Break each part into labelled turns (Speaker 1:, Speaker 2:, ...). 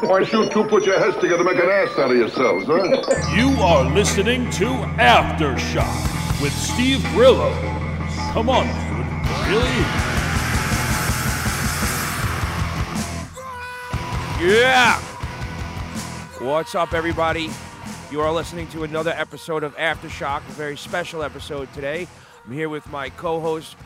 Speaker 1: Why should you put your heads together and make an ass out of yourselves, huh?
Speaker 2: You are listening to Aftershock with Steve Grillo. Come on, dude. Really?
Speaker 3: Yeah. What's up, everybody? You are listening to another episode of Aftershock, a very special episode today. I'm here with my co-host,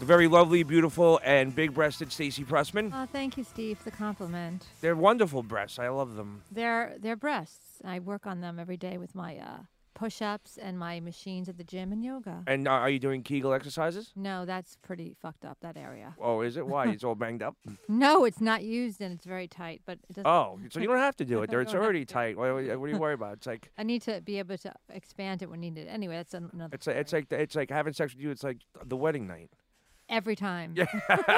Speaker 3: the very lovely, beautiful, and big-breasted Stacy Pressman.
Speaker 4: Oh, thank you, Steve, for the compliment.
Speaker 3: They're wonderful breasts. I love them.
Speaker 4: They're, they're breasts. I work on them every day with my uh, push ups and my machines at the gym and yoga.
Speaker 3: And uh, are you doing Kegel exercises?
Speaker 4: No, that's pretty fucked up, that area.
Speaker 3: Oh, is it? Why? It's all banged up.
Speaker 4: No, it's not used and it's very tight, but it doesn't.
Speaker 3: Oh, so you don't have to do it. There, it's
Speaker 4: Don't have
Speaker 3: already tight. Why- why- What do you worry about? It's like
Speaker 4: I need to be able to expand it when needed. Anyway, that's an- another.
Speaker 3: it's like it's
Speaker 4: story.
Speaker 3: like it's like having sex with you. It's like the wedding night.
Speaker 4: every time.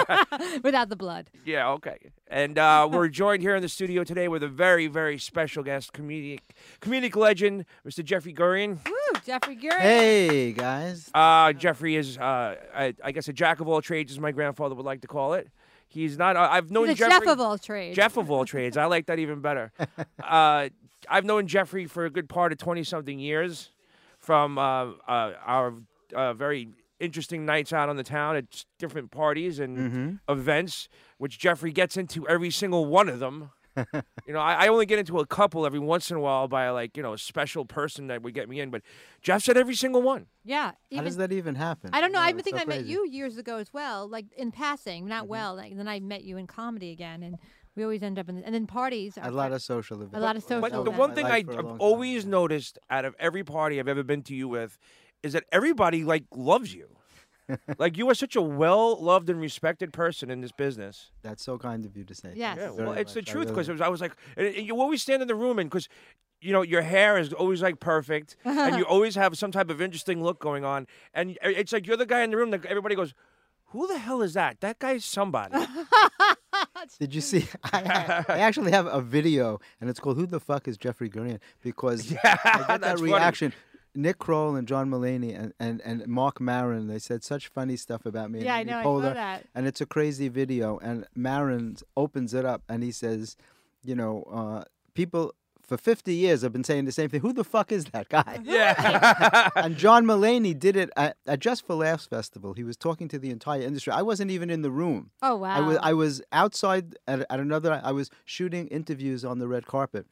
Speaker 4: Without the blood.
Speaker 3: Yeah, okay. And uh, we're joined here in the studio today with a very, very special guest, comedic comedic legend, Mr. Jeffrey Gurian.
Speaker 4: Woo, Jeffrey Gurry.
Speaker 5: Hey guys.
Speaker 3: Uh, Jeffrey is, uh, I, I guess, a jack of all trades, as my grandfather would like to call it. He's not. Uh, I've known
Speaker 4: the
Speaker 3: Jeffrey.
Speaker 4: Jeff of all trades.
Speaker 3: Jeff of all trades. I like that even better. Uh, I've known Jeffrey for a good part of 20 something years from uh, uh, our uh, very interesting nights out on the town at s- different parties and events, which Jeffrey gets into every single one of them. you know, I, I only get into a couple every once in a while by like, you know, a special person that would get me in, but Jeff's at every single one.
Speaker 4: Yeah.
Speaker 5: How
Speaker 4: Even
Speaker 5: does that even happen?
Speaker 4: I don't know. I
Speaker 5: it's
Speaker 4: think
Speaker 5: so
Speaker 4: I met
Speaker 5: crazy. Mm-hmm.
Speaker 4: you years ago as well, like in passing, not well. Like, then I met you in comedy again, and we always end up in. And then parties. are
Speaker 5: A lot
Speaker 4: fun.
Speaker 5: of social events.
Speaker 4: lot of social
Speaker 3: But
Speaker 4: Well,
Speaker 3: the
Speaker 4: that-
Speaker 3: one
Speaker 5: My
Speaker 3: thing
Speaker 5: life
Speaker 3: I,
Speaker 5: for a long
Speaker 3: have
Speaker 5: time.
Speaker 3: always noticed out of every party I've ever been to you with is that everybody like loves you. like you are such a well loved and respected person in this business.
Speaker 5: That's so kind of you to say.
Speaker 4: Yes. Yeah,
Speaker 5: Thank you
Speaker 4: Very
Speaker 3: well,
Speaker 5: very
Speaker 3: it's the
Speaker 5: much. I
Speaker 3: truth
Speaker 5: really-
Speaker 3: because I was like, and- and you always stand in the room and because you know your hair is always like perfect and you always have some type of interesting look going on and i- it's like you're the guy in the room that everybody goes, who the hell is that? That guy's somebody.
Speaker 5: Did you see? I, I actually have a video, and it's called "Who the Fuck is Jeffrey Gurian?" Because I get that
Speaker 3: that's funny.
Speaker 5: reaction. Nick Kroll and John Mulaney and, and, and Mark Maron, they said such funny stuff about me. and
Speaker 4: Yeah, I
Speaker 5: Amy
Speaker 4: know, I saw
Speaker 5: Poehler,
Speaker 4: that.
Speaker 5: And it's a crazy video. And Maron opens it up and he says, you know, uh, people for 50 years have been saying the same thing. Who the fuck is that guy?
Speaker 3: yeah.
Speaker 5: and John Mulaney did it at, at Just for Laughs Festival. He was talking to the entire industry. I wasn't even in the room.
Speaker 4: Oh wow.
Speaker 5: I was I was outside at, at another. I was shooting interviews on the red carpet,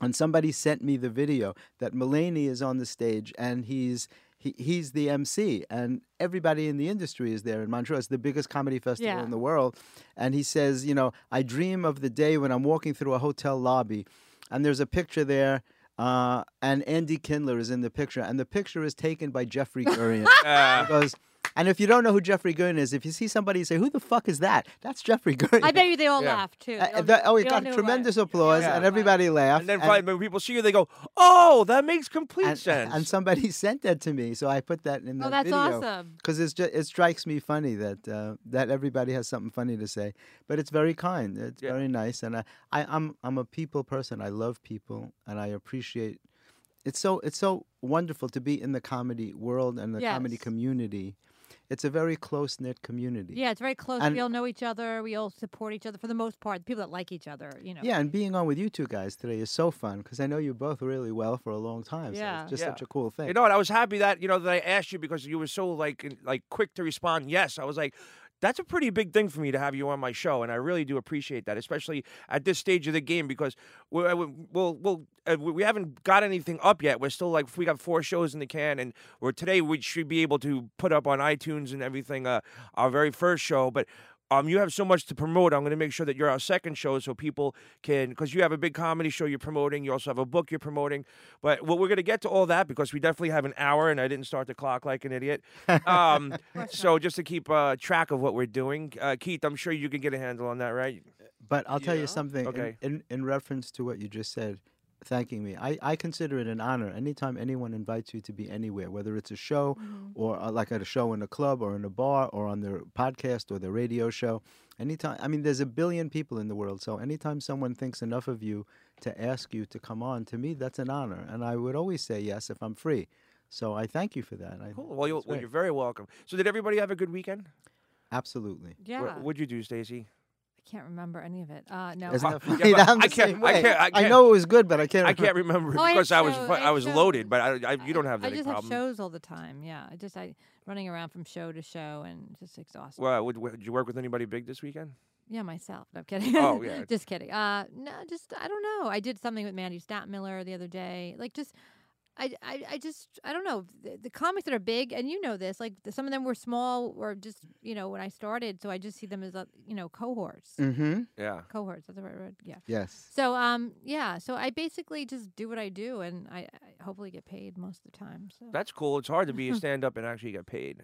Speaker 5: and somebody sent me the video that Mulaney is on the stage and he's. He, he's the MC, and everybody in the industry is there in Montreal. It's the biggest comedy festival
Speaker 4: Yeah.
Speaker 5: in the world. And he says, You know, I dream of the day when I'm walking through a hotel lobby, and there's a picture there, uh, and Andy Kindler is in the picture, and the picture is taken by Jeffrey Gurian.
Speaker 3: Uh,
Speaker 5: Because, and if you don't know who Jeffrey Gurn is, if you see somebody say, "Who the fuck is that?" That's Jeffrey Gurn.
Speaker 4: I bet you they all
Speaker 3: Yeah.
Speaker 4: laughed too. They
Speaker 5: Uh,
Speaker 4: all
Speaker 5: that- oh,
Speaker 4: knew-
Speaker 5: it
Speaker 4: they all
Speaker 5: got
Speaker 4: knew
Speaker 5: tremendous
Speaker 4: it.
Speaker 5: applause,
Speaker 3: Yeah.
Speaker 5: and everybody laughed.
Speaker 3: and then finally, when people see you, they go, oh, that makes complete
Speaker 5: and-
Speaker 3: sense.
Speaker 5: and somebody sent that to me, so I put that in the
Speaker 4: Oh, that's awesome.
Speaker 5: Because it's just, it strikes me funny that uh, that everybody has something funny to say, but it's very kind. It's
Speaker 3: Yeah.
Speaker 5: very nice, and I, I I'm I'm a people person. I love people, and I appreciate. It's so it's so wonderful to be in the comedy world and the comedy
Speaker 4: Yes.
Speaker 5: community. It's a very close knit community.
Speaker 4: Yeah, it's very close.
Speaker 5: And-
Speaker 4: we all know each other. We all support each other for the most part. People that like each other, you know.
Speaker 5: Yeah, and being on with you two guys today is so fun because I know you both really well for a long time. So
Speaker 4: Yeah.
Speaker 5: it's just
Speaker 3: Yeah.
Speaker 5: such a cool thing.
Speaker 3: You know, and I was happy that you know that I asked you because you were so like in- like quick to respond. Yes, I was like, that's a pretty big thing for me to have you on my show, and I really do appreciate that, especially at this stage of the game because we we'll, we'll, uh, we we haven't got anything up yet. We're still like we got four shows in the can, and or today we should be able to put up on iTunes and everything uh, our very first show, but. Um, you have so much to promote. I'm going to make sure that you're our second show so people can, because you have a big comedy show you're promoting. You also have a book you're promoting. But well, we're going to get to all that because we definitely have an hour and I didn't start the clock like an idiot. Um, so just to keep uh, track of what we're doing, uh, Keith, I'm sure you can get a handle on that, right?
Speaker 5: but I'll tell you something in-
Speaker 3: Okay.
Speaker 5: in, in, reference to what you just said, thanking me. I, I consider it an honor anytime anyone invites you to be anywhere, whether it's a show
Speaker 3: Mm-hmm.
Speaker 5: or uh, like at a show in a club or in a bar or on their podcast or their radio show. Anytime, I mean, there's a billion people in the world. So anytime someone thinks enough of you to ask you to come on, to me, that's an honor. And I would always say yes if I'm free. So I thank you for that. I,
Speaker 3: Cool. Well, you're,
Speaker 5: that's
Speaker 3: well,
Speaker 5: great.
Speaker 3: you're very welcome. So did everybody have a good weekend?
Speaker 5: Absolutely.
Speaker 4: Yeah.
Speaker 3: What would you do, Stacy?
Speaker 4: can't remember any of it. Uh, no.
Speaker 5: Isn't that funny?
Speaker 3: Yeah, but
Speaker 5: I'm the
Speaker 3: I can't-
Speaker 5: same
Speaker 3: I
Speaker 5: way.
Speaker 3: can't- I can't-
Speaker 5: know it was good, but I can't.
Speaker 3: I can't
Speaker 5: remember.
Speaker 3: remember
Speaker 4: Oh, I
Speaker 3: because I
Speaker 4: have
Speaker 3: was
Speaker 4: show-
Speaker 3: fu-
Speaker 4: I
Speaker 3: I
Speaker 4: have
Speaker 3: was
Speaker 4: show-
Speaker 3: loaded, but I, I, you don't have
Speaker 4: I
Speaker 3: that
Speaker 4: just
Speaker 3: problem.
Speaker 4: have shows all the time. Yeah, I just I running around from show to show and just exhausted.
Speaker 3: Well, would, would you work with anybody big this weekend?
Speaker 4: yeah, myself. No, I'm kidding.
Speaker 3: Oh, yeah.
Speaker 4: just kidding. Uh, no, just I don't know. I did something with Mandy Statmiller the other day. Like just. I, I, I just I don't know the, the comics that are big and you know this like the, some of them were small or just you know when I started so I just see them as uh, you know cohorts
Speaker 3: Mm.
Speaker 5: Mm-hmm.
Speaker 3: Yeah.
Speaker 4: cohorts that's the right word yeah
Speaker 5: Yes.
Speaker 4: So um yeah, so I basically just do what I do and I, I hopefully get paid most of the time. So
Speaker 3: That's cool. It's hard to be a stand up and actually get paid.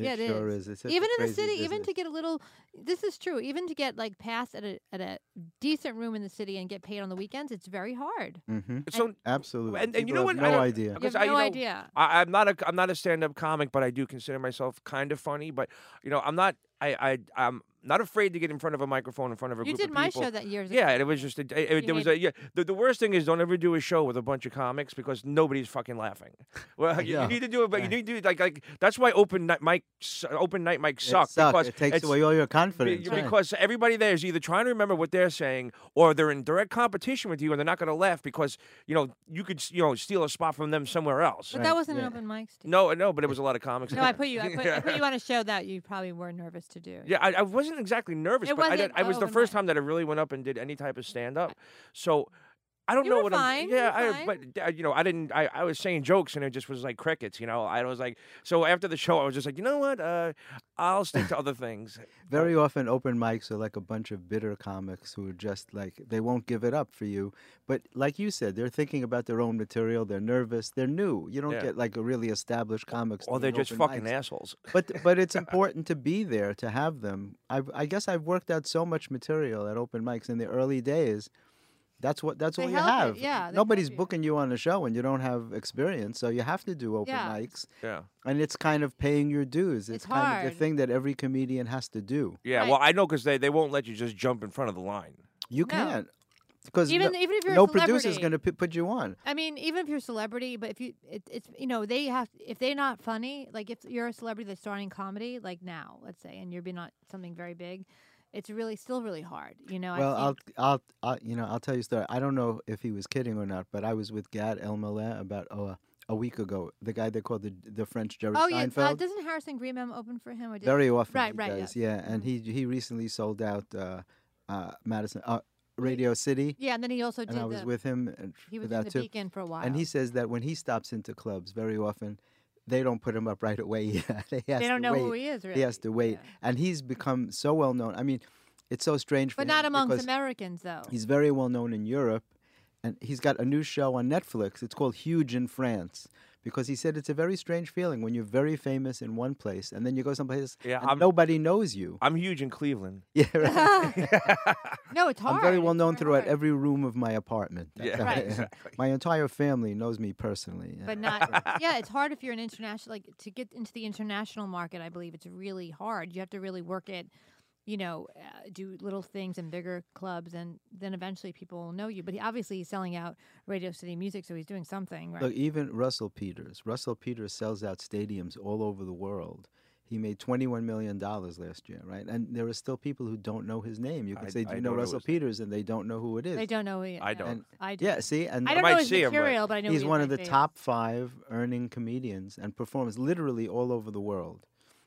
Speaker 4: Yeah, it
Speaker 5: sure
Speaker 4: is.
Speaker 5: is. It's such a
Speaker 4: even in the
Speaker 5: crazy
Speaker 4: city, even to
Speaker 5: business.
Speaker 4: get a little this is true, even to get like passed at a at a decent room in the city and get paid on the weekends, it's very hard.
Speaker 5: Mhm.
Speaker 3: So
Speaker 5: Absolutely.
Speaker 3: and you
Speaker 5: People
Speaker 3: know
Speaker 5: have
Speaker 3: what? I
Speaker 5: No
Speaker 3: don't-
Speaker 5: idea.
Speaker 4: You
Speaker 3: Because
Speaker 4: have
Speaker 3: I- you
Speaker 4: no
Speaker 3: know,
Speaker 4: idea.
Speaker 3: I, I'm not a I'm not a stand up comic, but I do consider myself kind of funny. But you know, I'm not I, I I'm not afraid to get in front of a microphone in front of a
Speaker 4: You
Speaker 3: group
Speaker 4: did
Speaker 3: of
Speaker 4: my
Speaker 3: people.
Speaker 4: show that years ago.
Speaker 3: Yeah, and it was just a, it, it-
Speaker 4: You
Speaker 3: there was a
Speaker 4: hate-
Speaker 3: yeah. The, the worst thing is don't ever do a show with a bunch of comics because nobody's fucking laughing. Well, you, you
Speaker 5: Yeah.
Speaker 3: need to do it, but you
Speaker 5: Right.
Speaker 3: need to do like like that's why open night mic s- open night mic suck
Speaker 5: it, sucks.
Speaker 3: because
Speaker 5: it takes
Speaker 3: it's-
Speaker 5: away all your
Speaker 3: be-
Speaker 5: confidence. right.
Speaker 3: because everybody there is either trying to remember what they're saying or they're in direct competition with you and they're not going to laugh because you know you could s- you know steal a spot from them somewhere else.
Speaker 4: But
Speaker 5: Right,
Speaker 4: that wasn't
Speaker 5: yeah.
Speaker 4: an open mic, Steve.
Speaker 3: No, no, but it was a lot of comics.
Speaker 4: No, I put you I put, I put you on a show that you probably were nervous to do.
Speaker 3: Yeah, I, I wasn't exactly nervous,
Speaker 4: It
Speaker 3: but I,
Speaker 4: wasn't
Speaker 3: did, I was the
Speaker 4: open
Speaker 3: first
Speaker 4: mic.
Speaker 3: time that I really went up and did any type of stand up. So I don't
Speaker 4: You
Speaker 3: know
Speaker 4: were
Speaker 3: what
Speaker 4: fine,
Speaker 3: I'm.
Speaker 4: you
Speaker 3: Yeah,
Speaker 4: were
Speaker 3: I, but uh, you know, I didn't. I, I was saying jokes and it just was like crickets. You know, I was like, so after the show, I was just like, you know what? Uh, I'll stick to other things.
Speaker 5: Very often, open mics are like a bunch of bitter comics who are just like they won't give it up for you. But like you said, they're thinking about their own material. They're nervous. They're new. You don't
Speaker 3: Yeah.
Speaker 5: get like a really established comics.
Speaker 3: Or they're
Speaker 5: doing
Speaker 3: just
Speaker 5: open
Speaker 3: fucking
Speaker 5: mics.
Speaker 3: assholes.
Speaker 5: But but it's important to be there to have them. I I guess I've worked out so much material at open mics in the early days. That's what that's
Speaker 4: They
Speaker 5: all you
Speaker 4: help you,
Speaker 5: have.
Speaker 4: yeah, they help
Speaker 5: Nobody's
Speaker 4: you.
Speaker 5: booking you on a show and you don't have experience, so you have to do open
Speaker 4: Yeah.
Speaker 5: mics.
Speaker 3: Yeah.
Speaker 5: And it's kind of paying your dues. It's,
Speaker 4: It's
Speaker 5: kind of
Speaker 4: hard.
Speaker 5: the thing that every comedian has to do.
Speaker 3: Yeah,
Speaker 4: Right.
Speaker 3: well, I know because they, they won't let you just jump in front of the line.
Speaker 5: You
Speaker 4: No.
Speaker 5: can't because
Speaker 4: Even
Speaker 5: no,
Speaker 4: even if you're
Speaker 5: no
Speaker 4: a celebrity,
Speaker 5: producer's going to p- put you on.
Speaker 4: I mean, even if you're a celebrity, but if you, it, it's you know, they have if they're not funny, like if you're a celebrity that's starting comedy, like now, let's say, and you're being not something very big, it's really still really hard. You know, I've
Speaker 5: Well,
Speaker 4: seen-
Speaker 5: I'll, I'll, I'll, you know, I'll tell you a story. I don't know if he was kidding or not, but I was with Gad Elmaleh about oh, uh, a week ago. The guy they call the the French Jerry
Speaker 4: oh yeah,
Speaker 5: Seinfeld.
Speaker 4: uh, doesn't Harrison Greenbaum open for him? Or did-
Speaker 5: Very often,
Speaker 4: Right,
Speaker 5: he
Speaker 4: right, Mm-hmm. yeah.
Speaker 5: does, yeah. And he he recently sold out uh, uh, Madison uh, Radio City,
Speaker 4: yeah, and then he also did.
Speaker 5: and I was
Speaker 4: the,
Speaker 5: with him and f-
Speaker 4: he
Speaker 5: for
Speaker 4: was in
Speaker 5: that
Speaker 4: the
Speaker 5: too.
Speaker 4: Beacon for a while,
Speaker 5: And he says that when he stops into clubs, very often they don't put him up right away. Yeah, they
Speaker 4: they
Speaker 5: has to
Speaker 4: don't know
Speaker 5: wait.
Speaker 4: who he is. Really,
Speaker 5: He has to wait,
Speaker 4: yeah.
Speaker 5: and he's become so well known. I mean, it's so strange for
Speaker 4: but
Speaker 5: him
Speaker 4: not amongst
Speaker 5: because
Speaker 4: Americans though.
Speaker 5: He's very well known in Europe, and he's got a new show on Netflix. It's called Huge in France because he said it's a very strange feeling when you're very famous in one place and then you go someplace
Speaker 3: Yeah,
Speaker 5: and
Speaker 3: I'm-
Speaker 5: nobody knows you.
Speaker 3: I'm huge in Cleveland.
Speaker 5: Yeah, right.
Speaker 4: no, it's hard.
Speaker 5: I'm very well
Speaker 4: it's
Speaker 5: known
Speaker 4: very
Speaker 5: throughout
Speaker 4: hard.
Speaker 5: every room of my apartment. That's
Speaker 3: Yeah,
Speaker 5: how I
Speaker 4: Right.
Speaker 5: am. My entire family knows me personally. yeah.
Speaker 4: but not yeah it's hard if you're an international like to get into the international market i believe it's really hard you have to really work it you know uh, do little things in bigger clubs and then eventually people will know you but he, obviously he's selling out radio city music so he's doing something right
Speaker 5: Look, even Russell Peters. Russell Peters sells out stadiums all over the world. He made $21 million last year, right? And there are still people who don't know his name. You can
Speaker 3: I-
Speaker 5: say, Do
Speaker 3: I
Speaker 5: you know
Speaker 3: don't know
Speaker 5: Russell
Speaker 3: his name."
Speaker 5: Peters? And they don't know who it is.
Speaker 4: they don't know it
Speaker 3: I don't.
Speaker 5: And-
Speaker 4: i do
Speaker 5: Yeah, see? And
Speaker 4: i don't
Speaker 3: might
Speaker 4: know his
Speaker 3: see him, but
Speaker 4: material but i know
Speaker 5: he's
Speaker 4: he is
Speaker 5: one
Speaker 4: my
Speaker 5: of the
Speaker 4: face.
Speaker 5: top five earning comedians and performs literally all over the world.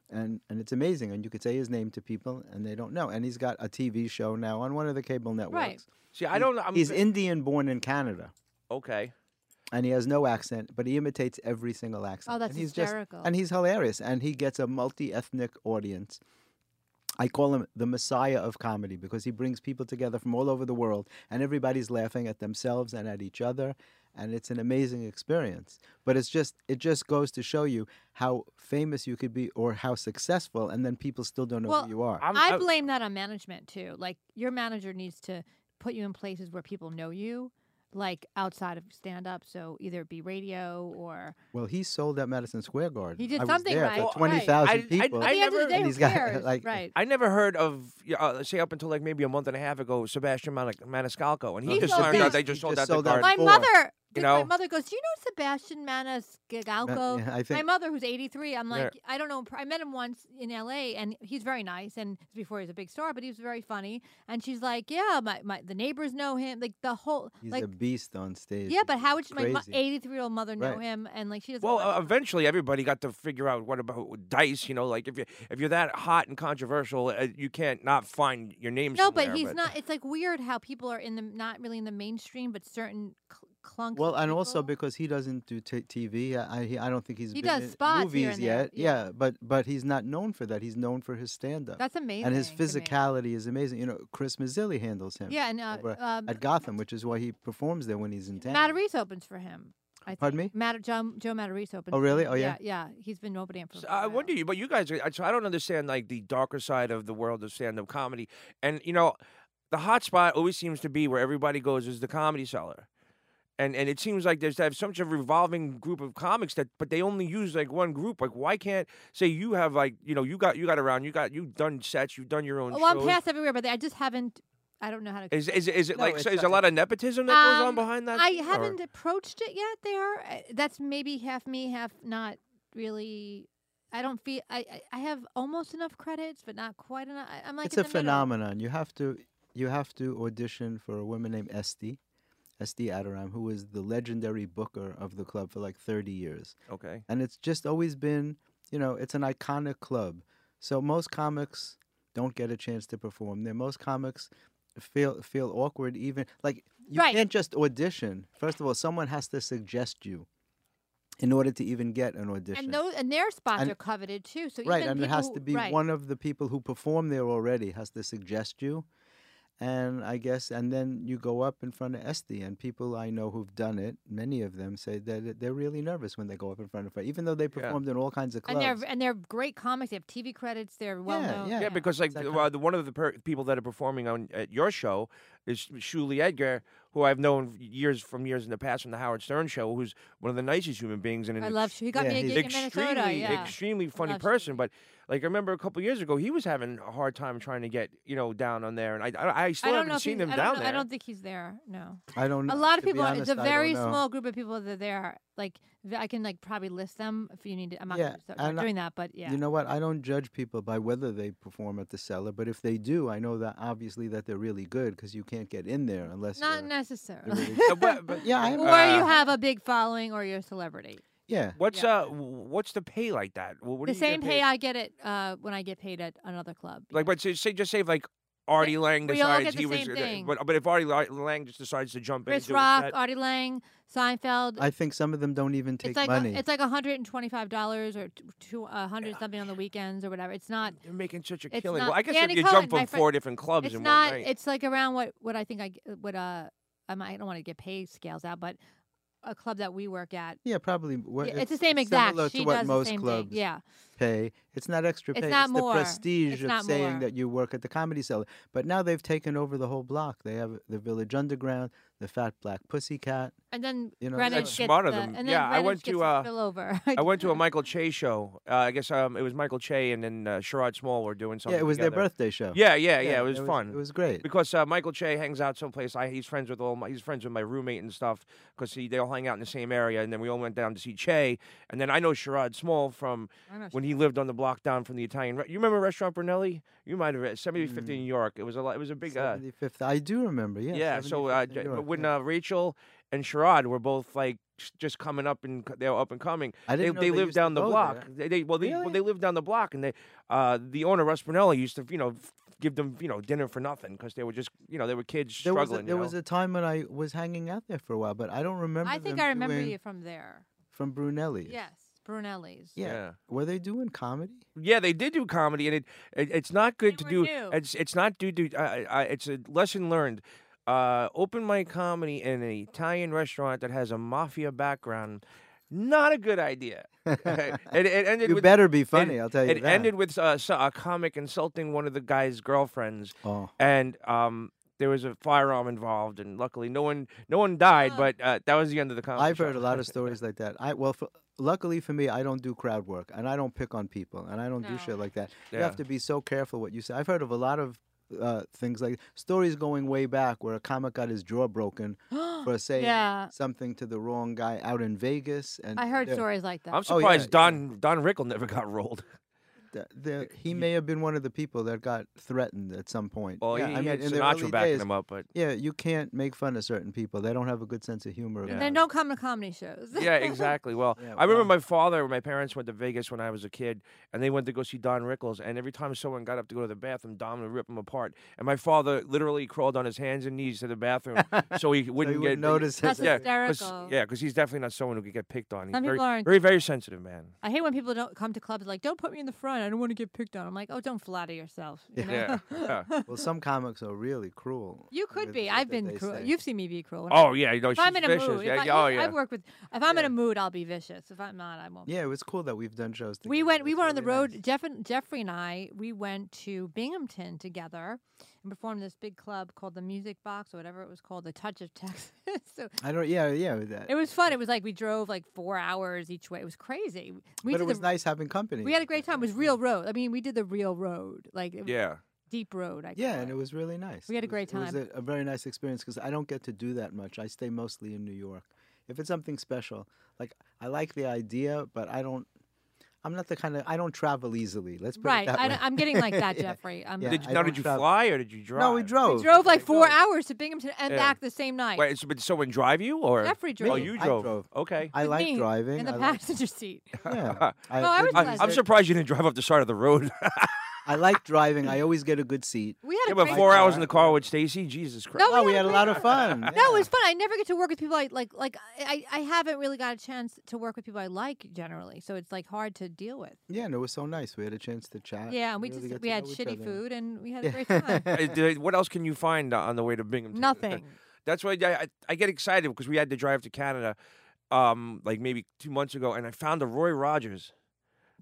Speaker 5: And, and it's amazing. And you could say his name to people and they don't know. And he's got a TV show now on one of the cable networks.
Speaker 3: See, I don't. I'm,
Speaker 5: He's Indian born in Canada.
Speaker 3: Okay.
Speaker 5: and he has no accent, but he imitates every single accent.
Speaker 4: Oh, that's
Speaker 5: and he's
Speaker 4: hysterical.
Speaker 5: Just, and he's hilarious, and he gets a multi-ethnic audience. I call him the Messiah of comedy because he brings people together from all over the world, and everybody's laughing at themselves and at each other, and it's an amazing experience. But it's just it just goes to show you how famous you could be or how successful, and then people still don't know
Speaker 4: Well,
Speaker 5: who you are.
Speaker 3: I'm,
Speaker 4: I
Speaker 3: I-
Speaker 4: blame that on management too. Like your manager needs to put you in places where people know you, like outside of stand up. So either it be radio or
Speaker 5: well, he sold at Madison Square Garden.
Speaker 4: He did
Speaker 5: I was
Speaker 4: something
Speaker 5: there
Speaker 4: right. Well,
Speaker 5: for twenty thousand
Speaker 3: I- I-
Speaker 5: people.
Speaker 4: at the end of the
Speaker 3: never-
Speaker 4: day,
Speaker 5: And
Speaker 4: who
Speaker 5: he's got,
Speaker 4: cares?
Speaker 5: like-
Speaker 4: right.
Speaker 3: I never heard of yeah, uh, say up until like maybe a month and a half ago Sebastian Maniscalco, and he,
Speaker 4: He
Speaker 3: just
Speaker 4: sold
Speaker 3: learned
Speaker 4: out.
Speaker 3: that they just
Speaker 5: He
Speaker 3: sold
Speaker 5: just
Speaker 3: out the
Speaker 5: sold out
Speaker 3: garden.
Speaker 4: My
Speaker 5: four.
Speaker 4: mother
Speaker 3: you
Speaker 4: Did
Speaker 3: know,
Speaker 4: my mother goes, "Do you know Sebastian Manas Gigalco?"
Speaker 5: yeah, I
Speaker 4: my
Speaker 5: think-
Speaker 4: mother, who's 83, I'm
Speaker 3: Yeah.
Speaker 4: like, I don't know. I met him once in L.A. and he's very nice, and it's before he was a big star, but he was very funny. And she's like, "Yeah, my, my the neighbors know him, like the whole
Speaker 5: He's
Speaker 4: like."
Speaker 5: a beast on stage.
Speaker 4: yeah, but how would she, my
Speaker 5: crazy.
Speaker 4: 83 year old mother know
Speaker 5: Right.
Speaker 4: him? And like she doesn't.
Speaker 3: Well,
Speaker 4: like
Speaker 3: uh,
Speaker 4: him.
Speaker 3: eventually everybody got to figure out what about dice. You know, like if you if you're that hot and controversial, uh, you can't not find your name.
Speaker 4: no, but
Speaker 3: somewhere,
Speaker 4: he's not. It's like weird how people are in the not really in the mainstream, but certain cl- clunk.
Speaker 5: Well, and also
Speaker 4: because.
Speaker 5: because he doesn't do t- TV, I I- he, I don't think he's
Speaker 4: He
Speaker 5: been
Speaker 4: does
Speaker 5: in
Speaker 4: spots here
Speaker 5: movies
Speaker 4: and there,
Speaker 5: yet.
Speaker 4: yeah.
Speaker 5: Yeah. but but he's not known for that. He's known for his stand up.
Speaker 4: That's amazing.
Speaker 5: And his
Speaker 4: to me.
Speaker 5: physicality is amazing. You know, Chris Mazzilli handles him.
Speaker 4: Yeah, and uh,
Speaker 5: over
Speaker 4: um,
Speaker 5: at Gotham, which is why he performs there when he's in town.
Speaker 4: Matarese opens for him. I
Speaker 5: Pardon
Speaker 4: think.
Speaker 5: me?
Speaker 4: Mat- Joe, Joe Matarese opens.
Speaker 5: Oh,
Speaker 4: for
Speaker 5: really?
Speaker 4: him.
Speaker 5: Oh, yeah?
Speaker 4: Yeah, He's been opening for.
Speaker 3: So
Speaker 4: a
Speaker 3: I
Speaker 4: while.
Speaker 3: wonder you, but you guys, are, so I don't understand like the darker side of the world of stand-up comedy, and you know, the hot spot always seems to be where everybody goes is the comedy cellar, and and it seems like there's have such a revolving group of comics that, but they only use like one group. Like, why can't say you have like you know you got you got around, you got you've done sets, you've done your own.
Speaker 4: Oh, well, I'm
Speaker 3: shows.
Speaker 4: past everywhere, but I just haven't. I don't know how to.
Speaker 3: Is is is it
Speaker 5: No,
Speaker 3: like
Speaker 5: it's
Speaker 3: so is
Speaker 5: not-
Speaker 3: a lot of nepotism that goes
Speaker 4: Um,
Speaker 3: on behind that?
Speaker 4: I
Speaker 3: or-
Speaker 4: haven't approached it yet. There, Uh, that's maybe half me, half not really. I don't feel. I I- I have almost enough credits, but not quite enough. I- I'm like
Speaker 5: it's
Speaker 4: in
Speaker 5: a
Speaker 4: the middle.
Speaker 5: phenomenon. You have to you have to audition for a woman named Esty, Esty Adaram, who was the legendary booker of the club for like 30 years.
Speaker 3: Okay.
Speaker 5: And it's just always been, you know, it's an iconic club. So most comics don't get a chance to perform there. Most comics feel feel awkward even like you
Speaker 4: Right.
Speaker 5: can't just audition. First of all, someone has to suggest you in order to even get an audition.
Speaker 4: And those and their spots
Speaker 5: And-
Speaker 4: are coveted too. So
Speaker 5: Right,
Speaker 4: even
Speaker 5: and it
Speaker 4: people
Speaker 5: has
Speaker 4: who-
Speaker 5: to be
Speaker 4: right.
Speaker 5: one of the people who perform there already has to suggest you. And I guess, and then you go up in front of Esty, and people I know who've done it, many of them say that they're really nervous when they go up in front of her, even though they performed in all kinds of
Speaker 4: And
Speaker 5: clubs.
Speaker 4: they're and they're great comics. They have TV credits. They're well known.
Speaker 5: yeah.
Speaker 3: Yeah, because like
Speaker 5: that
Speaker 3: the-
Speaker 5: kind
Speaker 3: uh, the, one of the per- people that are performing on at your show is Shuli Edgar, who I've known years from years in the past from the Howard Stern show, who's one of the nicest human beings and an
Speaker 4: I love.
Speaker 3: ex-
Speaker 4: She got
Speaker 5: yeah,
Speaker 4: me a
Speaker 5: he's
Speaker 4: gig in Minnesota.
Speaker 3: extremely
Speaker 4: Yeah.
Speaker 3: extremely funny
Speaker 4: love
Speaker 3: person.
Speaker 4: Shuli.
Speaker 3: But like I remember a couple years ago, he was having a hard time trying to get you know down on there, and I I, I
Speaker 4: I
Speaker 3: still
Speaker 4: don't know
Speaker 3: haven't
Speaker 4: if
Speaker 3: seen
Speaker 4: he's-
Speaker 3: him
Speaker 4: I don't
Speaker 3: down
Speaker 4: know-
Speaker 3: there.
Speaker 4: I don't think he's there. No.
Speaker 5: I don't.
Speaker 4: A lot
Speaker 5: to
Speaker 4: of
Speaker 5: be
Speaker 4: people.
Speaker 5: honest,
Speaker 4: it's
Speaker 5: I
Speaker 4: a
Speaker 5: don't
Speaker 4: very
Speaker 5: know.
Speaker 4: small group of people that are there. Like v- I can like probably list them if you need. To, I'm not
Speaker 5: Yeah,
Speaker 4: gonna start
Speaker 5: and I-
Speaker 4: doing that, but yeah.
Speaker 5: You know what? I don't judge people by whether they perform at the cellar, but if they do, I know that obviously that they're really good because you can't get in there unless
Speaker 4: not
Speaker 5: you're,
Speaker 4: necessarily.
Speaker 5: you're really
Speaker 3: Uh, but- but- uh,
Speaker 5: Yeah, I-
Speaker 4: or you have a big following, or you're a celebrity.
Speaker 5: yeah.
Speaker 3: What's
Speaker 4: Yeah.
Speaker 3: uh w- what's the pay like that? Wh- What do
Speaker 4: The
Speaker 3: you get
Speaker 4: same
Speaker 3: paid?
Speaker 4: pay I get it uh, when I get paid at another club.
Speaker 3: Like, but say, say just say if, like Artie Lang
Speaker 4: we all
Speaker 3: decides
Speaker 4: get the
Speaker 3: he was,
Speaker 4: same
Speaker 3: uh,
Speaker 4: thing.
Speaker 3: but but if Artie Li- Lang just decides to jump in, and
Speaker 4: Chris
Speaker 3: do a
Speaker 4: Rock,
Speaker 3: set-
Speaker 4: Artie Lang, Seinfeld.
Speaker 5: I think some of them don't even take
Speaker 4: it's like
Speaker 5: money.
Speaker 4: it's like 125 dollars or t- two, uh, hundred something on the weekends or whatever. It's not.
Speaker 3: They're making such a
Speaker 4: It's
Speaker 3: killing.
Speaker 4: not-
Speaker 3: well, I guess
Speaker 4: Danny
Speaker 3: if you
Speaker 4: Cohen,
Speaker 3: jump
Speaker 4: my
Speaker 3: from
Speaker 4: fri-
Speaker 3: four different clubs
Speaker 4: it's
Speaker 3: in
Speaker 4: not
Speaker 3: one night,
Speaker 4: it's like around what what i think i g- what uh i might- I don't want to get pay scales out but a club that we work at
Speaker 5: yeah, probably. What,
Speaker 4: yeah, it's, the same exact
Speaker 5: Similar
Speaker 4: she
Speaker 5: to what
Speaker 4: does
Speaker 5: most
Speaker 4: the same
Speaker 5: clubs
Speaker 4: thing yeah
Speaker 5: pay. It's not extra
Speaker 4: It's
Speaker 5: pay.
Speaker 4: not
Speaker 5: the
Speaker 4: more.
Speaker 5: prestige
Speaker 4: It's
Speaker 5: of
Speaker 4: not
Speaker 5: saying
Speaker 4: more.
Speaker 5: that you work at the comedy cellar. But now they've taken over the whole block. They have the Village Underground, the Fat Black Pussycat.
Speaker 4: and then
Speaker 5: You know,
Speaker 4: Greenwich
Speaker 5: That's
Speaker 4: gets
Speaker 3: smart of
Speaker 4: the-
Speaker 3: them.
Speaker 4: and then
Speaker 3: Yeah, I
Speaker 4: Greenwich
Speaker 3: went
Speaker 4: gets
Speaker 3: to,
Speaker 4: the
Speaker 3: uh,
Speaker 4: spillover.
Speaker 3: I went to a Michael Che show. Uh, I guess um, it was Michael Che and then uh, Sherrod Small were doing something.
Speaker 5: yeah, it was their
Speaker 3: together.
Speaker 5: birthday show.
Speaker 3: Yeah, yeah, yeah. it was fun.
Speaker 5: It was great.
Speaker 3: because uh, Michael Che hangs out someplace. I, he's friends with all my, he's friends with my roommate and stuff because they all hang out in the same area. And then we all went down to see Che. And then I know Sherrod Small from
Speaker 4: I know
Speaker 3: when he lived on the block down from the Italian. Re- you remember Restaurant Brunelli? You might have read 75th in New York. It was a lot. It was a big. Uh,
Speaker 5: 75th. I do remember. Mm. Yeah.
Speaker 3: yeah. So uh,
Speaker 5: 75th in
Speaker 3: J-
Speaker 5: New York,
Speaker 3: when
Speaker 5: yeah.
Speaker 3: uh, Rachel and Sherrod were both like s- just coming up and c- they were up and coming.
Speaker 5: I didn't know
Speaker 3: they, they
Speaker 5: they
Speaker 3: lived
Speaker 5: used to
Speaker 3: down the
Speaker 5: go
Speaker 3: block.
Speaker 5: there.
Speaker 3: They, they well they well,
Speaker 5: Really?
Speaker 3: they lived down the block and they uh, the owner Russ Brunelli used to you know f- give them you know dinner for nothing because they were just you know they were kids
Speaker 5: there was a,
Speaker 3: struggling.
Speaker 5: there
Speaker 3: you
Speaker 5: was
Speaker 3: know?
Speaker 5: a time when I was hanging out there for a while, but I don't remember.
Speaker 4: i think
Speaker 5: them
Speaker 4: i remember
Speaker 5: doing-
Speaker 4: you from there
Speaker 5: from Brunelli.
Speaker 4: yes brunelli's
Speaker 5: yeah.
Speaker 3: Yeah.
Speaker 5: Were they doing comedy?
Speaker 3: Yeah, they did do comedy, and it, it it's not good
Speaker 4: They
Speaker 3: to
Speaker 4: were
Speaker 3: do.
Speaker 4: new.
Speaker 3: It's it's not do do. I, I, it's a lesson learned. Uh, open mic comedy in an Italian restaurant that has a mafia background, not a good idea. it, it ended
Speaker 5: You
Speaker 3: with.
Speaker 5: better be
Speaker 3: it-
Speaker 5: funny. I'll tell you
Speaker 3: It
Speaker 5: that.
Speaker 3: ended with uh, so- a comic insulting one of the guy's girlfriends,
Speaker 5: Oh.
Speaker 3: and um, there was a firearm involved, and luckily no one no one died.
Speaker 4: Oh.
Speaker 3: But uh, that was the end of the comedy.
Speaker 5: I've heard
Speaker 3: show.
Speaker 5: a lot of stories like that. I well, for, luckily for me, I don't do crowd work, and I don't pick on people, and I don't
Speaker 4: No.
Speaker 5: do shit like that. You
Speaker 3: Yeah.
Speaker 5: have to be so careful what you say. I've heard of a lot of uh, things like stories going way back where a comic got his jaw broken for saying
Speaker 4: Yeah.
Speaker 5: something to the wrong guy out in Vegas. And
Speaker 4: I heard
Speaker 5: they're-
Speaker 4: stories like that.
Speaker 3: I'm
Speaker 5: Oh, yeah,
Speaker 3: surprised
Speaker 5: yeah.
Speaker 3: Don Don Rickle never got rolled.
Speaker 5: th- there- he may have been one of the people that got threatened at some point.
Speaker 3: Well,
Speaker 5: yeah,
Speaker 3: he,
Speaker 5: I mean,
Speaker 3: he had
Speaker 5: in the
Speaker 3: Sinatra
Speaker 5: early
Speaker 3: backing
Speaker 5: days,
Speaker 3: him up, but
Speaker 5: Yeah, you can't make fun of certain people. They don't have a good sense of humor.
Speaker 3: Yeah.
Speaker 5: about
Speaker 4: Then
Speaker 5: it.
Speaker 4: don't come to comedy shows.
Speaker 3: yeah, exactly. Well,
Speaker 5: Yeah,
Speaker 3: I remember
Speaker 5: wow.
Speaker 3: my father, my parents went to Vegas when I was a kid, and they went to go see Don Rickles. And every time someone got up to go to the bathroom, Don would rip him apart. And my father literally crawled on his hands and knees to the bathroom so he
Speaker 5: So
Speaker 3: wouldn't
Speaker 5: you
Speaker 3: get
Speaker 5: wouldn't notice
Speaker 4: That's
Speaker 5: it.
Speaker 3: Yeah, 'cause-
Speaker 4: hysterical.
Speaker 3: yeah, because he's definitely not someone who could get picked on. He's
Speaker 4: Some
Speaker 3: very,
Speaker 4: people aren't.
Speaker 3: very, very sensitive man.
Speaker 4: I hate when people don't come to clubs like, don't put me in the front. I don't want to get picked on. I'm like, oh, don't flatter yourself. You, know?
Speaker 3: Yeah. yeah.
Speaker 5: Well, some comics are really cruel.
Speaker 4: you could
Speaker 5: with
Speaker 4: be.
Speaker 5: what
Speaker 4: I've
Speaker 5: that
Speaker 4: been
Speaker 5: they
Speaker 4: cruel.
Speaker 5: say.
Speaker 4: You've seen me be cruel. When I-
Speaker 3: Oh yeah, no,
Speaker 4: if
Speaker 3: she's
Speaker 4: I'm in a
Speaker 3: vicious.
Speaker 4: mood, if
Speaker 3: yeah,
Speaker 4: I,
Speaker 3: oh
Speaker 4: look,
Speaker 3: yeah.
Speaker 4: I've worked with. If I'm in
Speaker 5: Yeah.
Speaker 4: a mood, I'll be vicious. If I'm not, I won't. be.
Speaker 5: Yeah, it was cool that we've done shows. Together.
Speaker 4: We went. We
Speaker 5: That's
Speaker 4: were on the
Speaker 5: really
Speaker 4: road.
Speaker 5: nice.
Speaker 4: Jeff and, Jeffrey and I. We went to Binghamton together and performed this big club called the Music Box or whatever it was called, the Touch of Texas. so
Speaker 5: I don't. Yeah, yeah. with That.
Speaker 4: it was fun. It was like we drove like four hours each way. It was crazy. We
Speaker 5: but
Speaker 4: did
Speaker 5: it was
Speaker 4: the,
Speaker 5: nice having company.
Speaker 4: We had a great time. It was real road. I mean, we did the real road, like it was
Speaker 3: yeah.
Speaker 4: deep road. I
Speaker 5: Yeah,
Speaker 4: call
Speaker 5: and it was really nice.
Speaker 4: We had a
Speaker 5: It was-
Speaker 4: great
Speaker 5: It
Speaker 4: time.
Speaker 5: was a, a very nice experience because I don't get to do that much. I stay mostly in New York. If it's something special, like I like the idea, but I don't. I'm not the kind of. I don't travel easily. Let's put
Speaker 4: right.
Speaker 5: it that
Speaker 4: I,
Speaker 5: way.
Speaker 4: am getting like that, Jeffrey. Um, I'm,
Speaker 5: Yeah,
Speaker 3: Did you,
Speaker 5: I
Speaker 3: now,
Speaker 5: don't
Speaker 3: did you
Speaker 5: travel.
Speaker 3: fly or did you drive?
Speaker 5: No, we drove.
Speaker 4: We drove like
Speaker 5: We
Speaker 4: four
Speaker 5: drove.
Speaker 4: hours to Binghamton and
Speaker 3: Yeah.
Speaker 4: back the same night.
Speaker 3: Wait, so, did someone drive you or?
Speaker 4: Jeffrey
Speaker 3: Oh,
Speaker 4: drove.
Speaker 3: you
Speaker 5: I
Speaker 3: drove.
Speaker 5: drove.
Speaker 3: Okay.
Speaker 5: I
Speaker 4: with
Speaker 5: like
Speaker 4: me
Speaker 5: driving.
Speaker 4: in the
Speaker 5: I like-
Speaker 4: passenger seat.
Speaker 5: yeah. I,
Speaker 4: Oh, I was
Speaker 3: I, I'm
Speaker 4: pleasure.
Speaker 3: surprised you didn't drive up the side of the road.
Speaker 5: I like driving. I always get a good seat.
Speaker 4: We had
Speaker 3: yeah,
Speaker 4: a
Speaker 3: but
Speaker 4: great
Speaker 3: four
Speaker 4: time.
Speaker 3: hours in the car with Stacy, Jesus Christ.
Speaker 4: No,
Speaker 5: Oh, we had a lot of fun.
Speaker 4: No, it
Speaker 5: yeah.
Speaker 4: was fun. I never get to work with people I like. Like I, I haven't really got a chance to work with people I like generally, so it's like hard to deal with.
Speaker 5: Yeah, and it was so nice. We had a chance to chat.
Speaker 4: Yeah, and we
Speaker 5: really
Speaker 4: just
Speaker 5: got
Speaker 4: we
Speaker 5: to
Speaker 4: had
Speaker 5: know each
Speaker 4: shitty
Speaker 5: other.
Speaker 4: food and we had a great time.
Speaker 3: Uh, did- what else can you find uh, on the way to Binghamton?
Speaker 4: Nothing.
Speaker 3: That's why I, I, I get excited because we had to drive to Canada, um, like maybe two months ago, and I found a Roy Rogers,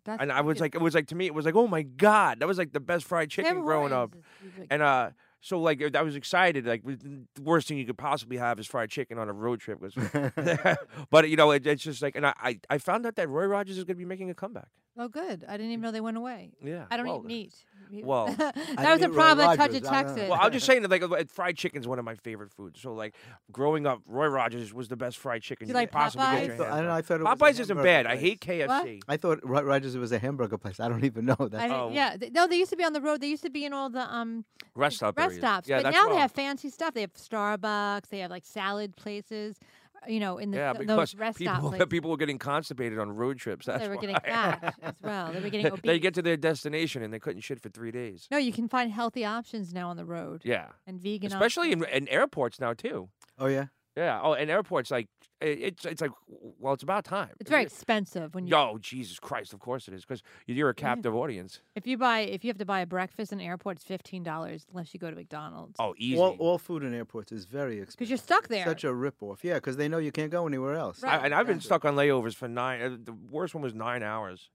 Speaker 4: That's
Speaker 3: and I was like, it was like to me, it was like, oh my god, that was like the best fried chicken
Speaker 4: Tim
Speaker 3: growing up,
Speaker 4: Hortons is- is like-
Speaker 3: and uh. So like I was excited. Like with- mm, the worst thing you could possibly have is fried chicken on a road trip. 'cause- but you know it, it's just like, and I, I I found out that Roy Rogers is going to be making a comeback.
Speaker 4: oh, good. I didn't even know they went away.
Speaker 3: Yeah,
Speaker 4: I don't
Speaker 3: well,
Speaker 4: eat meat. You-
Speaker 3: well, I
Speaker 4: that was
Speaker 5: eat
Speaker 4: a
Speaker 5: Roy
Speaker 4: problem at Touch
Speaker 5: Rogers.
Speaker 4: of
Speaker 5: I don't-
Speaker 4: Texas.
Speaker 3: Well, I'm just saying that like uh, fried chicken's one of my favorite foods. So like growing up, Roy Rogers was the best fried chicken
Speaker 4: Do you
Speaker 3: could
Speaker 4: like
Speaker 3: possibly
Speaker 5: I,
Speaker 3: get
Speaker 4: Popeyes?
Speaker 3: your
Speaker 5: thought, I
Speaker 3: hands
Speaker 5: don't know.
Speaker 3: on.
Speaker 5: I thought it was a
Speaker 3: Popeyes isn't
Speaker 5: hamburger
Speaker 3: bad. I
Speaker 5: place.
Speaker 3: hate KFC.
Speaker 5: I thought Ro- Rogers was a hamburger place. I don't even know
Speaker 4: I
Speaker 5: that.
Speaker 4: didn't-
Speaker 3: Oh.
Speaker 4: yeah, th- no, they used to be on the road. They used to be in all the um
Speaker 3: Rest stop.
Speaker 4: rest
Speaker 3: areas.
Speaker 4: stops,
Speaker 3: Yeah,
Speaker 4: but
Speaker 3: that's
Speaker 4: now they
Speaker 3: wrong.
Speaker 4: have fancy stuff. They have Starbucks. They have like salad places, uh, you know, in the
Speaker 3: yeah
Speaker 4: th-
Speaker 3: because
Speaker 4: those rest stop
Speaker 3: people
Speaker 4: places.
Speaker 3: people were getting constipated on road trips. That's
Speaker 4: they were
Speaker 3: why.
Speaker 4: getting fat as well. They were getting obese.
Speaker 3: they get to their destination and they couldn't shit for three days.
Speaker 4: no, you can find healthy options now on the road
Speaker 3: Yeah,
Speaker 4: and vegan,
Speaker 3: especially in,
Speaker 4: options.
Speaker 3: in airports now too.
Speaker 5: Oh yeah.
Speaker 3: Yeah. Oh, and airports like i- it's it's like well, it's about time.
Speaker 4: It's very expensive when you
Speaker 3: Yo, Jesus Christ! Of course it is because you're a captive audience.
Speaker 4: if you buy if you have to buy a breakfast in an airport, it's fifteen dollars unless you go to McDonald's
Speaker 3: Oh, easy.
Speaker 5: All, all food in airports is very expensive.
Speaker 4: because you're stuck there.
Speaker 5: Such a rip-off. Yeah, because they know you can't go anywhere else.
Speaker 3: I,
Speaker 4: Right.
Speaker 3: and I've been stuck on layovers for nine. Uh, the worst one was nine hours.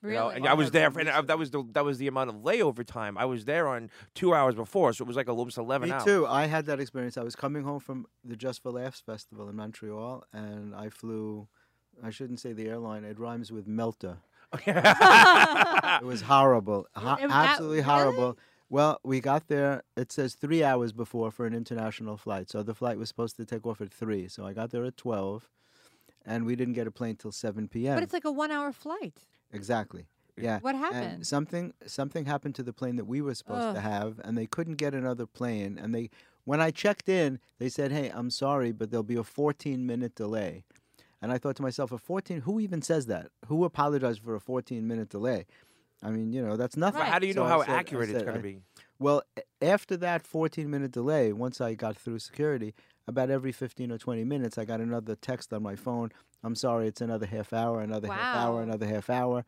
Speaker 3: You
Speaker 4: really,
Speaker 3: know, and I
Speaker 5: Wow,
Speaker 3: was
Speaker 5: Oh, that's
Speaker 3: there, for, and I,
Speaker 5: amazing.
Speaker 3: that was the that was the amount of layover time. I was there on two hours before, so it was like almost eleven
Speaker 5: Me
Speaker 3: hours.
Speaker 5: too. I had that experience. I was coming home from the Just for Laughs festival in Montreal, and I flew. I shouldn't say the airline. It rhymes with Melta. it was horrible. Ho-
Speaker 4: it was that-
Speaker 5: absolutely horrible. Well, we got there. It says three hours before for an international flight. So the flight was supposed to take off at three. So I got there at twelve, and we didn't get a plane till seven p.m.
Speaker 4: but it's like a one-hour flight.
Speaker 5: Exactly. Yeah.
Speaker 4: What
Speaker 5: And
Speaker 4: happened?
Speaker 5: something something happened to the plane that we were supposed
Speaker 4: Ugh.
Speaker 5: to have and they couldn't get another plane and they when I checked in, they said, "Hey, I'm sorry, but there'll be a 14-minute delay." And I thought to myself, "A 14 who even says that? Who apologized for a 14-minute delay?" I mean, you know, that's nothing.
Speaker 3: But how do you
Speaker 5: So
Speaker 3: know
Speaker 5: I
Speaker 3: how
Speaker 5: said- I
Speaker 3: accurate it's
Speaker 5: said-
Speaker 3: going
Speaker 5: I-
Speaker 3: to be?
Speaker 5: Well, a- after that 14-minute delay, once I got through security, about every 15 or 20 minutes, I got another text on my phone. I'm sorry, it's another half hour, another half
Speaker 4: Wow.
Speaker 5: hour, another half hour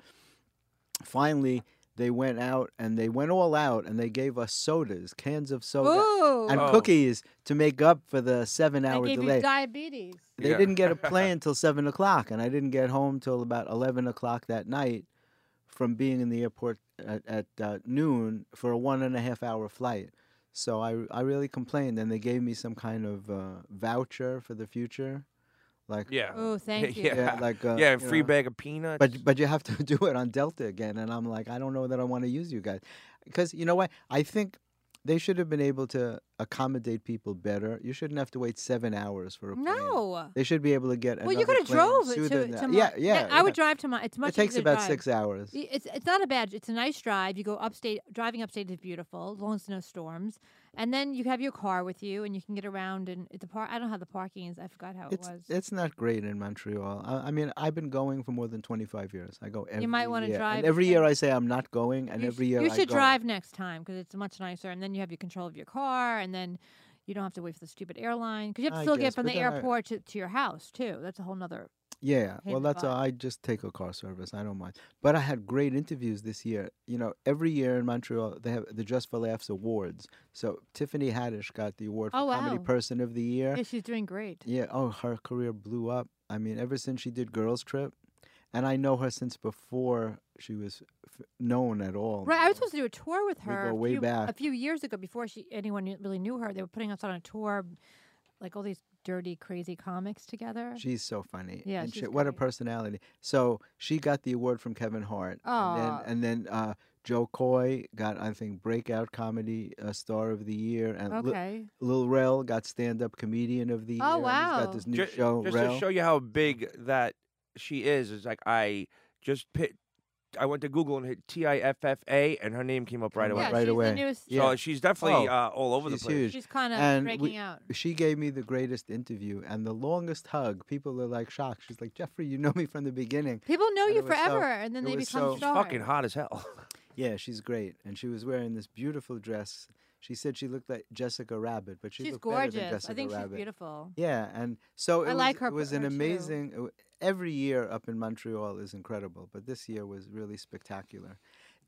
Speaker 5: finally they went out and they went all out and they gave us sodas, cans of soda,
Speaker 4: Ooh,
Speaker 5: and
Speaker 3: Oh.
Speaker 5: cookies to make up for the
Speaker 4: they
Speaker 5: seven-hour
Speaker 4: gave
Speaker 5: delay.
Speaker 4: you diabetes.
Speaker 5: they
Speaker 3: Yeah.
Speaker 5: didn't get a plane until seven o'clock, and I didn't get home till about eleven o'clock that night from being in the airport at, at uh, noon for a one and a half hour flight. So I, I really complained, and they gave me some kind of uh, voucher for the future, like
Speaker 3: Yeah.
Speaker 4: Oh, thank you.
Speaker 3: Yeah.
Speaker 5: yeah, like uh,
Speaker 3: yeah,
Speaker 5: you
Speaker 3: free
Speaker 5: know,
Speaker 3: bag of peanuts.
Speaker 5: but but you have to do it on Delta again, and I'm like, I don't know that I want to use you guys, because you know what? I think they should have been able to accommodate people better. You shouldn't have to wait seven hours for a plane.
Speaker 4: No.
Speaker 5: They should be able to get.
Speaker 4: Well, you
Speaker 5: another
Speaker 4: could have
Speaker 5: plane
Speaker 4: drove to,
Speaker 5: sooner
Speaker 4: to
Speaker 5: than that.
Speaker 4: Mon-
Speaker 5: yeah, yeah.
Speaker 4: I would
Speaker 5: yeah.
Speaker 4: drive to my. It's much.
Speaker 5: It takes
Speaker 4: easier to
Speaker 5: about
Speaker 4: drive.
Speaker 5: six hours.
Speaker 4: Y- It's it's not a bad. It's a nice drive. You go upstate. Driving upstate is beautiful, as long as no storms. And then you have your car with you, and you can get around. And the park. I don't have the parking. Is I forgot how
Speaker 5: It's
Speaker 4: it was.
Speaker 5: it's not great in Montreal. I, I mean, I've been going for more than twenty five years. I go every.
Speaker 4: might wanna
Speaker 5: year.
Speaker 4: drive-
Speaker 5: And every year I say I'm not going, and
Speaker 4: you sh-
Speaker 5: every year
Speaker 4: you
Speaker 5: I
Speaker 4: should
Speaker 5: go.
Speaker 4: drive next time because it's much nicer. And then you have your control of your car, and then you don't have to wait for the stupid airline because you have to
Speaker 5: I
Speaker 4: still get
Speaker 5: guess,
Speaker 4: from
Speaker 5: but
Speaker 4: the
Speaker 5: then I-
Speaker 4: airport to, to your house too. That's a whole nother.
Speaker 5: Yeah,
Speaker 4: in
Speaker 5: well,
Speaker 4: the
Speaker 5: that's
Speaker 4: butt.
Speaker 5: all. I just take a car service. I don't mind. But I had great interviews this year. You know, every year in Montreal they have the Just for Laughs awards. So Tiffany Haddish got the award for
Speaker 4: Oh,
Speaker 5: Comedy
Speaker 4: wow.
Speaker 5: Person of the Year.
Speaker 4: Yeah, she's doing great.
Speaker 5: Yeah. Oh, her career blew up. I mean, ever since she did Girls Trip, and I know her since before she was f- known at all.
Speaker 4: Right, I was supposed to do a tour with
Speaker 5: Oh We
Speaker 4: her
Speaker 5: go
Speaker 4: a,
Speaker 5: way
Speaker 4: few, a
Speaker 5: back.
Speaker 4: few years ago before she anyone knew- really knew her. They were putting us on a tour, like all these dirty, crazy comics together.
Speaker 5: She's so funny.
Speaker 4: Yeah,
Speaker 5: and she-
Speaker 4: she's
Speaker 5: what a
Speaker 4: great.
Speaker 5: personality. So she got the award from Kevin Hart.
Speaker 4: Aw.
Speaker 5: And then, and then uh, Joe Coy got, I think, Breakout Comedy uh, Star of the Year. And Lil-
Speaker 4: okay,
Speaker 5: Lil Rel got Stand Up Comedian of the Year.
Speaker 4: Oh,
Speaker 5: and He's
Speaker 4: wow.
Speaker 5: got this new
Speaker 3: Ju-
Speaker 5: show,
Speaker 3: just
Speaker 5: Rel.
Speaker 3: to show you how big that she is is like i just pit i went to google and hit t-i-f-f-a and her name came up right
Speaker 5: Came
Speaker 3: away
Speaker 4: yeah,
Speaker 5: right
Speaker 4: she's
Speaker 5: away.
Speaker 4: the newest.
Speaker 5: Yeah.
Speaker 3: so she's definitely
Speaker 5: Oh,
Speaker 3: uh, all over
Speaker 5: She's
Speaker 3: the place
Speaker 5: huge.
Speaker 4: She's kind of
Speaker 5: And
Speaker 4: breaking
Speaker 5: we-
Speaker 4: out.
Speaker 5: She gave me the greatest interview and the longest hug. People are like shocked. She's like, Jeffrey, you know me from the beginning.
Speaker 4: People know
Speaker 5: and
Speaker 4: you
Speaker 5: it was so-
Speaker 4: forever, and then
Speaker 5: it
Speaker 4: they
Speaker 5: was
Speaker 4: become
Speaker 5: so-
Speaker 3: she's
Speaker 4: stars.
Speaker 3: fucking hot as hell
Speaker 5: Yeah, she's great. And she was wearing this beautiful dress. She said she looked like Jessica Rabbit, but she
Speaker 4: she's
Speaker 5: looked better than
Speaker 4: gorgeous. I
Speaker 5: Jessica
Speaker 4: think she's
Speaker 5: Rabbit.
Speaker 4: beautiful.
Speaker 5: Yeah, and so
Speaker 4: I
Speaker 5: it was,
Speaker 4: like her
Speaker 5: It was
Speaker 4: per-
Speaker 5: an
Speaker 4: her too.
Speaker 5: amazing. it w- Every year up in Montreal is incredible, but this year was really spectacular.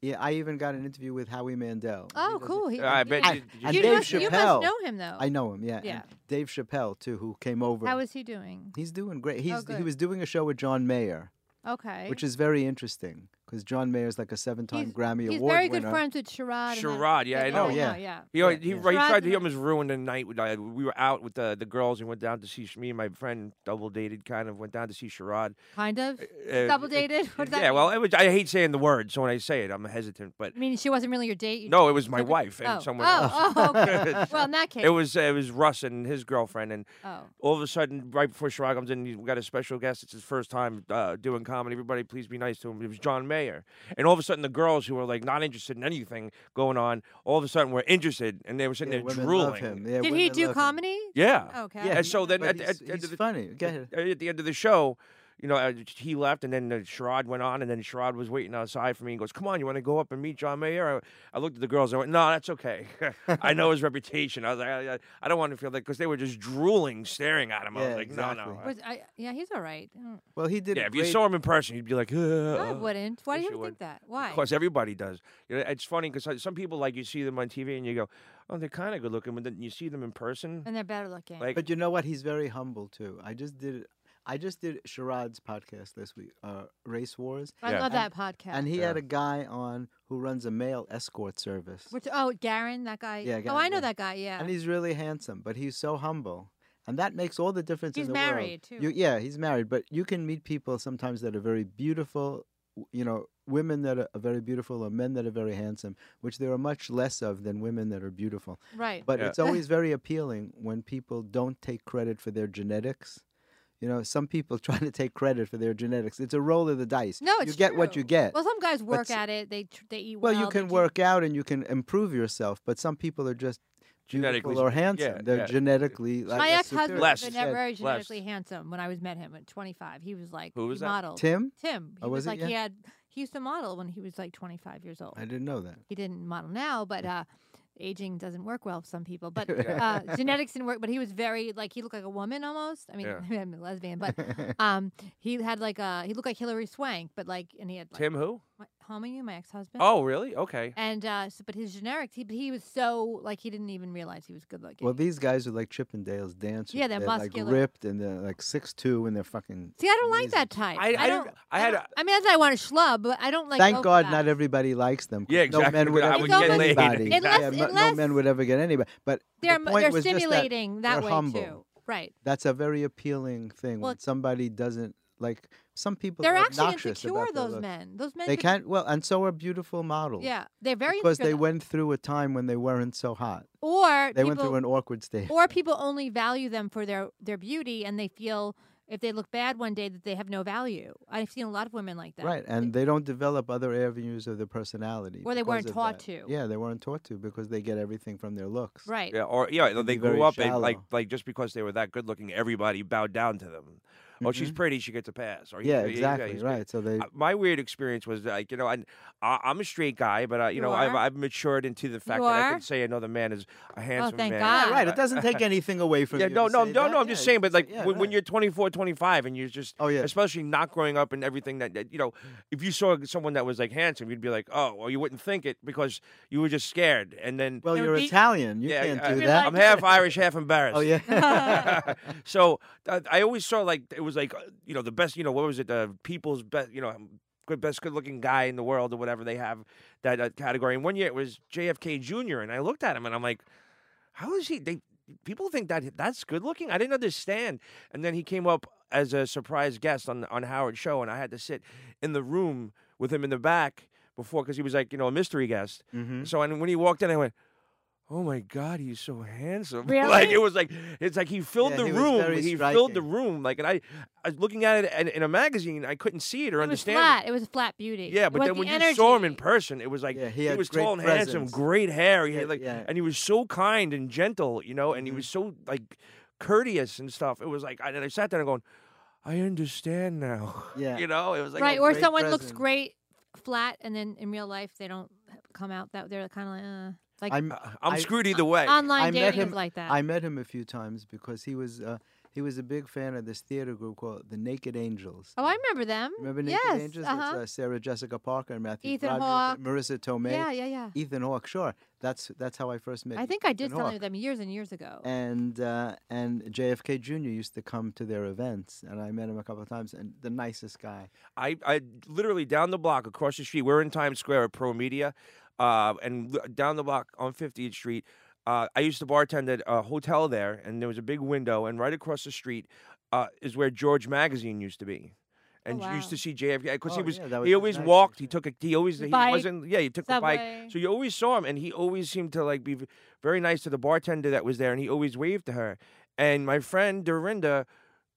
Speaker 5: Yeah, I even got an interview with Howie Mandel. He
Speaker 4: Oh,
Speaker 5: doesn't-
Speaker 4: cool. He,
Speaker 3: I
Speaker 4: you-
Speaker 3: bet
Speaker 5: And,
Speaker 3: Did- did
Speaker 5: and
Speaker 4: you,
Speaker 3: you-
Speaker 5: Dave
Speaker 4: must, you must
Speaker 5: Chappelle.
Speaker 4: know him though.
Speaker 5: I know him. Yeah. and
Speaker 4: Yeah.
Speaker 5: Dave Chappelle too, who came over.
Speaker 4: How is he doing?
Speaker 5: He's doing great. He's he
Speaker 4: Oh, good.
Speaker 5: was doing a show with John Mayer,
Speaker 4: Okay,
Speaker 5: which is very interesting because John Mayer's like a seven-time
Speaker 4: he's,
Speaker 5: Grammy
Speaker 4: he's
Speaker 5: award
Speaker 4: very good
Speaker 5: winner.
Speaker 4: friends with Sharad. and that-
Speaker 3: Sherrod, yeah, I
Speaker 4: and-
Speaker 3: know.
Speaker 4: oh,
Speaker 5: Yeah.
Speaker 4: yeah.
Speaker 3: He, al-
Speaker 5: Yeah,
Speaker 3: he, right- he
Speaker 5: yeah.
Speaker 4: Surprised
Speaker 3: tried. He
Speaker 4: me.
Speaker 3: almost ruined the night. with, Like, we were out with the, the girls and went down to see me and my friend double dated. Kind of went down to see Sherrod.
Speaker 4: Kind of.
Speaker 3: Uh,
Speaker 4: Double
Speaker 3: it-
Speaker 4: dated? What does that
Speaker 3: yeah.
Speaker 4: mean?
Speaker 3: Well, it was, I hate saying the word, so when I say it, I'm hesitant. But
Speaker 4: I mean, she wasn't really your date. You
Speaker 3: no, it was my
Speaker 4: took a-
Speaker 3: wife and
Speaker 4: oh.
Speaker 3: someone
Speaker 4: Oh,
Speaker 3: else.
Speaker 4: oh, okay. well, in that case,
Speaker 3: It was it was Russ and his girlfriend, and
Speaker 4: oh,
Speaker 3: all of a sudden, right before Sherrod comes in, we got a special guest. It's his first time uh, doing comedy. Everybody, please be nice to him. It was John Mayer, and all of a sudden, the girls who were like not interested in anything going on, all of a sudden were interested, and they were sitting
Speaker 5: Yeah,
Speaker 3: there
Speaker 5: women
Speaker 3: drooling.
Speaker 5: love him. Yeah,
Speaker 4: did he
Speaker 5: women love
Speaker 4: do
Speaker 5: him.
Speaker 4: comedy?
Speaker 3: Yeah.
Speaker 4: Oh, Okay. I
Speaker 5: Yeah,
Speaker 4: didn't
Speaker 3: And so
Speaker 4: know
Speaker 3: then
Speaker 4: that.
Speaker 3: at the,
Speaker 5: But he's,
Speaker 3: at, the- at
Speaker 5: he's
Speaker 3: the,
Speaker 5: funny. Go ahead.
Speaker 3: at- at the end of the show, you know, uh, he left, and then uh, Sherrod went on, and then Sherrod was waiting outside for me and goes, "Come on, you want to go up and meet John Mayer?" I, I looked at the girls. I went, "No, that's okay. I know his reputation." I was like, "I, I, I don't want to feel that," because they were just drooling, staring at him. I was
Speaker 5: Yeah,
Speaker 3: like, "No, no."
Speaker 5: exactly.
Speaker 3: I-
Speaker 4: Was I, yeah, he's all right. I don't-
Speaker 5: Well, he did.
Speaker 3: yeah,
Speaker 5: a
Speaker 3: if you
Speaker 5: great-
Speaker 3: saw him in person, you'd be like, "Uh,
Speaker 4: I
Speaker 3: uh."
Speaker 4: wouldn't. Why do
Speaker 3: yes,
Speaker 4: you
Speaker 3: you
Speaker 4: even
Speaker 3: would.
Speaker 4: think that? Why?
Speaker 3: Of course, everybody does. You know, it's funny because some people like you see them on TV and you go, "Oh, they're kind of good looking," but then you see them in person,
Speaker 4: And they're better looking.
Speaker 3: like
Speaker 5: But you know what? He's very humble too. I just did. I just did Sharad's podcast this week, uh, Race Wars,
Speaker 4: I
Speaker 3: Yeah.
Speaker 4: love that podcast.
Speaker 5: and he
Speaker 3: Yeah.
Speaker 5: had a guy on who runs a male escort service,
Speaker 4: Which, oh, Garen, that guy.
Speaker 5: Yeah,
Speaker 4: oh, I
Speaker 5: Garen,
Speaker 4: know
Speaker 5: yeah.
Speaker 4: that guy. Yeah.
Speaker 5: and he's really handsome, but he's so humble, and that makes all the difference.
Speaker 4: He's
Speaker 5: in the world.
Speaker 4: married, too.
Speaker 5: You, yeah, he's married, but you can meet people sometimes that are very beautiful. w- You know, women that are very beautiful or men that are very handsome, which there are much less of than women that are beautiful.
Speaker 4: right.
Speaker 5: But
Speaker 3: Yeah.
Speaker 5: it's always very appealing when people don't take credit for their genetics. You know, some people try to take credit for their genetics. It's a roll of the dice.
Speaker 4: no, it's
Speaker 5: you get what you
Speaker 4: true.
Speaker 5: get.
Speaker 4: Well, some guys work
Speaker 5: s-
Speaker 4: at it. They tr- they eat
Speaker 5: Well,
Speaker 4: well.
Speaker 5: you
Speaker 4: they
Speaker 5: can
Speaker 4: do-
Speaker 5: work out and you can improve yourself, but some people are just
Speaker 3: Genetically
Speaker 5: beautiful or
Speaker 3: spe- yeah,
Speaker 5: handsome. They're
Speaker 3: yeah.
Speaker 5: genetically. Like
Speaker 4: My
Speaker 5: a
Speaker 4: ex-husband
Speaker 5: superior-
Speaker 4: was
Speaker 3: Less.
Speaker 5: Yeah.
Speaker 4: very
Speaker 3: Less.
Speaker 4: genetically handsome when I was met him at 25. He was like
Speaker 3: Who was
Speaker 4: he
Speaker 3: that?
Speaker 4: modeled.
Speaker 5: Tim,
Speaker 4: Tim. He
Speaker 5: Oh,
Speaker 4: was
Speaker 5: was it?
Speaker 4: like
Speaker 5: Yeah.
Speaker 4: he had he used to model when he was like 25 years old.
Speaker 5: I didn't know that.
Speaker 4: he didn't model now, but uh, aging doesn't work well for some people. But uh, genetics didn't work. But he was very like he looked like a woman almost. I mean,
Speaker 3: Yeah.
Speaker 4: maybe I'm a lesbian, but um, he had like a he looked like Hillary Swank, but like and he had like,
Speaker 3: Tim who?
Speaker 4: my, Homiu, my ex-husband.
Speaker 3: Oh, really? Okay.
Speaker 4: And uh, so, but his generics, he, but he was so like he didn't even realize he was good looking.
Speaker 5: Well, these guys are like Chippendales dancers.
Speaker 4: Yeah, they're muscular.
Speaker 5: like ripped and they're like six two and they're fucking.
Speaker 4: See, I don't like
Speaker 5: amazing.
Speaker 4: that type.
Speaker 3: I- I
Speaker 4: don't.
Speaker 3: didn't- I had
Speaker 4: don't-
Speaker 3: a-
Speaker 4: I mean, that's why I want to schlub, but I don't like.
Speaker 5: Thank
Speaker 4: go for
Speaker 5: God
Speaker 4: that.
Speaker 5: not everybody likes them. 'cause
Speaker 3: Yeah,
Speaker 5: No
Speaker 3: exactly,
Speaker 5: men would
Speaker 3: I
Speaker 5: ever
Speaker 4: would
Speaker 5: get
Speaker 4: get laid.
Speaker 5: anybody.
Speaker 4: Unless-
Speaker 5: yeah, no- no
Speaker 4: unless-
Speaker 5: men would ever get anybody. But
Speaker 4: They're
Speaker 5: the
Speaker 4: mo-
Speaker 5: point
Speaker 4: they're
Speaker 5: was just that
Speaker 4: stimulating that,
Speaker 5: they're
Speaker 4: way
Speaker 5: humble.
Speaker 4: too. Right.
Speaker 5: That's a very appealing thing
Speaker 4: Well-
Speaker 5: when somebody doesn't like some people
Speaker 4: They're
Speaker 5: are
Speaker 4: actually
Speaker 5: obnoxious
Speaker 4: insecure.
Speaker 5: about their
Speaker 4: Those
Speaker 5: look.
Speaker 4: men. Those men.
Speaker 5: They
Speaker 4: could-
Speaker 5: can't well, and so are beautiful models.
Speaker 4: Yeah, they're very
Speaker 5: because
Speaker 4: insecure.
Speaker 5: they went through a time when they weren't so hot.
Speaker 4: or
Speaker 5: They
Speaker 4: people,
Speaker 5: went through an awkward stage.
Speaker 4: or people only value them for their their beauty, and they feel if they look bad one day that they have no value. I've seen a lot of women like that.
Speaker 5: Right, and they don't develop other avenues of their personality.
Speaker 4: Or they
Speaker 5: because
Speaker 4: weren't
Speaker 5: of
Speaker 4: taught
Speaker 5: that.
Speaker 4: to.
Speaker 5: Yeah, they weren't taught to because they get everything from their looks.
Speaker 4: Right.
Speaker 3: Yeah, or yeah, they
Speaker 5: be
Speaker 3: grew
Speaker 5: very
Speaker 3: up and like
Speaker 5: shallow.
Speaker 3: like just because they were that good looking, everybody bowed down to them. Oh, she's pretty, she gets a pass. Or
Speaker 5: Mm-hmm. Yeah,
Speaker 3: he's-
Speaker 5: exactly.
Speaker 3: he's-
Speaker 5: right. So they
Speaker 3: Uh, my weird experience was like you know and I, I'm a straight guy, but I, you,
Speaker 4: You
Speaker 3: know I've,
Speaker 4: are?
Speaker 3: I've matured into the fact that I
Speaker 4: are?
Speaker 3: can say another man is a
Speaker 5: Oh,
Speaker 3: handsome
Speaker 4: thank
Speaker 3: man.
Speaker 4: God.
Speaker 5: right. It doesn't take anything away from
Speaker 3: Yeah,
Speaker 5: you.
Speaker 3: no,
Speaker 5: to
Speaker 3: no,
Speaker 5: say
Speaker 3: no,
Speaker 5: that.
Speaker 3: no. I'm
Speaker 5: Yeah,
Speaker 3: just
Speaker 5: you
Speaker 3: saying,
Speaker 5: can
Speaker 3: but
Speaker 5: say-
Speaker 3: like
Speaker 5: yeah,
Speaker 3: when, when
Speaker 5: right.
Speaker 3: you're 24, 25, and you're just,
Speaker 5: Oh, yeah.
Speaker 3: especially not growing up and everything that, that you know, if you saw someone that was like handsome, you'd be like, oh, well, you wouldn't think it because you were just scared, and then
Speaker 5: well,
Speaker 4: It would
Speaker 5: you're
Speaker 4: be-
Speaker 5: Italian. You
Speaker 3: yeah,
Speaker 5: can't
Speaker 3: I-
Speaker 5: do
Speaker 4: You're
Speaker 5: that.
Speaker 4: like-
Speaker 3: I'm half Irish, half embarrassed.
Speaker 5: oh yeah.
Speaker 3: so uh, I always saw like it was like uh, you know the best you know what was it the people's best you know um, good best good looking guy in the world or whatever they have that uh, category. And one year it was JFK Jr. and I looked at him and I'm like, how is he? They people think that that's good looking. I didn't understand. And then he came up as a surprise guest on on Howard show, and I had to sit in the room with him in the back before because he was like you know a mystery guest.
Speaker 5: Mhm.
Speaker 3: So and when he walked in, I went. Oh my God, he's so handsome! like
Speaker 4: Really?
Speaker 3: it was like it's like he filled
Speaker 5: Yeah,
Speaker 3: the
Speaker 5: he was
Speaker 3: room.
Speaker 5: very
Speaker 3: He filled the
Speaker 5: striking.
Speaker 3: room. Like and I, I was looking at it in, in a magazine. I couldn't see it or
Speaker 4: It was
Speaker 3: understand.
Speaker 4: flat. It was flat beauty.
Speaker 3: Yeah,
Speaker 4: It
Speaker 3: but
Speaker 4: wasn't
Speaker 3: then when
Speaker 4: the
Speaker 3: you saw him in
Speaker 4: energy.
Speaker 3: person, it was like
Speaker 5: Yeah, he
Speaker 3: he,
Speaker 5: had
Speaker 3: was
Speaker 5: great
Speaker 3: tall and handsome,
Speaker 5: presence.
Speaker 3: great hair. He had
Speaker 5: Yeah,
Speaker 3: like,
Speaker 5: yeah. Mm-hmm.
Speaker 3: and he was so kind and gentle, you know, and he was so like courteous and stuff. It was like, I, and I sat there and going, I understand now.
Speaker 5: Yeah.
Speaker 3: you know, it was like,
Speaker 4: right,
Speaker 5: a
Speaker 4: or
Speaker 5: great
Speaker 4: someone looks
Speaker 5: presence.
Speaker 4: great flat, and then in real life they don't come out that they're kind of like, uh, like
Speaker 5: I'm.
Speaker 3: I'm
Speaker 5: I-
Speaker 3: screwed either way.
Speaker 4: online
Speaker 5: I met
Speaker 4: dating
Speaker 5: him
Speaker 4: is like that.
Speaker 5: I met him a few times because he was uh, he was a big fan of this theater group called the Naked Angels.
Speaker 4: oh, I remember them.
Speaker 5: Remember Naked
Speaker 4: yes,
Speaker 5: Angels? It's,
Speaker 4: Uh-huh.
Speaker 5: uh, Sarah Jessica Parker and Matthew
Speaker 4: Ethan
Speaker 5: Broderick, and Marissa Tomei,
Speaker 4: yeah, yeah, yeah.
Speaker 5: Ethan Hawke. Sure, that's that's how I first met. E
Speaker 4: I think I did
Speaker 5: Ethan
Speaker 4: something
Speaker 5: Hawke.
Speaker 4: with them years and years ago.
Speaker 5: and uh, and JFK Jr. used to come to their events, and I met him a couple of times, and the nicest guy.
Speaker 3: I, I literally down the block across the street. We're in Times Square at Pro Media, uh, and l- down the block on 50th Street. Uh, I used to bartend at a hotel there, and there was a big window, and right across the street uh, is where George Magazine used to be. And
Speaker 4: Oh,
Speaker 3: you used
Speaker 4: wow.
Speaker 3: to see JFK because he
Speaker 5: Oh,
Speaker 3: was,
Speaker 5: yeah, that was
Speaker 3: he
Speaker 5: his
Speaker 3: always
Speaker 5: magazine,
Speaker 3: walked. He
Speaker 5: yeah.
Speaker 3: took a he always
Speaker 4: The
Speaker 3: he
Speaker 4: bike,
Speaker 3: wasn't yeah he took the
Speaker 4: subway.
Speaker 3: bike. So you always saw him, and he always seemed to like be v- very nice to the bartender that was there, and he always waved to her. And my friend Dorinda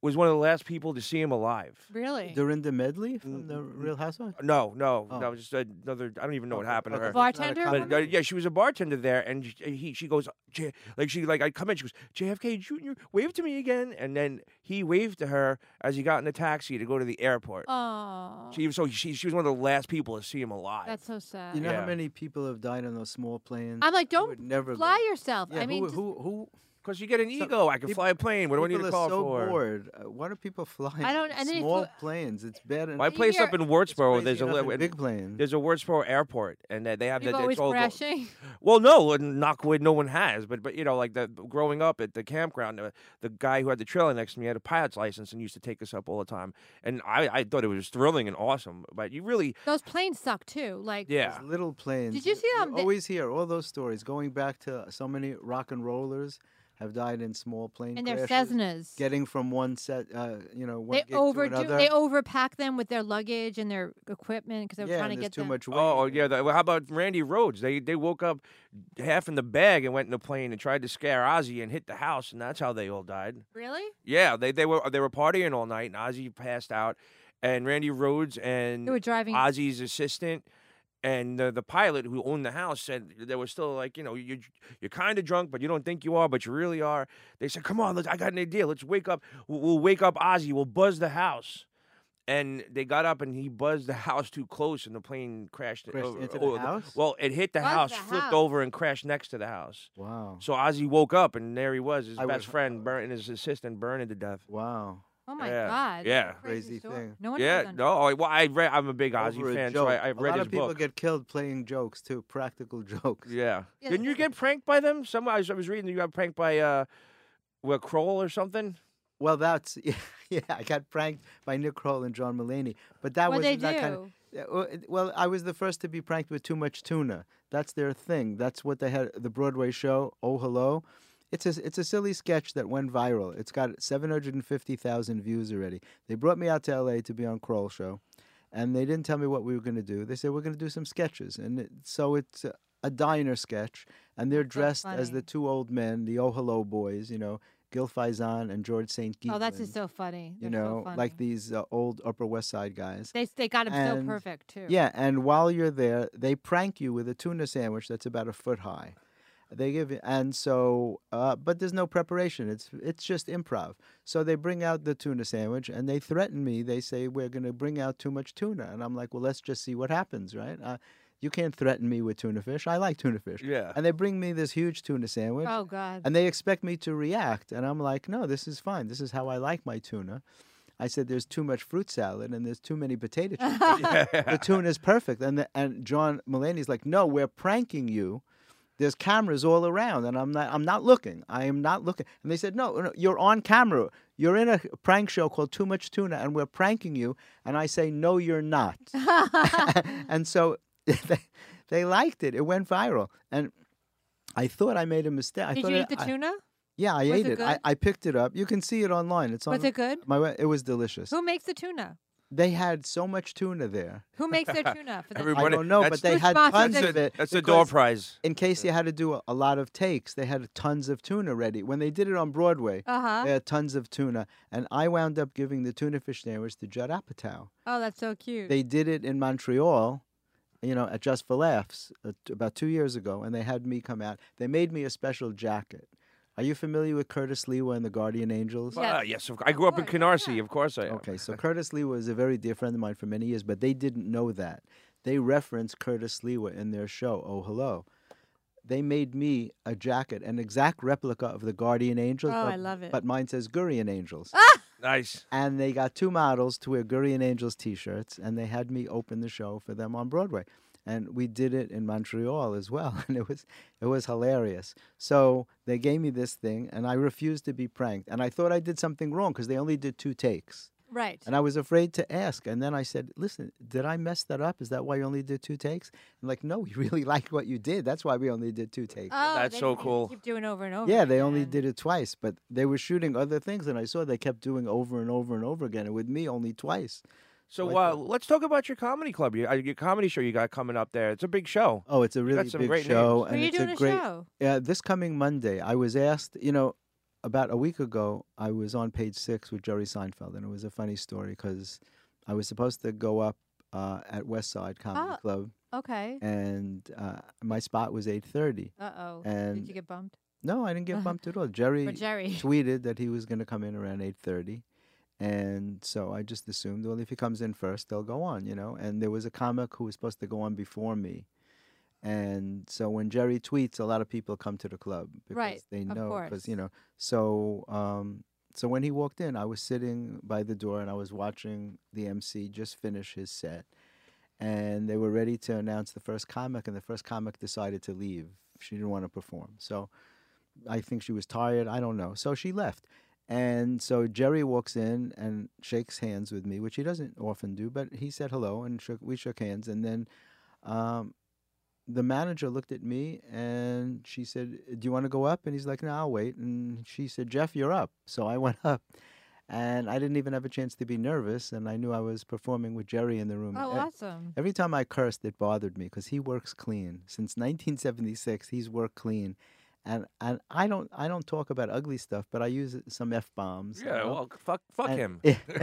Speaker 3: was one of the last people to see him alive.
Speaker 4: really?
Speaker 5: Dorinda Medley from
Speaker 3: Mm,
Speaker 5: the Real Housewives.
Speaker 3: No, no,
Speaker 5: Oh.
Speaker 3: no. Just another. I don't even know what
Speaker 5: Okay,
Speaker 3: happened to
Speaker 5: okay.
Speaker 3: her.
Speaker 5: It's not a
Speaker 4: Bartender?
Speaker 5: common-
Speaker 3: But uh, yeah, she was a bartender there, and sh- and he she goes J-, like she like I come in, she goes JFK Jr. wave to me again, and then he waved to her as he got in the taxi to go to the airport.
Speaker 4: oh,
Speaker 3: She was so she she was one of the last people to see him alive.
Speaker 4: that's so sad.
Speaker 5: You know
Speaker 3: Yeah.
Speaker 5: how many people have died on those small planes?
Speaker 4: I'm like,
Speaker 5: I
Speaker 4: don't
Speaker 5: would never go-
Speaker 4: fly yourself.
Speaker 5: Yeah,
Speaker 4: I mean,
Speaker 5: who,
Speaker 4: just-
Speaker 5: who, who,
Speaker 3: because you get an
Speaker 5: Some-
Speaker 3: ego. I can
Speaker 5: peop-
Speaker 3: fly a plane. What do I need
Speaker 5: people
Speaker 3: to call
Speaker 5: are so
Speaker 3: for?
Speaker 5: bored. Uh, why do people fly?
Speaker 4: I don't- and then he
Speaker 5: small
Speaker 4: flew-
Speaker 5: planes. It's bad.
Speaker 3: My
Speaker 4: You
Speaker 3: place up
Speaker 4: hear-
Speaker 3: in Wordsboro, Oh, there's a li-
Speaker 5: big plane.
Speaker 3: there's a Wordsboro airport, and they, they have
Speaker 4: people
Speaker 3: that.
Speaker 4: always
Speaker 3: It's all the-
Speaker 4: crashing.
Speaker 3: Well, no, in Knockwood, no one has. But but you know, like the growing up at the campground, the, the guy who had the trailer next to me had a pilot's license and used to take us up all the time. And I, I thought it was thrilling and awesome. But you really,
Speaker 4: Those planes suck too. Like,
Speaker 3: yeah,
Speaker 5: These little planes.
Speaker 4: you see um, them? They-
Speaker 5: always hear all those stories going back to so many rock and rollers have died in small plane
Speaker 4: and they're
Speaker 5: crashes.
Speaker 4: Cessnas.
Speaker 5: Getting from one set, uh, you know, one
Speaker 4: they
Speaker 5: gig to
Speaker 4: overdo.
Speaker 5: another.
Speaker 4: They overpack them with their luggage and their equipment because they're
Speaker 5: yeah,
Speaker 4: trying to
Speaker 5: and there's
Speaker 4: get
Speaker 5: too
Speaker 4: them.
Speaker 5: much weight.
Speaker 3: Oh yeah, the, well, how about Randy Rhodes? They they woke up half in the bag and went in the plane and tried to scare Ozzy and hit the house, and that's how they all died.
Speaker 4: Really?
Speaker 3: Yeah, they they were they were partying all night, and Ozzy passed out, and Randy Rhodes and
Speaker 4: They were driving.
Speaker 3: Ozzy's assistant and the, the pilot who owned the house said they were still like, you know, you you're kind of drunk, but you don't think you are, but you really are. They said, "Come on, let I got an idea. Let's wake up. We'll, we'll wake up Ozzy. We'll buzz the house." And they got up and he buzzed the house too close, and the plane crashed,
Speaker 5: Crashed
Speaker 3: over-
Speaker 5: into the
Speaker 3: over-
Speaker 5: house?
Speaker 3: Oh, Well, it hit the
Speaker 4: Buzzed
Speaker 3: house,
Speaker 4: the
Speaker 3: flipped
Speaker 4: house.
Speaker 3: over, and crashed next to the house.
Speaker 5: Wow.
Speaker 3: So Ozzy woke up, and there he was, his
Speaker 5: I would-
Speaker 3: best friend, burn, his assistant, burning to death.
Speaker 5: Wow.
Speaker 4: Oh my
Speaker 3: Yeah,
Speaker 4: god.
Speaker 3: yeah.
Speaker 5: Crazy
Speaker 4: story.
Speaker 5: thing.
Speaker 4: No one.
Speaker 3: Yeah, no, I- well, I read. I'm a big Ozzy
Speaker 5: Over a
Speaker 3: fan, so
Speaker 5: joke.
Speaker 3: I, I've
Speaker 5: A
Speaker 3: read
Speaker 5: lot
Speaker 3: his
Speaker 5: of people
Speaker 3: book.
Speaker 5: get killed playing jokes too, practical jokes.
Speaker 3: Yeah.
Speaker 4: Yeah,
Speaker 3: Didn't you
Speaker 4: that's-
Speaker 3: get pranked by them? Some I was, I was reading that you got pranked by uh, what Kroll or something.
Speaker 5: Well, that's yeah, I got pranked by Nick Kroll and John Mulaney, but that
Speaker 4: What
Speaker 5: was
Speaker 4: they
Speaker 5: that
Speaker 4: do?
Speaker 5: kind of. Yeah, well, it- Well, I was the first to be pranked with too much tuna. That's their thing. That's what they had at the Broadway show. Oh, hello. It's a it's a silly sketch that went viral. It's got 750,000 views already. They brought me out to LA to be on Kroll show, and they didn't tell me what we were going to do. They said we're going to do some sketches, and it, so it's a, a diner sketch, and they're dressed as
Speaker 4: funny.
Speaker 5: the two old men, the Oh Hello Boys, you know, Gil Faison and George Saint Geetlin.
Speaker 4: Oh, that's just so funny.
Speaker 5: you
Speaker 4: They're
Speaker 5: know,
Speaker 4: so funny.
Speaker 5: like these uh, old Upper West Side guys.
Speaker 4: they they got him so
Speaker 5: and-
Speaker 4: perfect too.
Speaker 5: Yeah, and while you're there, they prank you with a tuna sandwich that's about a foot high. They give you, and so, uh, but there's no preparation. It's it's just improv. So they bring out the tuna sandwich, and they threaten me. They say we're going to bring out too much tuna, and I'm like, well, let's just see what happens, right? Uh, you can't threaten me with tuna fish. I like tuna fish.
Speaker 3: Yeah.
Speaker 5: And they bring me this huge tuna sandwich.
Speaker 4: Oh God.
Speaker 5: And they expect me to react. And I'm like, no, this is fine. This is how I like my tuna. I said, there's too much fruit salad and there's too many potato chips. The tuna is perfect. And, the, and John Mulaney's like, no, we're pranking you. There's cameras all around, and I'm not. I'm not looking. I am not looking. And they said, "No, no, you're on camera. You're in a prank show called Too Much Tuna, and we're pranking you." And I say, "No, you're not." and so they, they liked it. It went viral, and I thought I made a mistake. I
Speaker 4: Did
Speaker 5: thought
Speaker 4: you
Speaker 5: I-
Speaker 4: eat the
Speaker 5: I-
Speaker 4: tuna?
Speaker 5: yeah, I
Speaker 4: Was
Speaker 5: ate
Speaker 4: it
Speaker 5: it. I,
Speaker 4: good?
Speaker 5: I picked it up. You can see it online. It's on
Speaker 4: Was it good?
Speaker 5: my we- It was delicious.
Speaker 4: Who makes the tuna?
Speaker 5: They had so much tuna there.
Speaker 4: Who makes their tuna for the?
Speaker 5: I
Speaker 3: Everybody-
Speaker 5: don't know,
Speaker 3: that's-
Speaker 5: but they
Speaker 4: Who's
Speaker 5: had
Speaker 4: sponsored
Speaker 5: tons
Speaker 4: the-
Speaker 5: of it.
Speaker 3: That's the door
Speaker 5: because
Speaker 3: prize.
Speaker 5: In case you had to do a, a lot of takes, they had tons of tuna ready. When they did it on Broadway,
Speaker 4: Uh huh.
Speaker 5: they had tons of tuna, and I wound up giving the tuna fish sandwich to Judd Apatow.
Speaker 4: Oh, that's so cute.
Speaker 5: They did it in Montreal, you know, at Just for Laughs uh, t- about two years ago, and they had me come out. They made me a special jacket. Are you familiar with Curtis Lewa and the Guardian Angels?
Speaker 4: Yeah.
Speaker 3: Ah, yes, of, I grew up in
Speaker 4: course,
Speaker 3: Canarsie.
Speaker 4: yeah.
Speaker 3: Of course I am.
Speaker 5: Okay, so Curtis Lee was a very dear friend of mine for many years, but they didn't know that. They referenced Curtis Lewa in their show, Oh Hello. They made me a jacket, an exact replica of the Guardian Angels.
Speaker 4: Oh, I
Speaker 5: but,
Speaker 4: love it. Ah!
Speaker 5: But mine says Gurian Angels.
Speaker 3: Nice.
Speaker 5: And they got two models to wear Gurian Angels t shirts, and they had me open the show for them on Broadway. And we did it in Montreal as well, and it was it was hilarious. So they gave me this thing, and I refused to be pranked. And I thought I did something wrong because they only did two takes.
Speaker 4: right.
Speaker 5: And I was afraid to ask. And then I said, Listen, did I mess that up? Is that why you only did two takes? And like, no, we really like what you did. That's why we only did two takes.
Speaker 4: Oh,
Speaker 3: That's
Speaker 4: they
Speaker 3: so
Speaker 4: just
Speaker 3: cool.
Speaker 4: Keep doing over and over.
Speaker 5: yeah, they only
Speaker 4: again.
Speaker 5: did it twice, but they were shooting other things. And I saw they kept doing over and over and over again. And with me, only twice.
Speaker 3: So
Speaker 5: Like
Speaker 3: uh,
Speaker 5: that.
Speaker 3: let's talk about your comedy club, your, uh, your comedy show you got coming up there. It's a big show.
Speaker 5: Oh, it's a really
Speaker 3: some
Speaker 5: big
Speaker 3: great
Speaker 5: show.
Speaker 4: Where
Speaker 5: And
Speaker 4: are you
Speaker 5: it's
Speaker 4: doing
Speaker 5: a
Speaker 4: a
Speaker 5: great.
Speaker 4: show?
Speaker 5: Yeah, this coming Monday, I was asked, you know, about a week ago, I was on page six with Jerry Seinfeld, and it was a funny story because I was supposed to go up uh, at West Side Comedy
Speaker 4: Oh.
Speaker 5: Club.
Speaker 4: Okay.
Speaker 5: and uh, my spot was 8.30
Speaker 4: Uh oh. Did
Speaker 5: and
Speaker 4: you get bumped?
Speaker 5: no i didn't get bumped at all
Speaker 4: For
Speaker 5: jerry
Speaker 4: Jerry.
Speaker 5: tweeted that he was going to come in around 8.30 and so i just assumed well if he comes in first they'll go on you know and there was a comic who was supposed to go on before me and so when jerry tweets a lot of people come to the club because
Speaker 4: Right,
Speaker 5: they
Speaker 4: of
Speaker 5: know because you
Speaker 4: course.
Speaker 5: know so um, so when he walked in i was sitting by the door and i was watching the mc just finish his set and they were ready to announce the first comic and the first comic decided to leave she didn't want to perform so i think she was tired i don't know so she left and so jerry walks in and shakes hands with me which he doesn't often do but he said hello and shook, we shook hands and then um, the manager looked at me and she said do you want to go up and he's like no i'll wait and she said jeff you're up so i went up and i didn't even have a chance to be nervous and i knew i was performing with jerry in the room
Speaker 4: Oh,
Speaker 5: E-
Speaker 4: awesome.
Speaker 5: Every time I cursed, it bothered me because he works clean since 1976. He's worked clean, and and I don't I don't talk about ugly stuff, but I use some f bombs.
Speaker 3: Yeah, well, fuck, fuck him.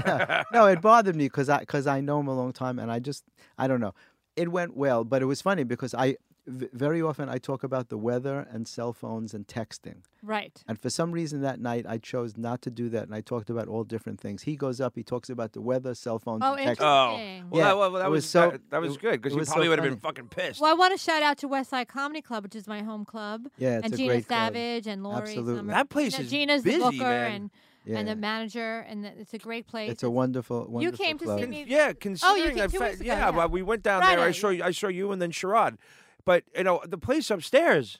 Speaker 5: no, it bothered me because I because I know him a long time, and I just I don't know. It went well, but it was funny because I v- very often I talk about the weather and cell phones and texting.
Speaker 4: Right.
Speaker 5: And for some reason that night, I chose not to do that, and I talked about all different things. He goes up, he talks about the weather, cell phones,
Speaker 4: Oh,
Speaker 5: and texting.
Speaker 4: interesting.
Speaker 3: Oh,
Speaker 4: Dang.
Speaker 3: well,
Speaker 5: Yeah,
Speaker 3: that, well, that
Speaker 5: it
Speaker 3: was,
Speaker 5: was so-
Speaker 3: that, that was
Speaker 5: it-
Speaker 3: good because
Speaker 5: it
Speaker 3: you
Speaker 5: was so
Speaker 3: probably would have been
Speaker 5: funny.
Speaker 3: fucking pissed.
Speaker 4: Well, I want to shout out to Westside Comedy Club, which is my home club.
Speaker 5: Yeah, it's
Speaker 4: and
Speaker 5: a
Speaker 4: Gina
Speaker 5: great club.
Speaker 4: Savage and Lori
Speaker 5: Absolutely.
Speaker 4: Summer.
Speaker 3: That place
Speaker 4: Gina-
Speaker 3: is
Speaker 4: Gina's
Speaker 3: busy,
Speaker 4: the booker
Speaker 3: man.
Speaker 4: and and the
Speaker 5: Yeah.
Speaker 4: manager, and the, it's a great place.
Speaker 5: It's a wonderful, wonderful
Speaker 4: came to see
Speaker 5: club.
Speaker 4: me
Speaker 3: Uh, yeah,
Speaker 4: Oh, you
Speaker 3: considering
Speaker 4: came
Speaker 3: that
Speaker 4: two
Speaker 3: fa-
Speaker 4: weeks ago,
Speaker 3: yeah,
Speaker 4: yeah.
Speaker 3: well, we went down there. I
Speaker 4: Friday,
Speaker 3: saw
Speaker 4: yeah.
Speaker 3: you, I saw you and then Sharad, but you know the place upstairs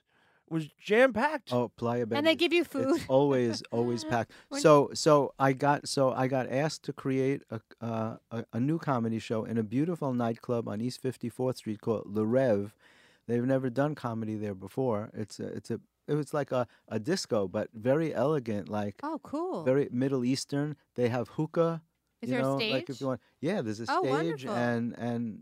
Speaker 3: was jam packed.
Speaker 5: Oh, Playa Bendita.
Speaker 4: And they give you food.
Speaker 5: It's always, always packed.
Speaker 4: When-
Speaker 5: So, so I got, so I got asked to create a, uh, a a new comedy show in a beautiful nightclub on East Fifty Fourth Street called Le Rev. They've never done comedy there before. It's a, it's a it was like a, a disco, but very elegant, like
Speaker 4: Oh, cool.
Speaker 5: very Middle Eastern. They have hookah.
Speaker 4: Is
Speaker 5: you
Speaker 4: there a
Speaker 5: know, Like if
Speaker 4: stage?
Speaker 5: you want, yeah, there's a
Speaker 4: Oh,
Speaker 5: stage,
Speaker 4: wonderful.
Speaker 5: and and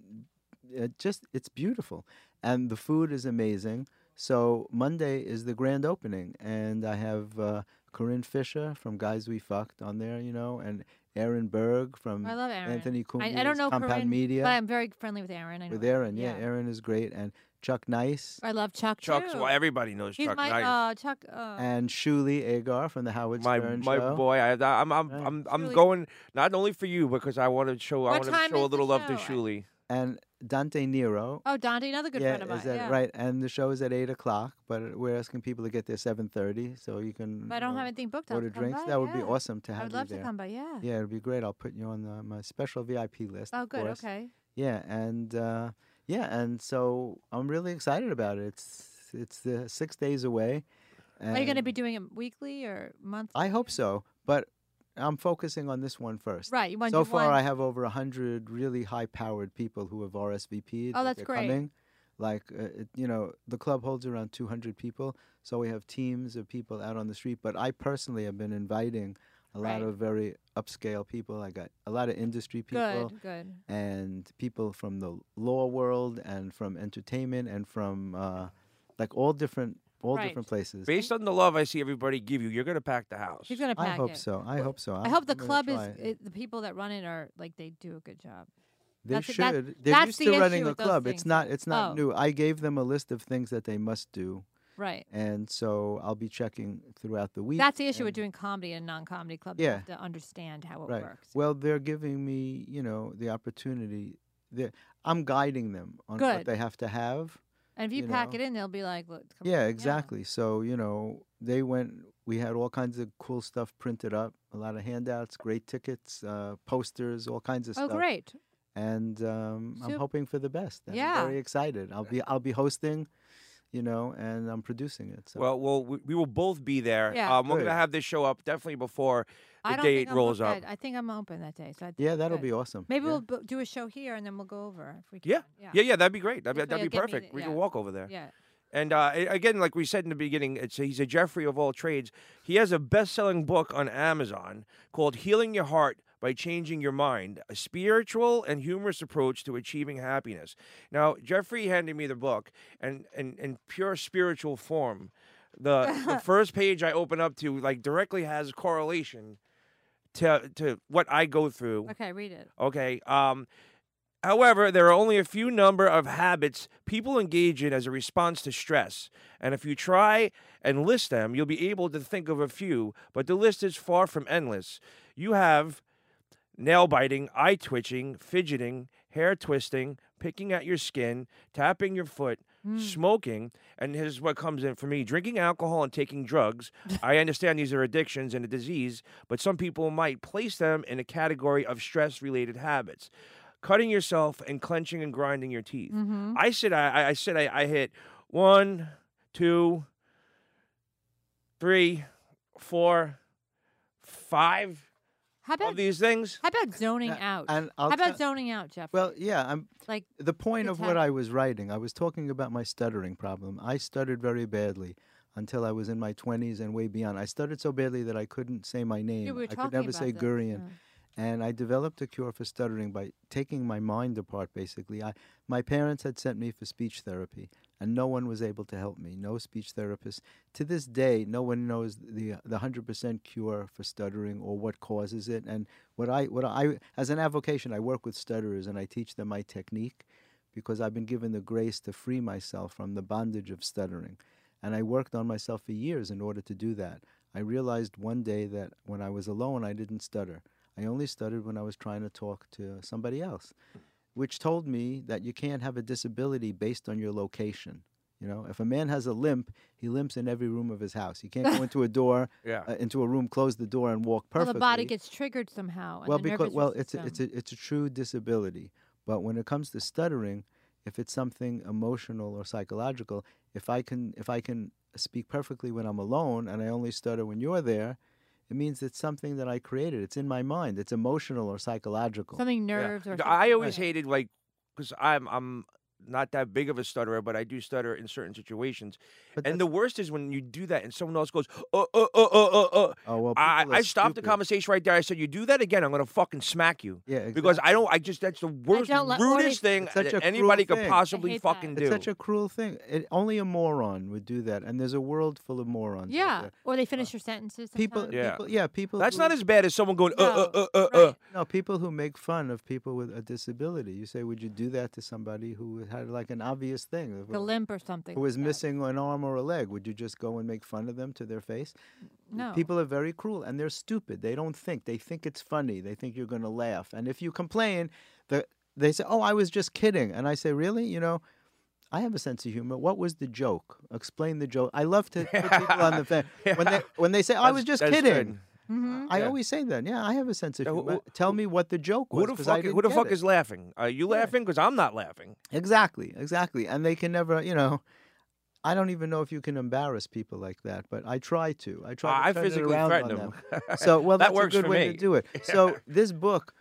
Speaker 5: it just it's beautiful, and the food is amazing. So Monday is the grand opening, and I have uh, Corinne Fisher from Guys We Fucked on there, you know, and Aaron Berg from
Speaker 4: I love Aaron.
Speaker 5: Anthony Kumi's
Speaker 4: I, I don't know
Speaker 5: Compound
Speaker 4: Corinne,
Speaker 5: Media.
Speaker 4: but I'm very friendly with Aaron. I know
Speaker 5: with
Speaker 4: him.
Speaker 5: Aaron, yeah. Aaron is great, and Chuck Nice
Speaker 4: I love Chuck.
Speaker 3: Chuck's.
Speaker 4: too.
Speaker 3: Well, everybody knows
Speaker 4: He's
Speaker 3: Chuck.
Speaker 4: my
Speaker 3: Nice.
Speaker 4: uh, Chuck. Uh,
Speaker 5: and Shuli Agar from the Howard
Speaker 3: my
Speaker 5: Stern
Speaker 3: my
Speaker 5: Show.
Speaker 3: boy, I, I'm I'm
Speaker 5: Right.
Speaker 3: I'm, I'm
Speaker 4: Shuli.
Speaker 3: going not only for you because I want to show I
Speaker 4: What
Speaker 3: want to
Speaker 4: time
Speaker 3: show a
Speaker 4: is the
Speaker 3: little love to
Speaker 4: show?
Speaker 3: Shuli.
Speaker 5: and Dante Nero.
Speaker 4: oh, Dante, another good
Speaker 5: yeah,
Speaker 4: friend of mine.
Speaker 5: is that
Speaker 4: yeah.
Speaker 5: right? And the show is at eight o'clock, but we're asking people to get there seven thirty, so you can.
Speaker 4: If I
Speaker 5: you
Speaker 4: don't
Speaker 5: know,
Speaker 4: have anything booked, I'll
Speaker 5: Mm-hmm. Order
Speaker 4: come
Speaker 5: drinks.
Speaker 4: by,
Speaker 5: that would be
Speaker 4: yeah.
Speaker 5: awesome to have
Speaker 4: I would
Speaker 5: you
Speaker 4: love
Speaker 5: there.
Speaker 4: to come by. Yeah.
Speaker 5: Yeah, it'd be great. I'll put you on the, my special VIP list.
Speaker 4: Oh,
Speaker 5: of
Speaker 4: good.
Speaker 5: course.
Speaker 4: Okay.
Speaker 5: Yeah, and uh, yeah, and so I'm really excited about it. It's it's uh, six days away.
Speaker 4: Are you going to
Speaker 5: and
Speaker 4: be doing it weekly or monthly?
Speaker 5: I hope so, but I'm focusing on this one first.
Speaker 4: Right. You want
Speaker 5: So
Speaker 4: to do
Speaker 5: far,
Speaker 4: one.
Speaker 5: I have over 100 really high powered people who have RSVP'd.
Speaker 4: Oh,
Speaker 5: that
Speaker 4: that's
Speaker 5: they're
Speaker 4: great.
Speaker 5: Coming. Like, uh, it, you know, the club holds around 200 people. So we have teams of people out on the street. But I personally have been inviting a lot
Speaker 4: Right.
Speaker 5: of very upscale people. I got a lot of industry people
Speaker 4: Good. Good.
Speaker 5: and people from the law world and from entertainment and from uh, like all different all
Speaker 4: Right.
Speaker 5: different places.
Speaker 3: Based on the love I see everybody give you, you're gonna pack the house.
Speaker 4: He's going to
Speaker 5: I
Speaker 4: pack
Speaker 5: hope
Speaker 4: it.
Speaker 5: so. I hope so.
Speaker 4: I hope the
Speaker 5: I'm gonna
Speaker 4: club is
Speaker 5: try it.
Speaker 4: it, the people that run it are like they do a good job.
Speaker 5: They
Speaker 4: That's it-
Speaker 5: should.
Speaker 4: that-
Speaker 5: They're
Speaker 4: that's
Speaker 5: used
Speaker 4: the
Speaker 5: to
Speaker 4: issue
Speaker 5: running a
Speaker 4: with those
Speaker 5: club. It's
Speaker 4: things.
Speaker 5: not. It's not
Speaker 4: Oh.
Speaker 5: new. I gave them a list of things that they must do,
Speaker 4: Right.
Speaker 5: and so I'll be checking throughout the week.
Speaker 4: That's the issue with
Speaker 5: and-
Speaker 4: doing comedy and non-comedy clubs.
Speaker 5: Yeah.
Speaker 4: You have to understand how it
Speaker 5: Right.
Speaker 4: works.
Speaker 5: Well, they're giving me, you know, the opportunity. They're, I'm guiding them on what
Speaker 4: Good.
Speaker 5: they have to have.
Speaker 4: And if you,
Speaker 5: you
Speaker 4: pack
Speaker 5: know.
Speaker 4: it in, they'll be like, "Look, come
Speaker 5: Yeah,
Speaker 4: on,
Speaker 5: exactly. So you know, they went. We had all kinds of cool stuff printed up. A lot of handouts, great tickets, uh, posters, all kinds of
Speaker 4: Oh,
Speaker 5: stuff.
Speaker 4: great.
Speaker 5: and um, I'm
Speaker 4: Sup-
Speaker 5: hoping for the best. and
Speaker 4: Yeah.
Speaker 5: I'm very excited. I'll be I'll be hosting, you know, and I'm producing it. So
Speaker 3: Well, well, we, we will both be there.
Speaker 4: Yeah.
Speaker 3: Um, we're gonna
Speaker 5: Good.
Speaker 3: have this show up definitely before
Speaker 4: I
Speaker 3: the
Speaker 4: don't
Speaker 3: date
Speaker 4: think I'm
Speaker 3: rolls up.
Speaker 4: booked that- I think I'm open that day. So I think
Speaker 5: yeah, that'll
Speaker 4: good.
Speaker 5: be awesome.
Speaker 4: Maybe
Speaker 5: Yeah.
Speaker 4: we'll bo- do a show here and then we'll go over if we can.
Speaker 3: Yeah. yeah, yeah, that'd be great. That'd, be-
Speaker 4: If we-
Speaker 3: that'd be
Speaker 4: get me
Speaker 3: perfect.
Speaker 4: the-
Speaker 3: We
Speaker 4: yeah.
Speaker 3: can walk over there.
Speaker 4: Yeah.
Speaker 3: And uh, a- again, like we said in the beginning, it's he's a Jeffrey of all trades. He has a best-selling book on Amazon called "Healing Your Heart." By changing your mind, a spiritual and humorous approach to achieving happiness. Now, Jeffrey handed me the book, and in in pure spiritual form, the, the first page I open up to like directly has correlation to to what I go through.
Speaker 4: Okay, read it.
Speaker 3: Okay. Um, however, there are only a few number of habits people engage in as a response to stress. And if you try and list them, you'll be able to think of a few, but the list is far from endless. You have nail biting, eye twitching, fidgeting, hair twisting, picking at your skin, tapping your foot. Smoking, and here's what comes in for me drinking alcohol and taking drugs. I understand these are addictions and a disease, but some people might place them in a category of stress related habits. Cutting yourself and clenching and grinding your teeth. I said, I, I- I said, I, I hit one, two, three, four, five
Speaker 4: How about
Speaker 3: of these things.
Speaker 4: how about zoning
Speaker 5: Uh,
Speaker 4: out?
Speaker 5: and
Speaker 4: how
Speaker 5: I'll
Speaker 4: about
Speaker 5: tell-
Speaker 4: zoning out, Jeff?
Speaker 5: Well, yeah, I'm
Speaker 4: like
Speaker 5: the point
Speaker 4: Good
Speaker 5: of what
Speaker 4: time.
Speaker 5: I was writing, I was talking about my stuttering problem. I stuttered very badly until I was in my 20s and way beyond. I stuttered so badly that I couldn't say my name.
Speaker 4: we were
Speaker 5: I could
Speaker 4: talking
Speaker 5: never
Speaker 4: about
Speaker 5: say
Speaker 4: this,
Speaker 5: Gurian.
Speaker 4: yeah.
Speaker 5: And I developed a cure for stuttering by taking my mind apart, basically. I, my parents had sent me for speech therapy, and no one was able to help me, no speech therapist. To this day, no one knows the, the 100% cure for stuttering or what causes it. And what I, what I, as an avocation, I work with stutterers and I teach them my technique because I've been given the grace to free myself from the bondage of stuttering. And I worked on myself for years in order to do that. I realized one day that when I was alone, I didn't stutter. I only stuttered when I was trying to talk to somebody else, which told me that you can't have a disability based on your location. You know, if a man has a limp, he limps in every room of his house. He can't go into a door,
Speaker 3: Yeah.
Speaker 5: uh, into a room, close the door, and walk
Speaker 4: well,
Speaker 5: perfectly
Speaker 4: the body gets triggered somehow. and
Speaker 5: well
Speaker 4: the
Speaker 5: because
Speaker 4: nervous
Speaker 5: well it's a,
Speaker 4: system-
Speaker 5: it's a it's a true disability but when it comes to stuttering if it's something emotional or psychological if i can if i can speak perfectly when i'm alone and i only stutter when you're there it means it's something that i created it's in my mind it's emotional or psychological
Speaker 4: something
Speaker 3: Yeah.
Speaker 4: nerves or
Speaker 3: I
Speaker 4: something.
Speaker 3: always hated like because I'm I'm not that big of a stutterer, but I do stutter in certain situations.
Speaker 5: But
Speaker 3: and the worst is when you do that and someone else goes, uh, uh, uh, uh, uh, uh.
Speaker 5: Oh well,
Speaker 3: I,
Speaker 5: people are
Speaker 3: I stopped the
Speaker 5: stupid.
Speaker 3: conversation right there. I said, "You do that again, I'm gonna fucking smack you."
Speaker 5: Yeah, exactly.
Speaker 3: Because I don't. I just that's the worst,
Speaker 4: don't let
Speaker 3: rudest
Speaker 4: Maurice-
Speaker 3: thing
Speaker 5: It's such a
Speaker 3: that
Speaker 5: cruel
Speaker 3: anybody could
Speaker 5: thing.
Speaker 4: I
Speaker 3: possibly
Speaker 4: hate that.
Speaker 3: fucking
Speaker 5: it's
Speaker 3: do.
Speaker 5: such a cruel thing. It, only a moron would do that, and there's a world full of morons. out
Speaker 4: Yeah.
Speaker 5: there.
Speaker 4: Or they finish your sentences.
Speaker 5: People,
Speaker 4: sometimes.
Speaker 3: Yeah.
Speaker 5: yeah, people, yeah, people.
Speaker 3: that's
Speaker 5: who-
Speaker 3: not as bad as someone going, uh, uh,
Speaker 4: No,
Speaker 3: uh, uh, uh.
Speaker 4: right.
Speaker 5: No, people who make fun of people with a disability. You say, would you do that to somebody who had like an obvious thing?
Speaker 4: The limp or something.
Speaker 5: who was
Speaker 4: like that.
Speaker 5: missing an arm or a leg, would you just go and make fun of them to their face?
Speaker 4: No.
Speaker 5: People are very cruel and they're stupid. They don't think. They think it's funny. They think you're going to laugh. And if you complain, the, they say, "Oh, I was just kidding." And I say, "Really? You know, I have a sense of humor. What was the joke? Explain the joke." I love to put people on the fence when they when they say, "I
Speaker 3: That's-
Speaker 5: was just
Speaker 3: that's good.
Speaker 5: kidding."
Speaker 4: Mhm.
Speaker 5: I
Speaker 3: Yeah.
Speaker 5: always say that. Yeah, I have a sense of
Speaker 3: Yeah, who-
Speaker 5: humor.
Speaker 3: who-
Speaker 5: Tell me what the joke was.
Speaker 3: Who the
Speaker 5: 'cause I
Speaker 3: fuck? Who
Speaker 5: didn't
Speaker 3: the
Speaker 5: get
Speaker 3: fuck
Speaker 5: it.
Speaker 3: is laughing? Are you laughing? Because I'm not laughing.
Speaker 5: Exactly, exactly. And they can never, you know, I don't even know if you can embarrass people like that, but I try to. I try.
Speaker 3: Uh,
Speaker 5: to
Speaker 3: I
Speaker 5: turn it
Speaker 3: physically
Speaker 5: around
Speaker 3: threaten
Speaker 5: on
Speaker 3: them.
Speaker 5: So,
Speaker 3: That
Speaker 5: well, that's
Speaker 3: works
Speaker 5: a good
Speaker 3: for
Speaker 5: way
Speaker 3: me.
Speaker 5: to do it. So this book,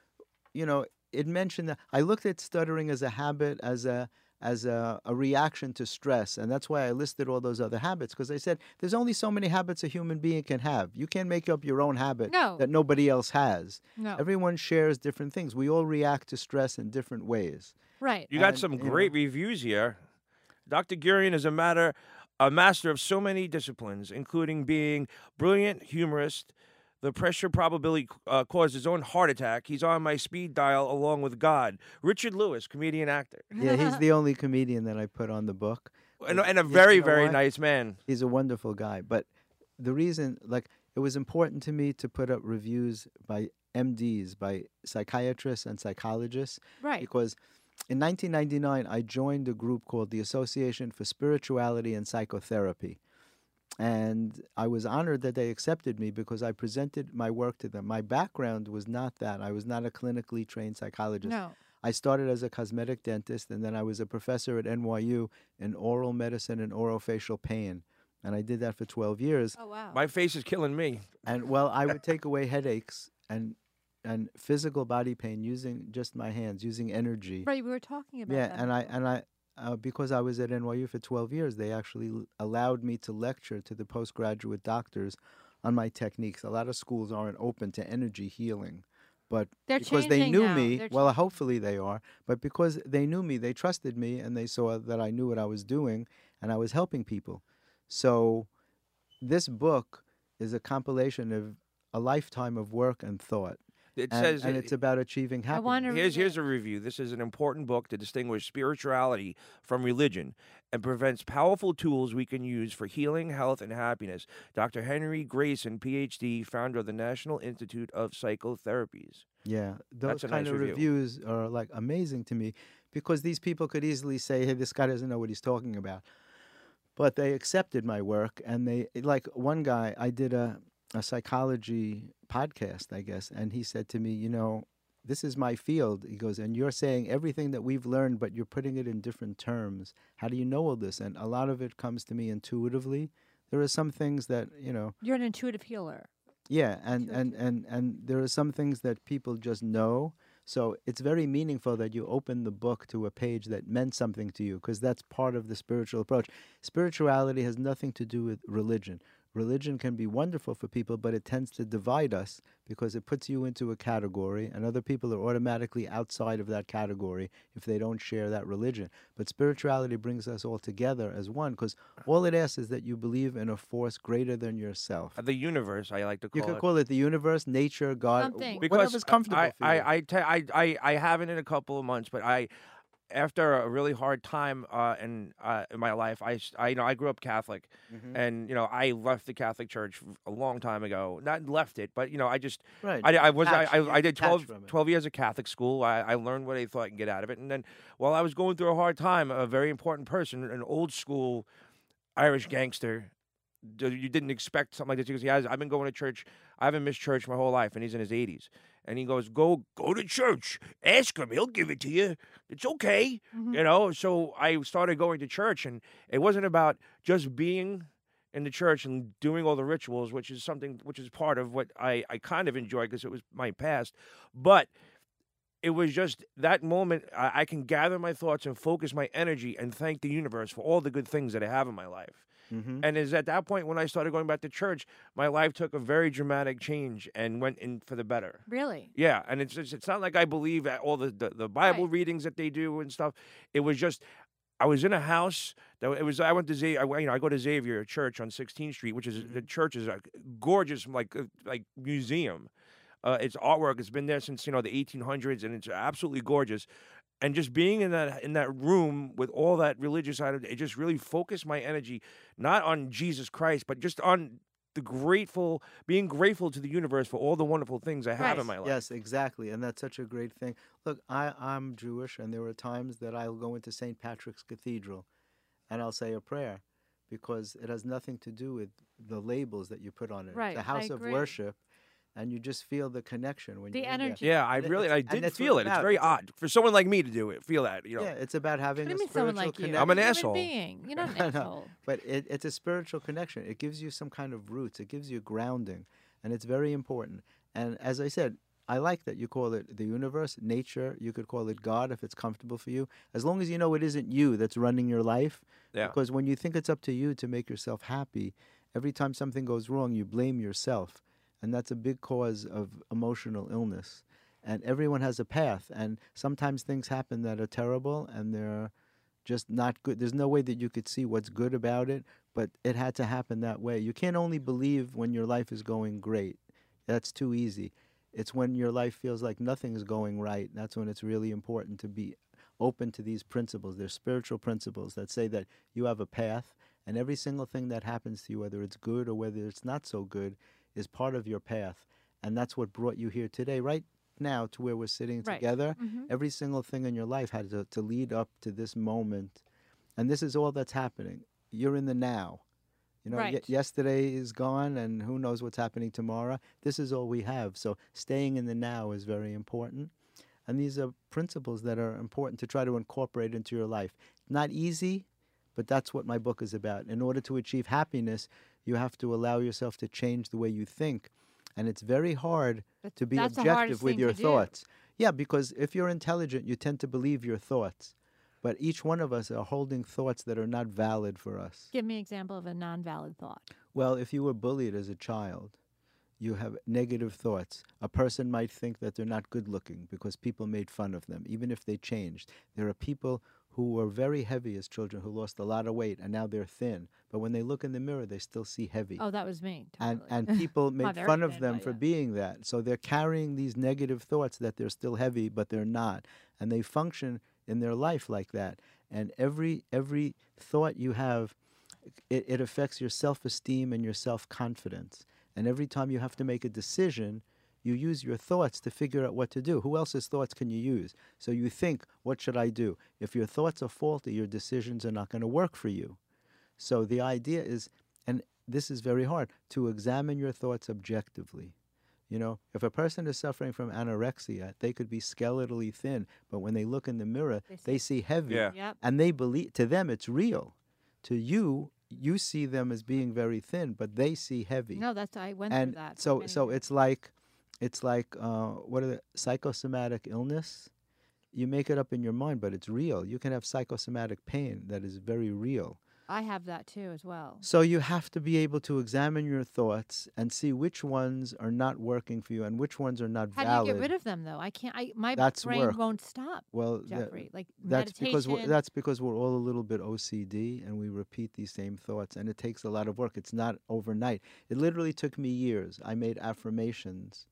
Speaker 5: you know, it mentioned that I looked at stuttering as a habit, as a as a, a reaction to stress, and that's why I listed all those other habits because I said there's only so many habits a human being can have. You can't make up your own habit
Speaker 4: No.
Speaker 5: that nobody else has.
Speaker 4: No.
Speaker 5: Everyone shares different things. We all react to stress in different ways.
Speaker 4: right.
Speaker 3: You got
Speaker 5: And,
Speaker 3: some
Speaker 5: you know.
Speaker 3: great reviews here. Dr. Gurian is a matter a master of so many disciplines, including being brilliant humorist. The pressure probability uh, caused his own heart attack. He's on my speed dial along with God. Richard Lewis, comedian actor,
Speaker 5: Yeah, he's the only comedian that I put on the book.
Speaker 3: and, and a
Speaker 5: you
Speaker 3: very
Speaker 5: know
Speaker 3: very
Speaker 5: what?
Speaker 3: nice man.
Speaker 5: He's a wonderful guy. But the reason, like, it was important to me to put up reviews by MDs, by psychiatrists and psychologists,
Speaker 4: Right.
Speaker 5: because in 1999, I joined a group called the Association for Spirituality and Psychotherapy. And I was honored that they accepted me because I presented my work to them. My background was not that. I was not a clinically trained psychologist.
Speaker 4: No.
Speaker 5: I started as a cosmetic dentist, and then I was a professor at NYU in oral medicine and orofacial pain. And I did that for 12 years.
Speaker 4: Oh wow.
Speaker 3: My face is killing me.
Speaker 5: And well, I would take away headaches and and physical body pain using just my hands, using energy.
Speaker 4: right. We were talking about.
Speaker 5: Yeah,
Speaker 4: that
Speaker 5: and I
Speaker 4: before.
Speaker 5: and I uh, because I was at NYU for 12 years, they actually l- allowed me to lecture to the postgraduate doctors on my techniques. A lot of schools aren't open to energy healing, but
Speaker 4: They're
Speaker 5: because they
Speaker 4: changing
Speaker 5: knew
Speaker 4: now.
Speaker 5: me,
Speaker 4: They're
Speaker 5: well, hopefully they are, but because they knew me, they trusted me and they saw that I knew what I was doing and I was helping people. So this book is a compilation of a lifetime of work and thought.
Speaker 3: It
Speaker 5: and,
Speaker 3: says
Speaker 5: and it's about achieving happiness.
Speaker 4: wanna
Speaker 3: Here's
Speaker 4: read
Speaker 3: here's
Speaker 4: it.
Speaker 3: a review. This is an important book to distinguish spirituality from religion and prevents powerful tools we can use for healing, health, and happiness. Dr. Henry Grayson, PhD, founder of the National Institute of Psychotherapies.
Speaker 5: Yeah, those
Speaker 3: a
Speaker 5: kind
Speaker 3: nice
Speaker 5: of
Speaker 3: review.
Speaker 5: reviews are like amazing to me because these people could easily say, "Hey, this guy doesn't know what he's talking about," but they accepted my work and they like one guy. I did a a psychology podcast, I guess, and he said to me, "You know, this is my field." He goes, "And you're saying everything that we've learned, but you're putting it in different terms. How do you know all this?" And a lot of it comes to me intuitively. There are some things that you know
Speaker 4: You're an intuitive healer.
Speaker 5: yeah, and,
Speaker 4: Sure,
Speaker 5: and, and, and there are some things that people just know. So it's very meaningful that you open the book to a page that meant something to you because that's part of the spiritual approach. Spirituality has nothing to do with religion. Religion can be wonderful for people, but it tends to divide us because it puts you into a category, and other people are automatically outside of that category if they don't share that religion. But spirituality brings us all together as one because all it asks is that you believe in a force greater than yourself.
Speaker 3: Uh, The universe, I like to call
Speaker 5: You could
Speaker 3: it.
Speaker 5: call it the universe, nature, God,
Speaker 4: Something.
Speaker 5: wh-
Speaker 4: Because
Speaker 5: whatever's comfortable
Speaker 3: I,
Speaker 5: for you.
Speaker 3: I, I, te- I, I, I haven't in a couple of months, but I, after a really hard time uh, in uh, in my life, I, s- I- you know, I grew up Catholic,
Speaker 5: Mm-hmm.
Speaker 3: and you know, I left the Catholic Church a long time ago. Not left it, but you know, I just,
Speaker 5: Right.
Speaker 3: I, I was, I,
Speaker 5: Detached.
Speaker 3: I, I did
Speaker 5: Detached
Speaker 3: 12,
Speaker 5: from it.
Speaker 3: 12 years of Catholic school. I, I learned what I thought and get out of it, and then while I was going through a hard time, a very important person, an old school Irish gangster. d- You didn't expect something like this because he has. I've been going to church. I haven't missed church my whole life, and he's in his 80s and he goes, "Go, go to church. Ask him; he'll give it to you. It's okay,
Speaker 5: Mm-hmm.
Speaker 3: you know." So I started going to church, and it wasn't about just being in the church and doing all the rituals, which is something which is part of what I I kind of enjoy because it was my past, but it was just that moment I, I can gather my thoughts and focus my energy and thank the universe for all the good things that I have in my life.
Speaker 5: Mm-hmm.
Speaker 3: And is at that point when I started going back to church, my life took a very dramatic change and went in for the better.
Speaker 4: Really?
Speaker 3: Yeah, and it's just, it's not like I believe at all the the, the Bible
Speaker 4: Right.
Speaker 3: readings that they do and stuff. It was just I was in a house that it was I went to Xavier. I, went- you know I go to Xavier Church on 16th Street, which is
Speaker 4: Mm-hmm.
Speaker 3: the church is a gorgeous like uh, like museum. Uh, it's artwork. It's been there since you know the 1800s, and it's absolutely gorgeous. And just being in that in that room with all that religious item, it just really focused my energy not on Jesus Christ, but just on the grateful, being grateful to the universe for all the wonderful things I have
Speaker 4: Right.
Speaker 3: in my life.
Speaker 5: Yes, exactly, and that's such a great thing. Look, I, I'm Jewish, and there are times that I'll go into St. Patrick's Cathedral, and I'll say a prayer, because it has nothing to do with the labels that you put on it.
Speaker 4: Right,
Speaker 5: it's
Speaker 4: I
Speaker 5: a house of
Speaker 4: agree.
Speaker 5: worship, and you just feel the connection when
Speaker 4: The
Speaker 5: you're in there.
Speaker 4: energy.
Speaker 3: Yeah, I
Speaker 5: And it-
Speaker 3: really, I
Speaker 5: it's- and
Speaker 3: did
Speaker 5: that's what
Speaker 3: feel it.
Speaker 5: it's
Speaker 3: It's
Speaker 5: about.
Speaker 3: very
Speaker 5: It's-
Speaker 3: odd for someone like me to do it. Feel that, you know.
Speaker 5: Yeah, it's about having
Speaker 4: What do
Speaker 5: a
Speaker 4: you mean
Speaker 5: spiritual
Speaker 4: someone like you?
Speaker 5: connection.
Speaker 3: I'm an
Speaker 4: You're a
Speaker 3: asshole.
Speaker 4: Human being. You're not an
Speaker 5: I know.
Speaker 4: asshole.
Speaker 5: But it, it's a spiritual connection. It gives you some kind of roots. It gives you grounding, and it's very important. And as I said, I like that you call it the universe, nature. You could call it God if it's comfortable for you, as long as you know it isn't you that's running your life.
Speaker 3: Yeah.
Speaker 5: Because when you think it's up to you to make yourself happy, every time something goes wrong, you blame yourself, and that's a big cause of emotional illness. And everyone has a path, and sometimes things happen that are terrible, and they're just not good. There's no way that you could see what's good about it, but it had to happen that way. You can't only believe when your life is going great. That's too easy. It's when your life feels like nothing is going right. That's when it's really important to be open to these principles. They're spiritual principles that say that you have a path, and every single thing that happens to you, whether it's good or whether it's not so good, is part of your path. And that's what brought you here today, right now, to where we're sitting
Speaker 4: Right.
Speaker 5: together
Speaker 4: Mhm.
Speaker 5: every single thing in your life had to, to lead up to this moment and this is all that's happening you're in the now you know ye-
Speaker 4: Right.
Speaker 5: yesterday is gone and who knows what's happening tomorrow this is all we have so staying in the now is very important and these are principles that are important to try to incorporate into your life not easy but that's what my book is about in order to achieve happiness you have to allow yourself to change the way you think and it's very hard
Speaker 4: That-
Speaker 5: to be
Speaker 4: that's the hardest
Speaker 5: objective with
Speaker 4: thing
Speaker 5: your
Speaker 4: to do.
Speaker 5: thoughts. Yeah, because if you're intelligent, you tend to believe your thoughts. But each one of us are holding thoughts that are not valid for us.
Speaker 4: Give me an example of a non-valid thought.
Speaker 5: Well, if you were bullied as a child, you have negative thoughts. A person might think that they're not good looking because people made fun of them, even if they changed. There are people who were very heavy as children who lost a lot of weight and now they're thin. But when they look in the mirror, they still see heavy
Speaker 4: Oh, that was me.
Speaker 5: and
Speaker 4: totally.
Speaker 5: and people
Speaker 4: My
Speaker 5: made
Speaker 4: very
Speaker 5: fun of
Speaker 4: thin
Speaker 5: them
Speaker 4: leg,
Speaker 5: for
Speaker 4: yeah.
Speaker 5: being that. So they're carrying these negative thoughts that they're still heavy, but they're not, and they function in their life like that. And every every thought you have, it, it affects your self esteem and your self confidence. And every time you have to make a decision, you use your thoughts to figure out what to do. Who else's thoughts can you use? So you think, what should I do? If your thoughts are faulty, your decisions are not going to work for you. So the idea is, and this is very hard, to examine your thoughts objectively. You know, if a person is suffering from anorexia, they could be skeletally thin, but when they look in the mirror,
Speaker 4: They see-
Speaker 5: they see heavy.
Speaker 3: Yeah.
Speaker 4: Yep.
Speaker 5: And they believe, to them, it's real. To you, you see them as being very thin, but they see heavy
Speaker 4: No, that's I went
Speaker 5: and
Speaker 4: through that.
Speaker 5: so
Speaker 4: many
Speaker 5: so
Speaker 4: years.
Speaker 5: it's like it's like uh, what are the psychosomatic illness you make it up in your mind but it's real you can have psychosomatic pain that is very real
Speaker 4: I have that too as well.
Speaker 5: so you have to be able to examine your thoughts and see which ones are not working for you and which ones are not
Speaker 4: How
Speaker 5: valid
Speaker 4: do you get rid of them though? I can't. I my
Speaker 5: That's
Speaker 4: brain
Speaker 5: work.
Speaker 4: won't stop.
Speaker 5: well the-
Speaker 4: Jeffrey, like
Speaker 5: that's
Speaker 4: meditation.
Speaker 5: because we're, that's because we're all a little bit OCD and we repeat these same thoughts and it takes a lot of work. It's not overnight. It literally took me years. I made affirmations.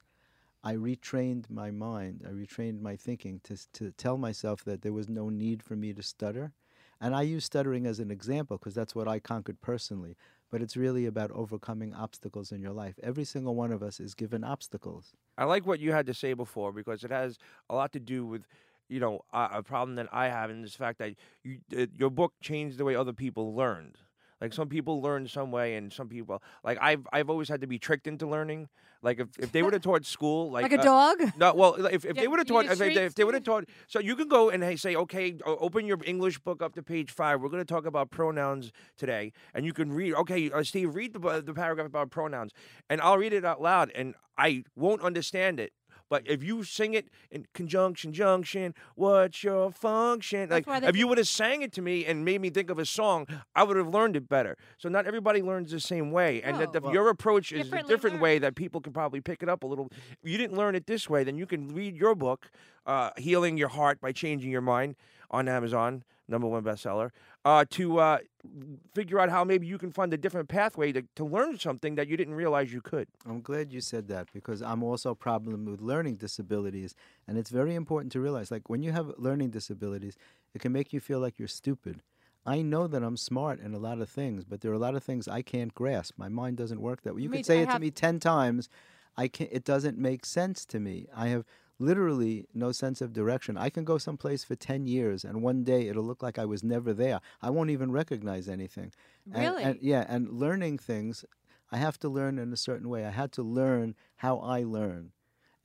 Speaker 5: I retrained my mind. I retrained my thinking to s- to tell myself that there was no need for me to stutter. And I use stuttering as an example because that's what I conquered personally. But it's really about overcoming obstacles in your life. Every single one of us is given obstacles.
Speaker 3: I like what you had to say before because it has a lot to do with, you know, a, a problem that I have, and this fact that you, uh, your book changed the way other people learned. Like some people learn some way, and some people like I've I've always had to be tricked into learning. Like if, if they would have taught school, like,
Speaker 4: like a
Speaker 3: uh,
Speaker 4: dog.
Speaker 3: No, well, if, if
Speaker 4: Yeah,
Speaker 3: they would have
Speaker 4: you
Speaker 3: taught,
Speaker 4: get
Speaker 3: if they,
Speaker 4: treats.
Speaker 3: if they would have taught, so you can go and hey, say, okay, o- open your English book up to page five. We're going to talk about pronouns today, and you can read. Okay, uh, Steve, read the bu- the paragraph about pronouns, and I'll read it out loud, and I won't understand it, But if you sing it in conjunction, junction, what's your function?
Speaker 4: That's why
Speaker 3: like,
Speaker 4: they
Speaker 3: if you
Speaker 4: did-
Speaker 3: would have sang it to me and made me think of a song, I would have learned it better. So not everybody learns the same way, and that the,
Speaker 4: No.
Speaker 3: your approach is a
Speaker 4: Differently
Speaker 3: different
Speaker 4: learned.
Speaker 3: way that people can probably pick it up a little. If you didn't learn it this way, then you can read your book, uh, "Healing Your Heart by Changing Your Mind," on Amazon, number one bestseller, uh, to uh, figure out how maybe you can find a different pathway to, to learn something that you didn't realize you could.
Speaker 5: I'm glad you said that because I'm also a problem with learning disabilities, and it's very important to realize like when you have learning disabilities, it can make you feel like you're stupid. I know that I'm smart in a lot of things, but there are a lot of things I can't grasp. My mind doesn't work that way. You
Speaker 4: Me
Speaker 5: could
Speaker 4: too. I
Speaker 5: say it to
Speaker 4: have-
Speaker 5: me ten times, I can not It doesn't make sense to me. I have literally no sense of direction. I can go someplace for ten years, and one day it'll look like I was never there. I won't even recognize anything. And-
Speaker 4: Really?
Speaker 5: and- yeah, and learning things, I have to learn in a certain way. I had to learn how I learn.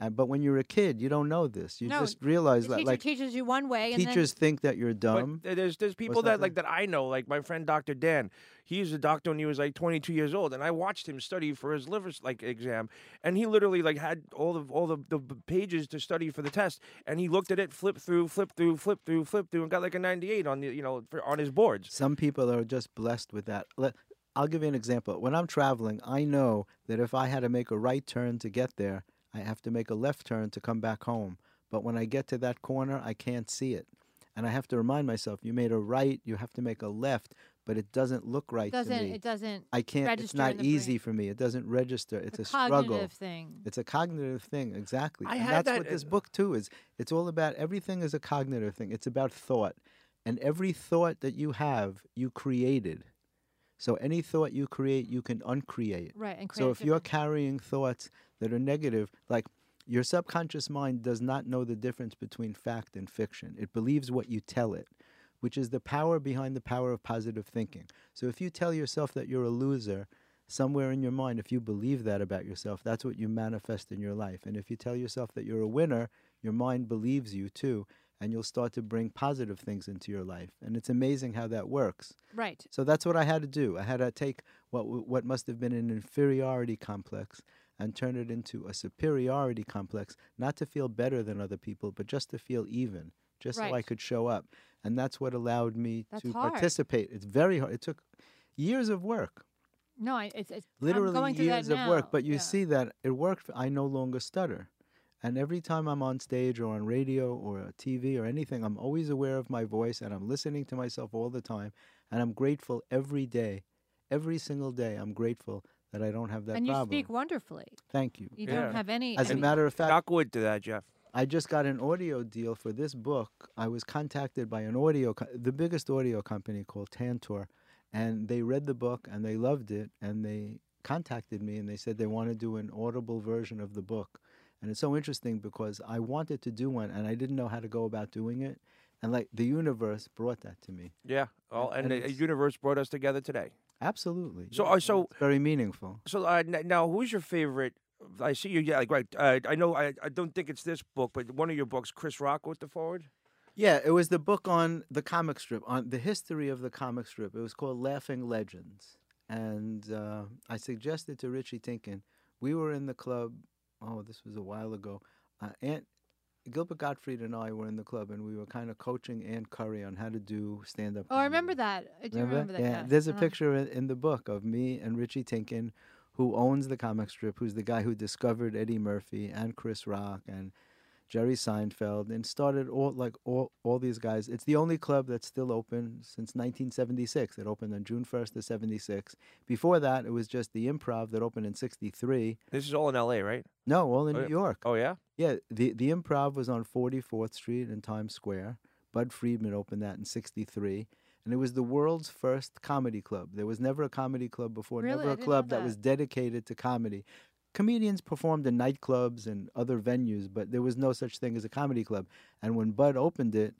Speaker 5: And, but when you're a kid, you don't know this. You
Speaker 4: No,
Speaker 5: just realize
Speaker 4: The
Speaker 5: that
Speaker 4: teacher
Speaker 5: like
Speaker 4: teaches you one way, and
Speaker 5: teachers think that you're
Speaker 3: But
Speaker 5: dumb.
Speaker 3: th- there's there's people
Speaker 5: that
Speaker 3: that like that I know, like my friend Dr. Dan. He's a doctor and he was like 22 years old, and I watched him study for his liver like exam, and he literally like had all of all the, the b- pages to study for the test, and he looked at it, flipped through, flipped through, flipped through, flipped through, and got like a 98 on the you know for, on his boards.
Speaker 5: Some people are just blessed with that. Let, I'll give you an example. When I'm traveling, I know that if I had to make a right turn to get there, I have to make a left turn to come back home. But when I get to that corner, I can't see it. And I have to remind myself, you made a right, you have to make a left, but it doesn't look right
Speaker 4: then doesn't
Speaker 5: to me.
Speaker 4: it doesn't
Speaker 5: I can't. It's
Speaker 4: register
Speaker 5: not
Speaker 4: in the brain.
Speaker 5: easy for me. It doesn't register. It's a,
Speaker 4: cognitive
Speaker 5: struggle.
Speaker 4: thing.
Speaker 5: It's a cognitive thing, exactly.
Speaker 3: I
Speaker 5: and
Speaker 3: had
Speaker 5: that's
Speaker 3: that
Speaker 5: what this
Speaker 3: in-
Speaker 5: book too is. It's all about everything is a cognitive thing. It's about thought, and every thought that you have, you created. So any thought you create, you can uncreate.
Speaker 4: Right, and
Speaker 5: So
Speaker 4: create
Speaker 5: if you're
Speaker 4: different-
Speaker 5: carrying thoughts that are negative, like your subconscious mind does not know the difference between fact and fiction. It believes what you tell it, which is the power behind the power of positive thinking. So if you tell yourself that you're a loser, somewhere in your mind, if you believe that about yourself, that's what you manifest in your life. And if you tell yourself that you're a winner, your mind believes you too, and you'll start to bring positive things into your life. And it's amazing how that works.
Speaker 4: right.
Speaker 5: So that's what I had to do. I had to take what w- what must have been an inferiority complex and turn it into a superiority complex, not to feel better than other people, but just to feel even, just so I
Speaker 4: Right.
Speaker 5: could show up. And that's what allowed me
Speaker 4: That's
Speaker 5: to
Speaker 4: hard.
Speaker 5: participate. It's very hard. It took years of work,
Speaker 4: No, I, it's, it's I'm
Speaker 5: literally
Speaker 4: going through that
Speaker 5: years of work.
Speaker 4: now,
Speaker 5: But you
Speaker 4: yeah.
Speaker 5: see that it worked. I no longer stutter. And every time I'm on stage or on radio or TV or anything, I'm always aware of my voice and I'm listening to myself all the time. And I'm grateful every day, every single day. I'm grateful that I don't have that
Speaker 4: and you
Speaker 5: problem.
Speaker 4: speak wonderfully.
Speaker 5: Thank you.
Speaker 4: You
Speaker 3: Yeah.
Speaker 4: don't have any.
Speaker 5: As
Speaker 4: I
Speaker 5: a
Speaker 4: mean,
Speaker 5: matter of fact,
Speaker 3: Knock wood to that, Jeff.
Speaker 5: I just got an audio deal for this book. I was contacted by an audio, co- the biggest audio company called Tantor, and they read the book and they loved it, and they contacted me and they said they want to do an audible version of the book. And it's so interesting because I wanted to do one and I didn't know how to go about doing it, and like the universe brought that to me.
Speaker 3: Yeah. Well, and,
Speaker 5: and
Speaker 3: the uh,
Speaker 5: it's-
Speaker 3: universe brought us together today.
Speaker 5: Absolutely.
Speaker 3: So,
Speaker 5: yeah,
Speaker 3: uh,
Speaker 5: and
Speaker 3: so-
Speaker 5: it's very meaningful.
Speaker 3: So uh, n- now, who's your favorite? I see you. Yeah, like right. Uh, I know. I, I don't think it's this book, but one of your books, Chris Rock, with the forward.
Speaker 5: Yeah, it was the book on the comic strip, on the history of the comic strip. It was called Laughing Legends. And uh, I suggested to Richie Tinkin, we were in the club, oh, this was a while ago. Uh, Aunt Gilbert Gottfried and I were in the club, and we were kind of coaching Ann Curry on how to do stand up.
Speaker 4: oh, I remember that. I do remember, that.
Speaker 5: Yeah,
Speaker 4: yeah.
Speaker 5: there's a
Speaker 4: Uh-huh.
Speaker 5: picture in, in the book of me and Richie Tinkin, who owns the comic strip, who's the guy who discovered Eddie Murphy and Chris Rock and Jerry Seinfeld and started all like all, all these guys. It's the only club that's still open since 1976. It opened on June 1st of 76. Before that, it was just the Improv that opened in 63.
Speaker 3: This is all in L.A., right?
Speaker 5: No, all in
Speaker 3: Oh,
Speaker 5: New York.
Speaker 3: Oh yeah.
Speaker 5: Yeah, the the improv was on 44th Street in Times Square. Bud Friedman opened that in 63, and it was the world's first comedy club. There was never a comedy club before,
Speaker 4: Really?
Speaker 5: never
Speaker 4: I
Speaker 5: a
Speaker 4: didn't know
Speaker 5: club that.
Speaker 4: that.
Speaker 5: was dedicated to comedy. Comedians performed in nightclubs and other venues, but there was no such thing as a comedy club. And when Bud opened it,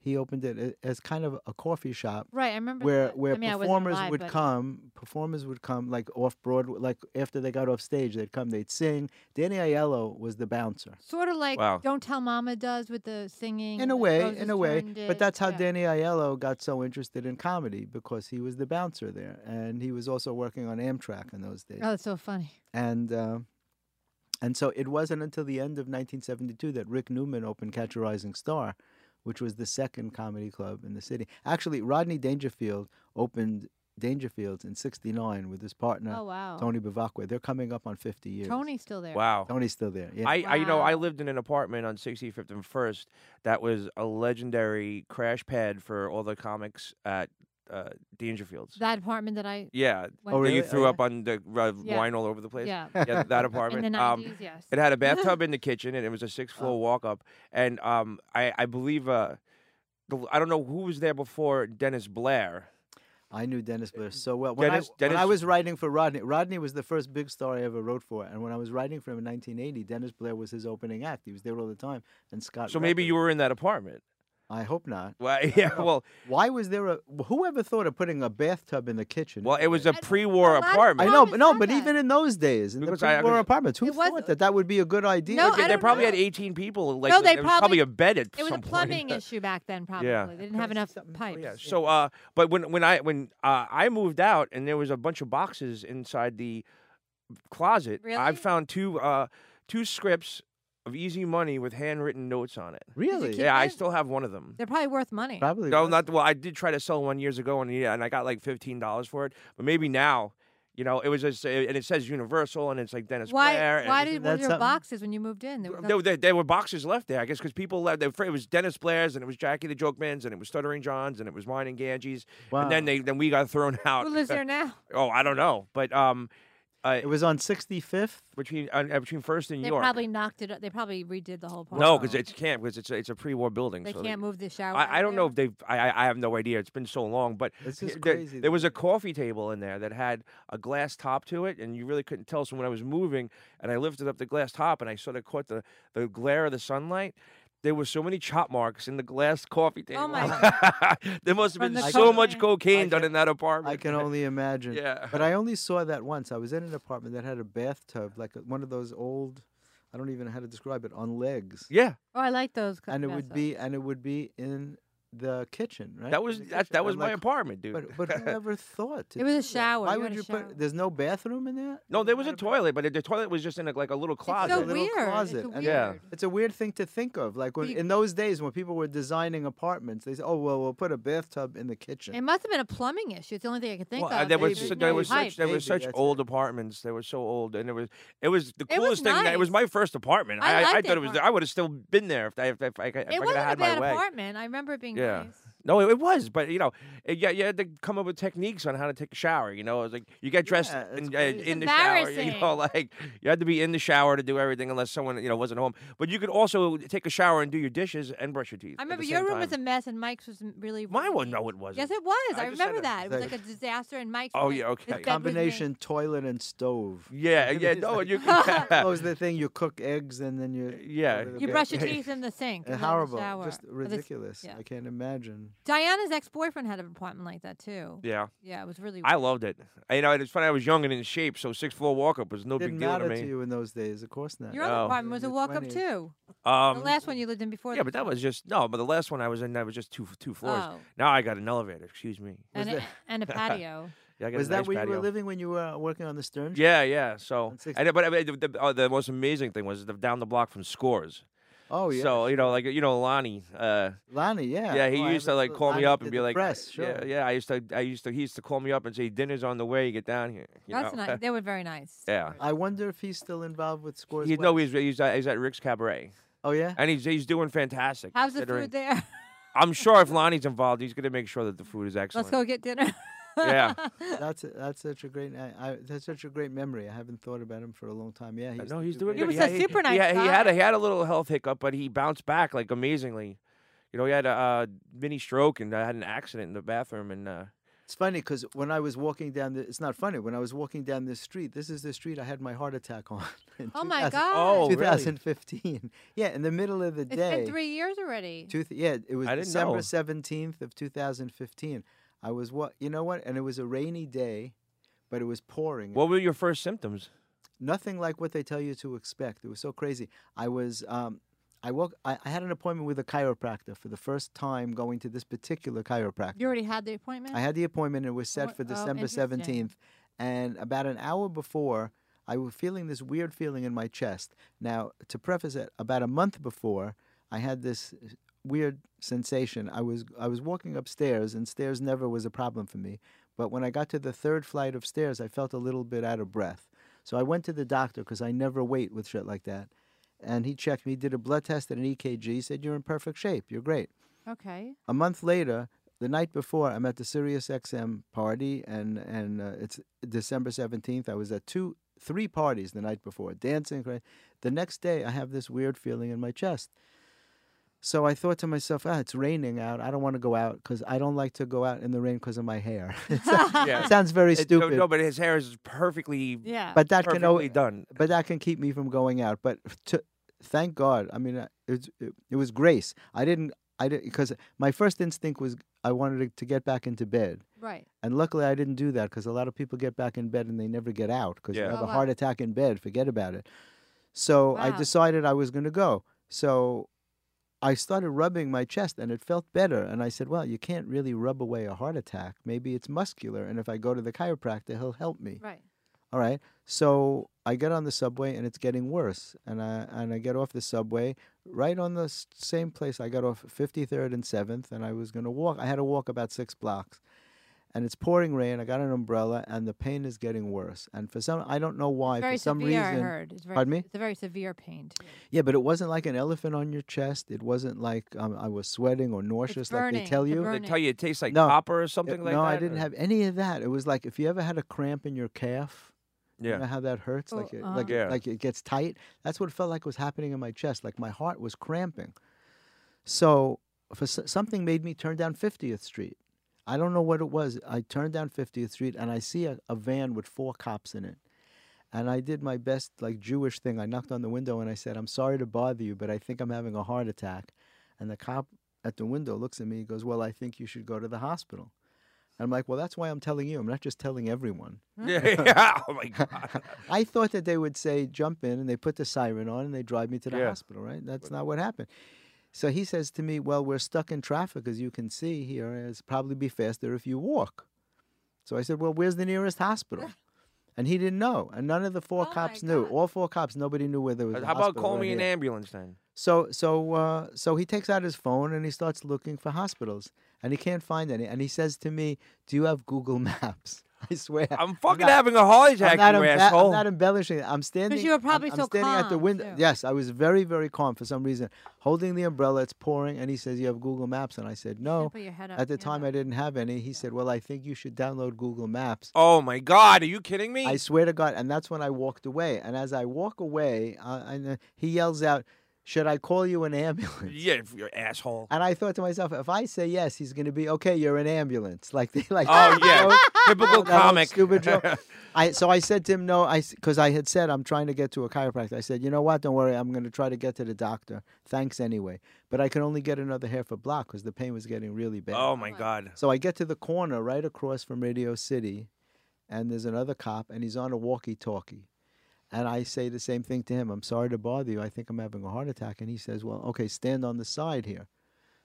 Speaker 5: he opened it a- as kind of a coffee shop
Speaker 4: Right, I remember
Speaker 5: where
Speaker 4: that.
Speaker 5: where
Speaker 4: I mean, I wasn't
Speaker 5: performers
Speaker 4: alive,
Speaker 5: would
Speaker 4: but-
Speaker 5: come, performers would come like off Broadway, like after they got off stage, they'd come, they'd sing. Danny Aiello was the bouncer.
Speaker 4: Sort of like
Speaker 3: Wow.
Speaker 4: Don't Tell Mama does with the singing.
Speaker 5: In a
Speaker 4: that
Speaker 5: way,
Speaker 4: Roses
Speaker 5: in a way.
Speaker 4: Turned
Speaker 5: But
Speaker 4: It,
Speaker 5: that's how
Speaker 4: yeah.
Speaker 5: Danny Aiello got so interested in comedy because he was the bouncer there, and he was also working on Amtrak in those days.
Speaker 4: Oh, that's so funny.
Speaker 5: And uh, And so it wasn't until the end of 1972 that Rick Newman opened Catch a Rising Star, which was the second comedy club in the city. Actually, Rodney Dangerfield opened Dangerfields in 69 with his partner,
Speaker 4: Oh, wow.
Speaker 5: Tony Bivacqua. They're coming up on 50 years.
Speaker 4: Tony's still there.
Speaker 3: Wow.
Speaker 5: Tony's still there. Yeah.
Speaker 3: I, I you know I
Speaker 4: Wow.
Speaker 3: lived in an apartment on 65th and First that was a legendary crash pad for all the comics at uh, Dangerfields.
Speaker 4: That apartment that I
Speaker 3: yeah,
Speaker 4: went
Speaker 5: Oh,
Speaker 3: where
Speaker 5: really?
Speaker 3: you
Speaker 4: to-
Speaker 3: threw up on the uh,
Speaker 4: Yeah.
Speaker 3: wine all over the place.
Speaker 4: Yeah.
Speaker 3: yeah that
Speaker 4: In
Speaker 3: apartment.
Speaker 4: the 90s,
Speaker 3: um,
Speaker 4: yes.
Speaker 3: It had a bathtub in the kitchen, and it was a six
Speaker 4: Oh.
Speaker 3: floor walk up. And um, I, I believe uh, the, I don't know who was there before Dennis Blair.
Speaker 5: I knew Dennis Blair so well.
Speaker 3: Uh,
Speaker 5: When,
Speaker 3: Dennis-
Speaker 5: I, when I
Speaker 3: Dennis-
Speaker 5: was writing for Rodney, Rodney was the first big star I ever wrote for. And when I was writing for him in 1980, Dennis Blair was his opening act. He was there all the time. And Scott.
Speaker 3: So maybe
Speaker 5: Rucker.
Speaker 3: you were in that apartment.
Speaker 5: I hope not.
Speaker 3: Well,
Speaker 5: Oh.
Speaker 3: yeah, well,
Speaker 5: Why was there a. Whoever thought of putting a bathtub in the kitchen?
Speaker 3: well, it was a
Speaker 4: I-
Speaker 3: pre-war
Speaker 4: a lot of
Speaker 5: I
Speaker 3: apartment.
Speaker 4: times-
Speaker 5: know,
Speaker 4: Why
Speaker 5: but
Speaker 4: was
Speaker 5: no,
Speaker 4: that
Speaker 5: but
Speaker 4: then?
Speaker 5: even in those days, in
Speaker 3: Because
Speaker 5: the
Speaker 3: I-
Speaker 5: pre-war
Speaker 3: because-
Speaker 5: apartments, who
Speaker 4: It was-
Speaker 5: thought that that would be a good idea?
Speaker 4: No,
Speaker 3: They-
Speaker 4: I
Speaker 3: they
Speaker 4: don't
Speaker 3: probably
Speaker 4: know.
Speaker 3: had 18 people. Like,
Speaker 4: No, they
Speaker 3: there was probably
Speaker 4: probably-
Speaker 3: a bed at
Speaker 4: It was
Speaker 3: some
Speaker 4: a plumbing
Speaker 3: point.
Speaker 4: issue back then, probably. They didn't have enough
Speaker 5: oh,
Speaker 4: pipes.
Speaker 3: Yeah. So, uh, but when when I when uh, I moved out and there was a bunch of boxes inside the closet, I
Speaker 4: Really?
Speaker 3: found two uh, two scripts of Easy Money with handwritten notes on it.
Speaker 5: really?
Speaker 4: keep-
Speaker 3: Yeah, I
Speaker 4: them?
Speaker 3: still have one of them.
Speaker 4: They're probably worth money.
Speaker 5: Probably.
Speaker 3: No,
Speaker 5: was.
Speaker 3: not well. I did try to sell one years ago, and yeah, and I got like fifteen dollars for it. But maybe now, you know, it was just uh, and it says Universal, and it's like Dennis Blair.
Speaker 4: Why?
Speaker 3: and
Speaker 4: Why
Speaker 3: it's-
Speaker 4: did were
Speaker 5: that
Speaker 4: your
Speaker 5: something?
Speaker 4: boxes when you moved in? They were-
Speaker 3: there, there, there were boxes left there, I guess, because people left. They, were afraid- it was Dennis Blair's, and it was Jackie the Joke Man's, and it was Stuttering John's, and it was mine and Ganges. And then
Speaker 5: Wow.
Speaker 3: they then we got thrown out.
Speaker 4: who lives there now?
Speaker 3: oh, I don't know, but um, uh,
Speaker 5: It was on 65th.
Speaker 3: between uh, between First and
Speaker 4: They
Speaker 3: York.
Speaker 4: probably knocked it. up. They probably redid the whole apartment.
Speaker 3: no, because it's can't because it's a, it's a pre-war building.
Speaker 4: they
Speaker 3: so
Speaker 4: can't move the shower. out
Speaker 3: I, I don't know
Speaker 4: there.
Speaker 3: if they've. I, I I have no idea. It's been so long, but
Speaker 5: This
Speaker 3: th-
Speaker 5: is
Speaker 3: there,
Speaker 5: crazy
Speaker 3: there
Speaker 5: that-
Speaker 3: was a coffee table in there that had a glass top to it, and you really couldn't tell. So when I was moving, and I lifted up the glass top, and I sort of caught the the glare of the sunlight. There were so many chop marks in the glass coffee table.
Speaker 4: Oh my
Speaker 3: there must have
Speaker 4: From
Speaker 3: been
Speaker 4: the
Speaker 3: so much
Speaker 4: cocaine.
Speaker 3: cocaine
Speaker 5: I
Speaker 3: done
Speaker 5: can-
Speaker 3: in that apartment.
Speaker 5: I can only imagine.
Speaker 3: Yeah.
Speaker 5: But I only saw that once. I was in an apartment that had a bathtub, like a, one of those old, I don't even know how to describe it, on legs.
Speaker 3: Yeah,
Speaker 4: Oh, I like those.
Speaker 5: And it would
Speaker 4: cutbacks,
Speaker 5: be and it would be in the kitchen, right?
Speaker 3: that
Speaker 5: In
Speaker 3: was
Speaker 5: the
Speaker 3: that,
Speaker 5: kitchen.
Speaker 3: that
Speaker 5: I'm
Speaker 3: was my
Speaker 5: like,
Speaker 3: apartment, dude.
Speaker 5: But but whoever thought to
Speaker 4: though. It was
Speaker 5: do
Speaker 4: a
Speaker 5: that?
Speaker 4: shower.
Speaker 5: Why
Speaker 4: you
Speaker 5: would
Speaker 4: had
Speaker 5: you
Speaker 4: a shower.
Speaker 5: put? There's no bathroom in there.
Speaker 3: no, there was a
Speaker 5: Not
Speaker 3: toilet, but the toilet was just in a, like a little
Speaker 4: It's
Speaker 3: closet.
Speaker 4: so
Speaker 5: a little
Speaker 4: weird.
Speaker 5: closet,
Speaker 4: It's
Speaker 5: and-
Speaker 4: weird.
Speaker 3: Yeah.
Speaker 5: It's a weird thing to think of. Like when
Speaker 4: you-
Speaker 5: in those days when people were designing apartments, they said, "Oh well, we'll put a bathtub in the kitchen."
Speaker 4: It must have been a plumbing issue. It's the only thing I could think
Speaker 3: Well, uh,
Speaker 4: of.
Speaker 3: there
Speaker 4: that
Speaker 3: was
Speaker 5: Maybe.
Speaker 4: there's
Speaker 3: su-
Speaker 4: no
Speaker 3: there was
Speaker 4: pipe.
Speaker 3: such there
Speaker 5: Maybe,
Speaker 3: was such
Speaker 5: that's
Speaker 3: old apartments. They were so old, and it was it was the
Speaker 4: It was
Speaker 3: coolest thing. that- It was
Speaker 4: nice.
Speaker 3: my first apartment.
Speaker 4: I
Speaker 3: I, I,
Speaker 4: liked
Speaker 3: I
Speaker 4: the
Speaker 3: thought it was. I would have still been there if I if, I- if I, if I
Speaker 4: It
Speaker 3: could have
Speaker 4: wasn't a
Speaker 3: had my
Speaker 4: bad
Speaker 3: way.
Speaker 4: apartment. I remember it being
Speaker 3: Yeah.
Speaker 4: nice.
Speaker 3: No, it, it was, but you know, it, yeah, you had to come up with techniques on how to take a shower. You know, it was like you get dressed
Speaker 5: Yeah, it's
Speaker 3: in, uh,
Speaker 5: crazy.
Speaker 3: in the shower. You know,
Speaker 4: embarrassing.
Speaker 3: like you had to be in the shower to do everything, unless someone you know wasn't home. But you could also take a shower and do your dishes and brush your teeth.
Speaker 4: I
Speaker 3: at the
Speaker 4: remember
Speaker 3: same
Speaker 4: your room
Speaker 3: time.
Speaker 4: was a mess and Mike's was m- really.
Speaker 3: Mine was
Speaker 4: wasn't.
Speaker 3: no, it wasn't.
Speaker 4: Yes, it was.
Speaker 3: I just
Speaker 4: I,
Speaker 3: had
Speaker 4: remember
Speaker 3: a-
Speaker 4: that. It was like
Speaker 5: Like-
Speaker 4: a disaster and Mike's.
Speaker 3: Oh,
Speaker 4: was-
Speaker 3: yeah, okay.
Speaker 4: his bed was made-
Speaker 5: Combination toilet and stove.
Speaker 3: Yeah,
Speaker 5: It
Speaker 3: yeah,
Speaker 5: was
Speaker 3: no,
Speaker 5: like-
Speaker 3: you.
Speaker 5: that was Oh, the thing. You cook eggs and then you
Speaker 3: Yeah.
Speaker 5: go to the
Speaker 4: You
Speaker 5: bath-
Speaker 4: brush your teeth in the sink.
Speaker 5: Uh,
Speaker 4: and then the
Speaker 5: horrible,
Speaker 4: shower.
Speaker 5: just
Speaker 4: Or this-
Speaker 5: ridiculous.
Speaker 4: yeah.
Speaker 5: I can't imagine.
Speaker 4: Diana's ex-boyfriend had an apartment like that too.
Speaker 3: yeah.
Speaker 4: Yeah, it was really.
Speaker 3: I loved it. I- You know, it's funny. I was young and in shape, so six floor walk up was no
Speaker 5: Didn't
Speaker 3: big deal
Speaker 5: matter
Speaker 3: to
Speaker 5: to,
Speaker 3: me.
Speaker 5: you in those days, of course not.
Speaker 4: Your other
Speaker 3: No.
Speaker 4: apartment was a
Speaker 5: In the
Speaker 4: walk-up
Speaker 5: 20s.
Speaker 4: too.
Speaker 3: Oh. Um,
Speaker 4: the last one you lived in before.
Speaker 3: yeah, but that was just no. But the last one I was in, that was just two two floors.
Speaker 4: Oh.
Speaker 3: Now I got an elevator. Excuse me.
Speaker 4: and,
Speaker 5: was
Speaker 4: a, and a patio.
Speaker 3: Yeah, I got
Speaker 5: Was
Speaker 3: a
Speaker 5: that
Speaker 3: nice
Speaker 5: where
Speaker 3: patio.
Speaker 5: you were living when you were uh, working on the Stern? Show?
Speaker 3: Yeah, yeah. So,
Speaker 5: On six-
Speaker 3: and, but I mean, the, the, uh, the most amazing thing was the, down the block from Scores.
Speaker 5: Oh yeah.
Speaker 3: So you know, like you know, Lonnie. Uh,
Speaker 5: Lonnie, yeah.
Speaker 3: yeah, he
Speaker 5: Oh, I
Speaker 3: used to
Speaker 5: haven't
Speaker 3: like
Speaker 5: seen
Speaker 3: call me
Speaker 5: Lonnie
Speaker 3: up
Speaker 5: did
Speaker 3: and be
Speaker 5: the
Speaker 3: like,
Speaker 5: press, sure.
Speaker 3: yeah, yeah. I used to, I used to, he used to call me up and say, dinner's on the way. Get down here. you
Speaker 4: That's
Speaker 3: know?
Speaker 4: nice. They were very nice.
Speaker 3: yeah.
Speaker 5: I wonder if he's still involved with Scores.
Speaker 3: He no,
Speaker 5: West.
Speaker 3: he's he's at, he's at Rick's Cabaret,
Speaker 5: Oh yeah.
Speaker 3: and he's he's doing fantastic.
Speaker 4: How's the
Speaker 3: considering-
Speaker 4: food there?
Speaker 3: I'm sure if Lonnie's involved, he's going to make sure that the food is
Speaker 4: Let's
Speaker 3: excellent.
Speaker 4: go get dinner.
Speaker 3: Yeah.
Speaker 5: That's a, that's such a great I, I, that's such a great memory. I haven't thought about him for a long time. Yeah,
Speaker 3: No, he's doing.
Speaker 4: He
Speaker 3: good.
Speaker 4: was
Speaker 3: Yeah,
Speaker 4: a super nice
Speaker 3: Yeah, he had
Speaker 4: guy.
Speaker 3: a, he had a little health hiccup, but he bounced back like amazingly. You know, he had a uh, mini stroke and I had an accident in the bathroom, and uh,
Speaker 5: It's funny because when I was walking down the, it's not funny. When I was walking down this street, this is the street I had my heart attack on. in
Speaker 4: Oh my
Speaker 5: 2000
Speaker 4: god.
Speaker 3: Oh, really?
Speaker 5: 2015. Yeah, in the middle of the
Speaker 4: It's
Speaker 5: day.
Speaker 4: been three years already.
Speaker 5: Two th- yeah, it was
Speaker 3: I didn't know.
Speaker 5: December seventeenth of two thousand fifteen. I was what you know what, and it was a rainy day, but it was pouring.
Speaker 3: what were your first symptoms?
Speaker 5: nothing like what they tell you to expect. It was so crazy. I was um, I woke I, I had an appointment with a chiropractor for the first time going to this particular chiropractor.
Speaker 4: You already had the appointment.
Speaker 5: I had the appointment and it was
Speaker 4: What-
Speaker 5: set for
Speaker 4: oh,
Speaker 5: December
Speaker 4: interesting.
Speaker 5: seventeenth. And about an hour before I was feeling this weird feeling in my chest. Now, to preface it, about a month before, I had this weird sensation. I was I was walking upstairs, and stairs never was a problem for me. But when I got to the third flight of stairs, I felt a little bit out of breath. So I went to the doctor because I never wait with shit like that. And he checked me, did a blood test and an EKG, He said, You're in perfect shape. You're great.
Speaker 4: Okay.
Speaker 5: A month later, the night before, I'm at the Sirius XM party, and and uh, it's December seventeenth. I was at two, three parties the night before, dancing. cra- The next day, I have this weird feeling in my chest. So I thought to myself, ah, it's raining out. I don't want to go out because I don't like to go out in the rain because of my hair. it sounds,
Speaker 3: Yeah.
Speaker 5: sounds very
Speaker 3: It-
Speaker 5: stupid,
Speaker 3: No, no, but his hair is perfectly,
Speaker 4: Yeah.
Speaker 5: but that can
Speaker 3: perfectly
Speaker 5: always,
Speaker 3: done.
Speaker 5: but that can keep me from going out. But to, thank God, I mean, uh, it's, it, it was grace. I didn't, I didn't, because my first instinct was I wanted to, to get back into bed,
Speaker 4: right.
Speaker 5: and luckily I didn't do that because a lot of people get back in bed and they never get out because
Speaker 3: Yeah.
Speaker 5: you have
Speaker 4: Oh,
Speaker 5: a
Speaker 4: wow.
Speaker 5: heart attack in bed. Forget about it. So I
Speaker 4: Wow.
Speaker 5: decided I was going to go. So I started rubbing my chest and it felt better. And I said, Well, you can't really rub away a heart attack. Maybe it's muscular. And if I go to the chiropractor, he'll help me.
Speaker 4: Right.
Speaker 5: All right. So I get on the subway and it's getting worse. And I and I get off the subway right on the s- same place I got off 53rd and 7th and I was going to walk. I had to walk about 6 blocks. And it's pouring rain. I got an umbrella and the pain is getting worse. And for some I don't know why
Speaker 4: very
Speaker 5: for some
Speaker 4: severe. I
Speaker 5: reason
Speaker 4: heard. It's very,
Speaker 5: Pardon me?
Speaker 4: It's a very severe pain. Too.
Speaker 5: Yeah, but it wasn't like an elephant on your chest. It wasn't like um, I was sweating or nauseous like
Speaker 4: burning.
Speaker 5: they tell
Speaker 4: The
Speaker 5: you.
Speaker 4: burn-
Speaker 3: They
Speaker 4: burning.
Speaker 3: tell you it tastes like
Speaker 5: No.
Speaker 3: copper or
Speaker 5: Uh,
Speaker 3: something like
Speaker 5: no,
Speaker 3: that.
Speaker 5: I didn't
Speaker 3: or-
Speaker 5: have any of that. It was like if you ever had a cramp in your calf, You know
Speaker 3: Yeah.
Speaker 5: how that hurts?
Speaker 4: Oh,
Speaker 5: Like it,
Speaker 4: uh-huh.
Speaker 5: like, it-
Speaker 3: Yeah.
Speaker 5: like it gets tight. That's what it felt like was happening in my chest. Like my heart was cramping. So for s- something made me turn down 50th Street. I don't know what it was. I turned down 50th Street and I see a, a van with four cops in it. And I did my best like Jewish thing. I knocked on the window and I said, "I'm sorry to bother you, but I think I'm having a heart attack." And the cop at the window looks at me and goes, "Well, I think you should go to the hospital." And I'm like, "Well, that's why I'm telling you. I'm not just telling everyone."
Speaker 3: Yeah, yeah. Oh my god.
Speaker 5: I thought that they would say jump in and they put the siren on and they drive me to the
Speaker 3: Yeah.
Speaker 5: hospital, right? That's not what happened. So he says to me, Well, we're stuck in traffic, as you can see here. and It's probably be faster if you walk. So I said, Well, where's the nearest hospital? And he didn't know. And none of the four
Speaker 4: Oh my
Speaker 5: cops knew.
Speaker 4: God.
Speaker 5: All four cops, nobody knew where there was a
Speaker 3: Uh, How about
Speaker 5: hospital
Speaker 3: call
Speaker 5: right
Speaker 3: me an
Speaker 5: here.
Speaker 3: ambulance then?
Speaker 5: So so uh, so he takes out his phone and he starts looking for hospitals and he can't find any. And he says to me, "Do you have Google Maps?" I swear.
Speaker 3: I'm fucking
Speaker 5: not-
Speaker 3: having a heart attack,
Speaker 5: I'm not,
Speaker 3: you
Speaker 5: embe- I'm
Speaker 3: asshole.
Speaker 5: not embellishing. I'm standing.
Speaker 4: you were
Speaker 5: I'm-
Speaker 4: probably
Speaker 5: I'm,
Speaker 4: so
Speaker 5: standing at the
Speaker 4: calm,
Speaker 5: window.
Speaker 4: too.
Speaker 5: Yes, I was very, very calm for some reason. Holding the umbrella, it's pouring, and he says, "You have Google Maps," and I said, "No."
Speaker 4: put your head up,
Speaker 5: At the
Speaker 4: hand
Speaker 5: time, I
Speaker 4: up.
Speaker 5: didn't have any. He said, "Well, I think you should download Google Maps."
Speaker 3: oh my god, are you kidding me?
Speaker 5: I swear to God, and that's when I walked away. And as I walk away, uh, and, uh, he yells out, "Should I call you an ambulance?"
Speaker 3: yeah, if you're an asshole.
Speaker 5: And I thought to myself, if I say yes, he's going to be okay. You're an ambulance, like they like.
Speaker 3: Oh
Speaker 5: that
Speaker 3: yeah,
Speaker 5: joke.
Speaker 3: typical
Speaker 5: That old
Speaker 3: comic.
Speaker 5: stupid joke. I so I said to him, no, I because I had said I'm trying to get to a chiropractor. I said, you know what? Don't worry, I'm going to try to get to the doctor. Thanks anyway, but I can only get another half a block because the pain was getting really bad.
Speaker 3: Oh my god.
Speaker 5: So I get to the corner right across from Radio City, and there's another cop, and he's on a walkie-talkie. And I say the same thing to him. I'm sorry to bother you. I think I'm having a heart attack. And he says, Well, okay, stand on the side here.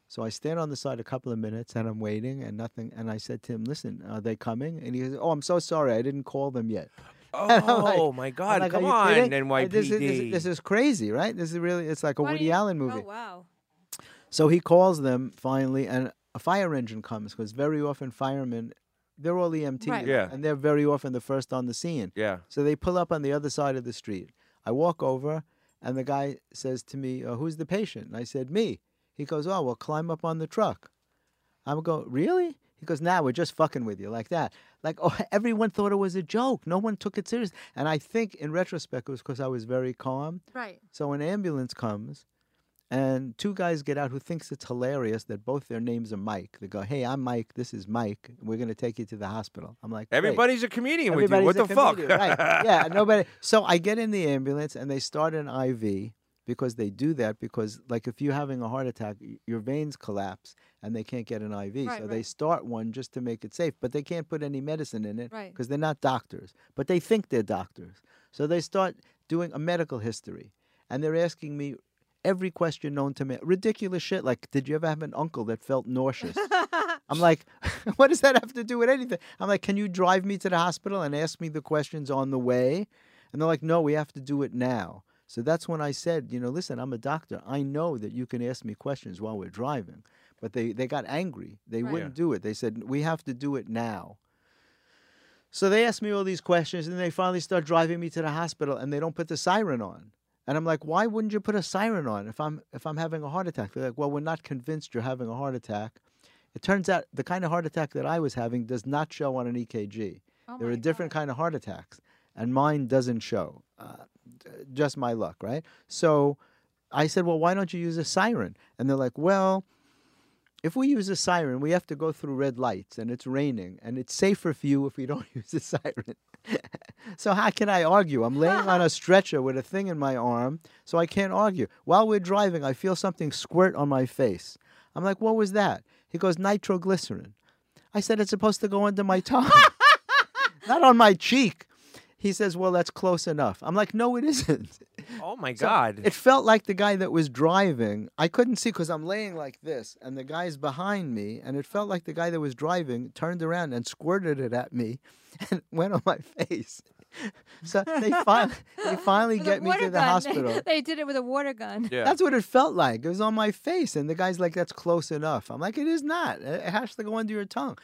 Speaker 5: So I stand on the side a couple of minutes and I'm waiting and nothing. And I said to him, Listen, are they coming? And he goes, Oh, I'm so sorry. I didn't call them yet. I'm like-
Speaker 3: Oh my
Speaker 5: I'm
Speaker 3: god,
Speaker 5: like, "Are
Speaker 3: come
Speaker 5: you
Speaker 3: on,
Speaker 5: kidding?"
Speaker 3: NYPD.
Speaker 5: This is, this, is, this is crazy, right? This is really, it's like a
Speaker 4: Why do
Speaker 5: Woody
Speaker 4: you-
Speaker 5: Allen movie.
Speaker 4: Oh wow.
Speaker 5: So he calls them finally, and a fire engine comes because very often firemen, they're all EMTs,
Speaker 4: Right.
Speaker 3: Yeah.
Speaker 5: and they're very often the first on the scene.
Speaker 3: yeah.
Speaker 5: So they pull up on the other side of the street. I walk over, and the guy says to me, uh, "Who's the patient?" And I said, "Me." He goes, "Oh, well, climb up on the truck." I'm go, "Really?" He goes, "Nah, we're just fucking with you like that." Like, oh, everyone thought it was a joke. No one took it serious. And I think, in retrospect, it was because I was very calm.
Speaker 4: Right.
Speaker 5: So an ambulance comes, and two guys get out who thinks it's hilarious that both their names are Mike. They go, "Hey, I'm Mike. This is Mike. We're gonna take you to the hospital." I'm like, "Great."
Speaker 3: Everybody's a comedian with you.
Speaker 5: Everybody's
Speaker 3: What the
Speaker 5: a comedian,
Speaker 3: fuck?
Speaker 5: right. Yeah, nobody. So I get in the ambulance, and they start an IV because they do that because, like, if you're having a heart attack, y- your veins collapse and they can't get an IV.
Speaker 4: Right,
Speaker 5: so they
Speaker 4: right.
Speaker 5: start one just to make it safe, but they can't put any medicine in it
Speaker 4: Right.
Speaker 5: because they're not doctors, but they think they're doctors. So they start doing a medical history, and they're asking me. Every question known to me, ridiculous shit. Like, did you ever have an uncle that felt nauseous? I'm like, what does that have to do with anything? I'm like, can you drive me to the hospital and ask me the questions on the way? And they're like, no, we have to do it now. So that's when I said, you know, listen, I'm a doctor. I know that you can ask me questions while we're driving. But they, they got angry. They
Speaker 4: Right.
Speaker 5: wouldn't do it. They said, we have to do it now. So they ask me all these questions and they finally start driving me to the hospital and they don't put the siren on. And I'm like, why wouldn't you put a siren on if I'm if I'm having a heart attack? They're like, well, we're not convinced you're having a heart attack. It turns out the kind of heart attack that I was having does not show on an EKG.
Speaker 4: Oh
Speaker 5: there
Speaker 4: my
Speaker 5: are different kind of heart attacks, and mine doesn't show. Uh, d- just my luck, right? So I said, well, why don't you use a siren? And they're like, well, if we use a siren, we have to go through red lights and it's raining and it's safer for you if we don't use a siren. so how can I argue? I'm laying on a stretcher with a thing in my arm, so I can't argue. While we're driving, I feel something squirt on my face. I'm like, what was that? He goes, nitroglycerin. I said, it's supposed to go under my tongue, not on my cheek. He says, well, that's close enough. I'm like, no, it isn't.
Speaker 3: Oh my
Speaker 5: So
Speaker 3: God.
Speaker 5: It felt like the guy that was driving. I couldn't see because I'm laying like this, and the guy's behind me, and it felt like the guy that was driving turned around and squirted it at me, and it went on my face. So they finally, they finally
Speaker 4: With a
Speaker 5: get me
Speaker 4: water
Speaker 5: to the
Speaker 4: gun.
Speaker 5: hospital.
Speaker 4: they did it with a water gun.
Speaker 3: yeah.
Speaker 5: That's what it felt like. It was on my face, and the guy's like, "That's close enough." I'm like, "It is not. It it has to go under your tongue."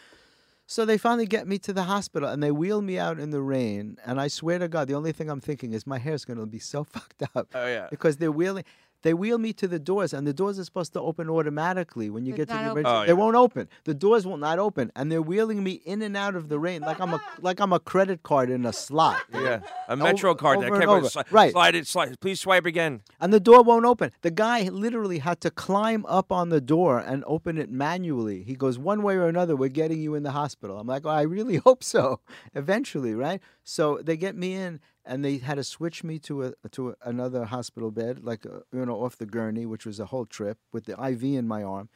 Speaker 5: So they finally get me to the hospital, and they wheel me out in the rain. And I swear to God, the only thing I'm thinking is my hair's gonna be so fucked up
Speaker 3: Oh, yeah.
Speaker 5: because they're wheeling. They wheel me to the doors, and the doors are supposed to open automatically when you
Speaker 4: They're
Speaker 5: get to the
Speaker 4: not
Speaker 5: emergency.
Speaker 4: open.
Speaker 3: Oh,
Speaker 5: They
Speaker 3: yeah.
Speaker 5: won't open. The doors will not open, and they're wheeling me in and out of the rain like I'm a like I'm a credit card in a slot.
Speaker 3: Yeah, a Metro card that
Speaker 5: over and
Speaker 3: kept going,
Speaker 5: over.
Speaker 3: sli-
Speaker 5: Right.
Speaker 3: Slide it, slide. Please swipe again.
Speaker 5: and the door won't open. The guy literally had to climb up on the door and open it manually. He goes, One way or another, we're getting you in the hospital. I'm like, oh, I really hope so eventually, right? So they get me in and they had to switch me to a to a, another hospital bed, like, uh, you know, off the gurney, which was a whole trip with the IV in my arm.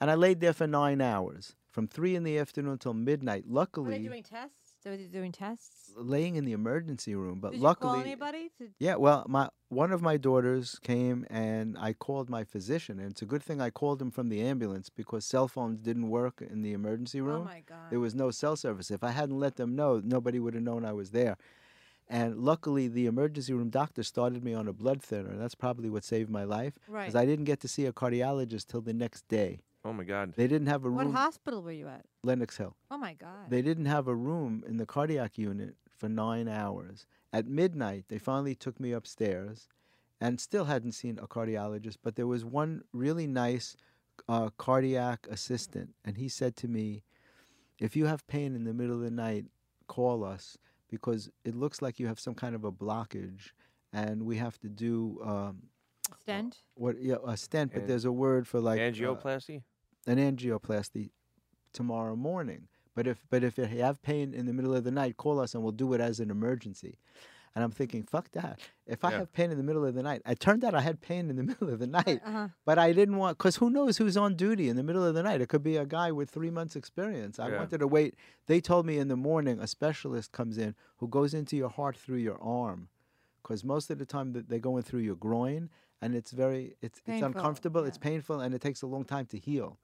Speaker 5: And I laid there for nine hours from three in the afternoon till midnight.
Speaker 4: Were
Speaker 5: Luckily,
Speaker 4: they doing tests? They were doing tests.
Speaker 5: laying in the emergency room, but
Speaker 4: Did you
Speaker 5: luckily.
Speaker 4: call anybody? To,
Speaker 5: Yeah, well, my one of my daughters came and I called my physician, and it's a good thing I called him from the ambulance because cell phones didn't work in the emergency room.
Speaker 4: oh my god!
Speaker 5: There was no cell service. If I hadn't let them know, nobody would have known I was there. And luckily, the emergency room doctor started me on a blood thinner. That's probably what saved my life
Speaker 4: right.
Speaker 5: because I didn't get to see a cardiologist till the next day.
Speaker 3: Oh my God.
Speaker 5: They didn't have a
Speaker 4: what
Speaker 5: room.
Speaker 4: hospital were you at?
Speaker 5: Lenox Hill.
Speaker 4: Oh my god!
Speaker 5: Uh, They didn't have a room in the cardiac unit for nine hours. At midnight, they finally took me upstairs and still hadn't seen a cardiologist, but there was one really nice uh, cardiac assistant, and he said to me, If you have pain in the middle of the night, call us because it looks like you have some kind of a blockage and we have to do um,
Speaker 4: A stent.
Speaker 5: what yeah, a stent, but
Speaker 3: An-
Speaker 5: there's a word for like uh,
Speaker 3: Angioplasty.
Speaker 5: an angioplasty tomorrow morning. But if but if you have pain in the middle of the night, call us and we'll do it as an emergency. And I'm thinking, fuck that. If I
Speaker 3: Yeah.
Speaker 5: have pain in the middle of the night, it turned out I had pain in the middle of the night,
Speaker 4: Uh-huh.
Speaker 5: but I didn't want because who knows who's on duty in the middle of the night? It could be a guy with three months experience. I
Speaker 3: Yeah.
Speaker 5: wanted to wait. They told me in the morning a specialist comes in who goes into your heart through your arm, because most of the time that they're going through your groin, and it's very it's
Speaker 4: Painful,
Speaker 5: it's uncomfortable. It's
Speaker 4: yeah.
Speaker 5: painful, and it takes a long time to heal.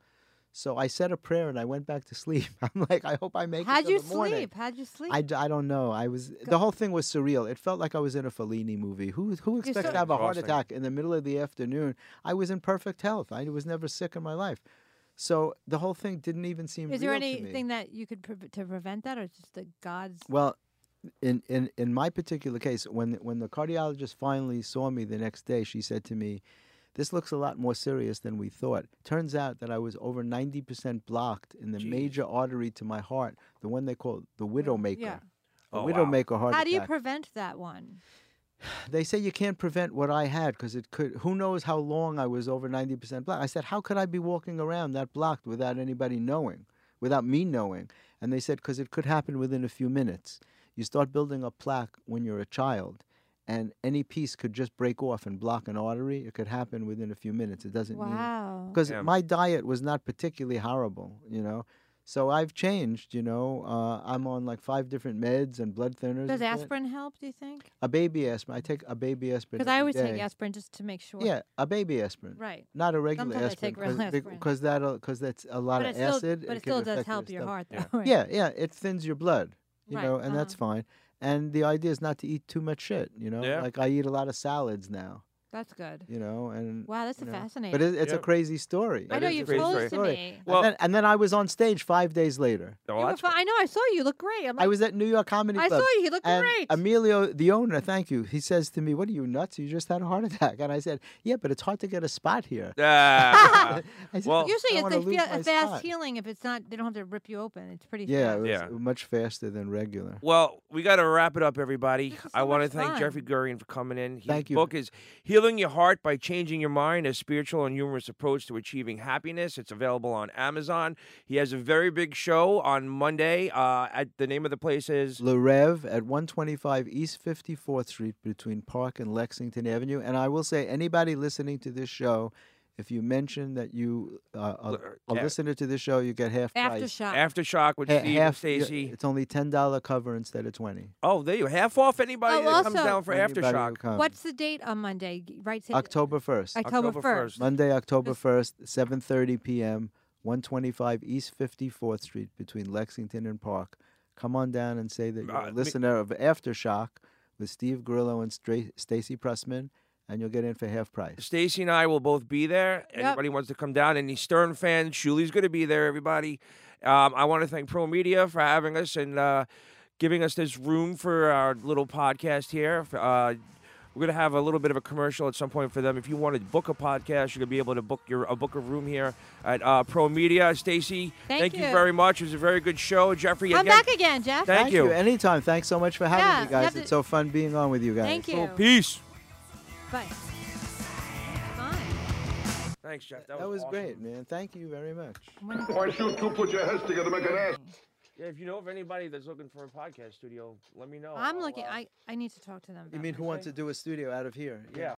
Speaker 5: So I said a prayer and I went back to sleep. I'm like, I hope I make it
Speaker 4: How'd
Speaker 5: to
Speaker 4: you
Speaker 5: the morning.
Speaker 4: sleep? How'd you sleep?
Speaker 5: I, d- I don't know. I was the whole thing was surreal. It felt like I was in a Fellini movie. Who who expects
Speaker 4: so-
Speaker 5: to have a heart
Speaker 3: Exhausting.
Speaker 5: attack in the middle of the afternoon? I was in perfect health. I was never sick in my life. So the whole thing didn't even seem.
Speaker 4: Is there
Speaker 5: real to me.
Speaker 4: anything that you could pre- to prevent that, or it's just the gods?
Speaker 5: Well, in, in in my particular case, when when the cardiologist finally saw me the next day, she said to me, "This looks a lot more serious than we thought." Turns out that I was over ninety percent blocked in the major artery to my heart, the one they call the widowmaker.
Speaker 4: Yeah.
Speaker 5: The
Speaker 3: Oh, wow.
Speaker 5: widowmaker heart
Speaker 4: How do you
Speaker 5: attack.
Speaker 4: prevent that one?
Speaker 5: they say you can't prevent what I had because it could. Who knows how long I was over ninety percent black? I said, how could I be walking around that blocked without anybody knowing, without me knowing? And they said, because it could happen within a few minutes. You start building a plaque when you're a child, and any piece could just break off and block an artery. It could happen within a few minutes. It doesn't mean
Speaker 4: Wow.
Speaker 5: because
Speaker 3: Yeah.
Speaker 5: my diet was not particularly horrible, you know. So I've changed, you know. Uh, I'm on like five different meds and blood thinners.
Speaker 4: Does
Speaker 5: and shit.
Speaker 4: aspirin help? Do you think?
Speaker 5: A baby aspirin. I take a baby aspirin.
Speaker 4: Because I
Speaker 5: every
Speaker 4: always take
Speaker 5: day.
Speaker 4: aspirin just to make sure.
Speaker 5: Yeah, a baby aspirin.
Speaker 4: Right.
Speaker 5: Not a regular
Speaker 4: Sometimes I
Speaker 5: aspirin.
Speaker 4: take real aspirin.
Speaker 5: Because that'll because that's a lot
Speaker 4: But
Speaker 5: of
Speaker 4: it still,
Speaker 5: acid.
Speaker 4: but it
Speaker 5: can
Speaker 4: still does
Speaker 5: affect
Speaker 4: help your
Speaker 5: stomach.
Speaker 4: heart, though.
Speaker 3: Yeah.
Speaker 4: right?
Speaker 5: Yeah, yeah, it thins your blood, you
Speaker 4: Right,
Speaker 5: know, and
Speaker 4: uh-huh.
Speaker 5: that's fine. And the idea is not to eat too much shit, you know?
Speaker 3: Yeah.
Speaker 5: Like I eat a lot of salads now,
Speaker 4: That's good.
Speaker 5: you know, and
Speaker 4: Wow, that's
Speaker 5: you know.
Speaker 4: fascinating.
Speaker 5: But it, it's
Speaker 3: Yeah.
Speaker 5: a crazy story.
Speaker 4: I
Speaker 3: that
Speaker 4: know
Speaker 3: is a
Speaker 4: you've
Speaker 3: great
Speaker 4: told it to
Speaker 5: story.
Speaker 4: me.
Speaker 3: Well-
Speaker 5: and, then, and then I was on stage five days later.
Speaker 3: Oh,
Speaker 4: You were
Speaker 3: that's
Speaker 4: fi- I know. I saw you. You look great. I'm like,
Speaker 5: I was at New York Comedy
Speaker 4: I
Speaker 5: Club.
Speaker 4: saw you. You look
Speaker 5: and
Speaker 4: great.
Speaker 5: Emilio, the owner, thank you. He says to me, "What are you nuts? You just had a heart attack." And I said, "Yeah, but it's hard to get a spot here."
Speaker 3: Ah.
Speaker 5: I said,
Speaker 3: Well-
Speaker 5: "I
Speaker 4: Usually,
Speaker 5: don't
Speaker 4: it's
Speaker 5: wanna
Speaker 4: a,
Speaker 5: lose
Speaker 4: fa-
Speaker 5: my
Speaker 4: a fast
Speaker 5: spot."
Speaker 4: healing. If it's not, they don't have to rip you open. It's pretty.
Speaker 5: Yeah, it
Speaker 4: fast.
Speaker 5: was
Speaker 3: Yeah.
Speaker 5: much faster than regular.
Speaker 3: Well, we got to wrap it up, everybody.
Speaker 4: This was
Speaker 3: I
Speaker 4: so
Speaker 3: want to
Speaker 4: much
Speaker 3: thank
Speaker 4: fun.
Speaker 3: Jeffrey Gurian for coming in. His
Speaker 5: Thank you.
Speaker 3: book is Healing Your Heart by Changing Your Mind, a spiritual and humorous approach to achieving happiness. It's available on Amazon. He has a very big show on Monday. Uh, at the name of the place is
Speaker 5: Le Rev at 125 East 54th Street between Park and Lexington Avenue. And I will say, anybody listening to this show, if you mention that you uh,
Speaker 3: Le-
Speaker 5: are a
Speaker 3: yeah.
Speaker 5: listener to this show, you get half price.
Speaker 4: Aftershock.
Speaker 3: Aftershock with
Speaker 5: Ha-
Speaker 3: Steve
Speaker 5: half- yeah,
Speaker 3: and Stacy.
Speaker 5: It's only ten dollar cover instead of twenty.
Speaker 3: Oh, there you half off anybody
Speaker 4: Oh,
Speaker 3: that comes
Speaker 4: also-
Speaker 3: down for
Speaker 5: Anybody who
Speaker 3: Aftershock.
Speaker 5: comes.
Speaker 4: What's the date on Monday? G- Right. say-
Speaker 5: October first?
Speaker 4: October
Speaker 3: October
Speaker 4: 1st.
Speaker 5: Monday, October first, seven thirty p.m. One twenty-five East Fifty-fourth Street between Lexington and Park. Come on down and say that you're
Speaker 3: Uh,
Speaker 5: a
Speaker 3: me-
Speaker 5: listener of Aftershock with Steve Grillo and Stra- Stacy Pressman, and you'll get in for half price.
Speaker 3: Stacy and I will both be there.
Speaker 4: Yep.
Speaker 3: Anybody wants to come down, any Stern fans, Shuli's going to be there, everybody. Um, I want to thank Pro Media for having us and uh, giving us this room for our little podcast here. F- Uh, we're going to have a little bit of a commercial at some point for them. If you want to book a podcast, you're going to be able to book your a book of room here at uh, Pro Media. Stacy,
Speaker 4: Thank you.
Speaker 3: very much. It was a very good show. Jeffrey,
Speaker 4: Come
Speaker 3: again,
Speaker 4: back again, Jeff.
Speaker 3: Thank you.
Speaker 5: Anytime. Thanks so much for having
Speaker 4: Yeah,
Speaker 5: me, guys.
Speaker 4: have
Speaker 5: It's
Speaker 4: to-
Speaker 5: so fun being on with you guys.
Speaker 4: Thank you.
Speaker 3: So, peace.
Speaker 4: Bye. Fine.
Speaker 3: Thanks, Jeff. That,
Speaker 5: That was
Speaker 3: awesome.
Speaker 5: great, man. Thank you very much.
Speaker 1: Why shoot two put your heads together, make an ass.
Speaker 3: Yeah, if you know of anybody that's looking for a podcast studio, let me know.
Speaker 4: I'm
Speaker 3: I'll,
Speaker 4: looking.
Speaker 3: uh,
Speaker 4: I I need to talk to them.
Speaker 5: Oh, You
Speaker 4: about
Speaker 5: mean
Speaker 4: that.
Speaker 5: who wants to do a studio out of here?
Speaker 3: Yeah.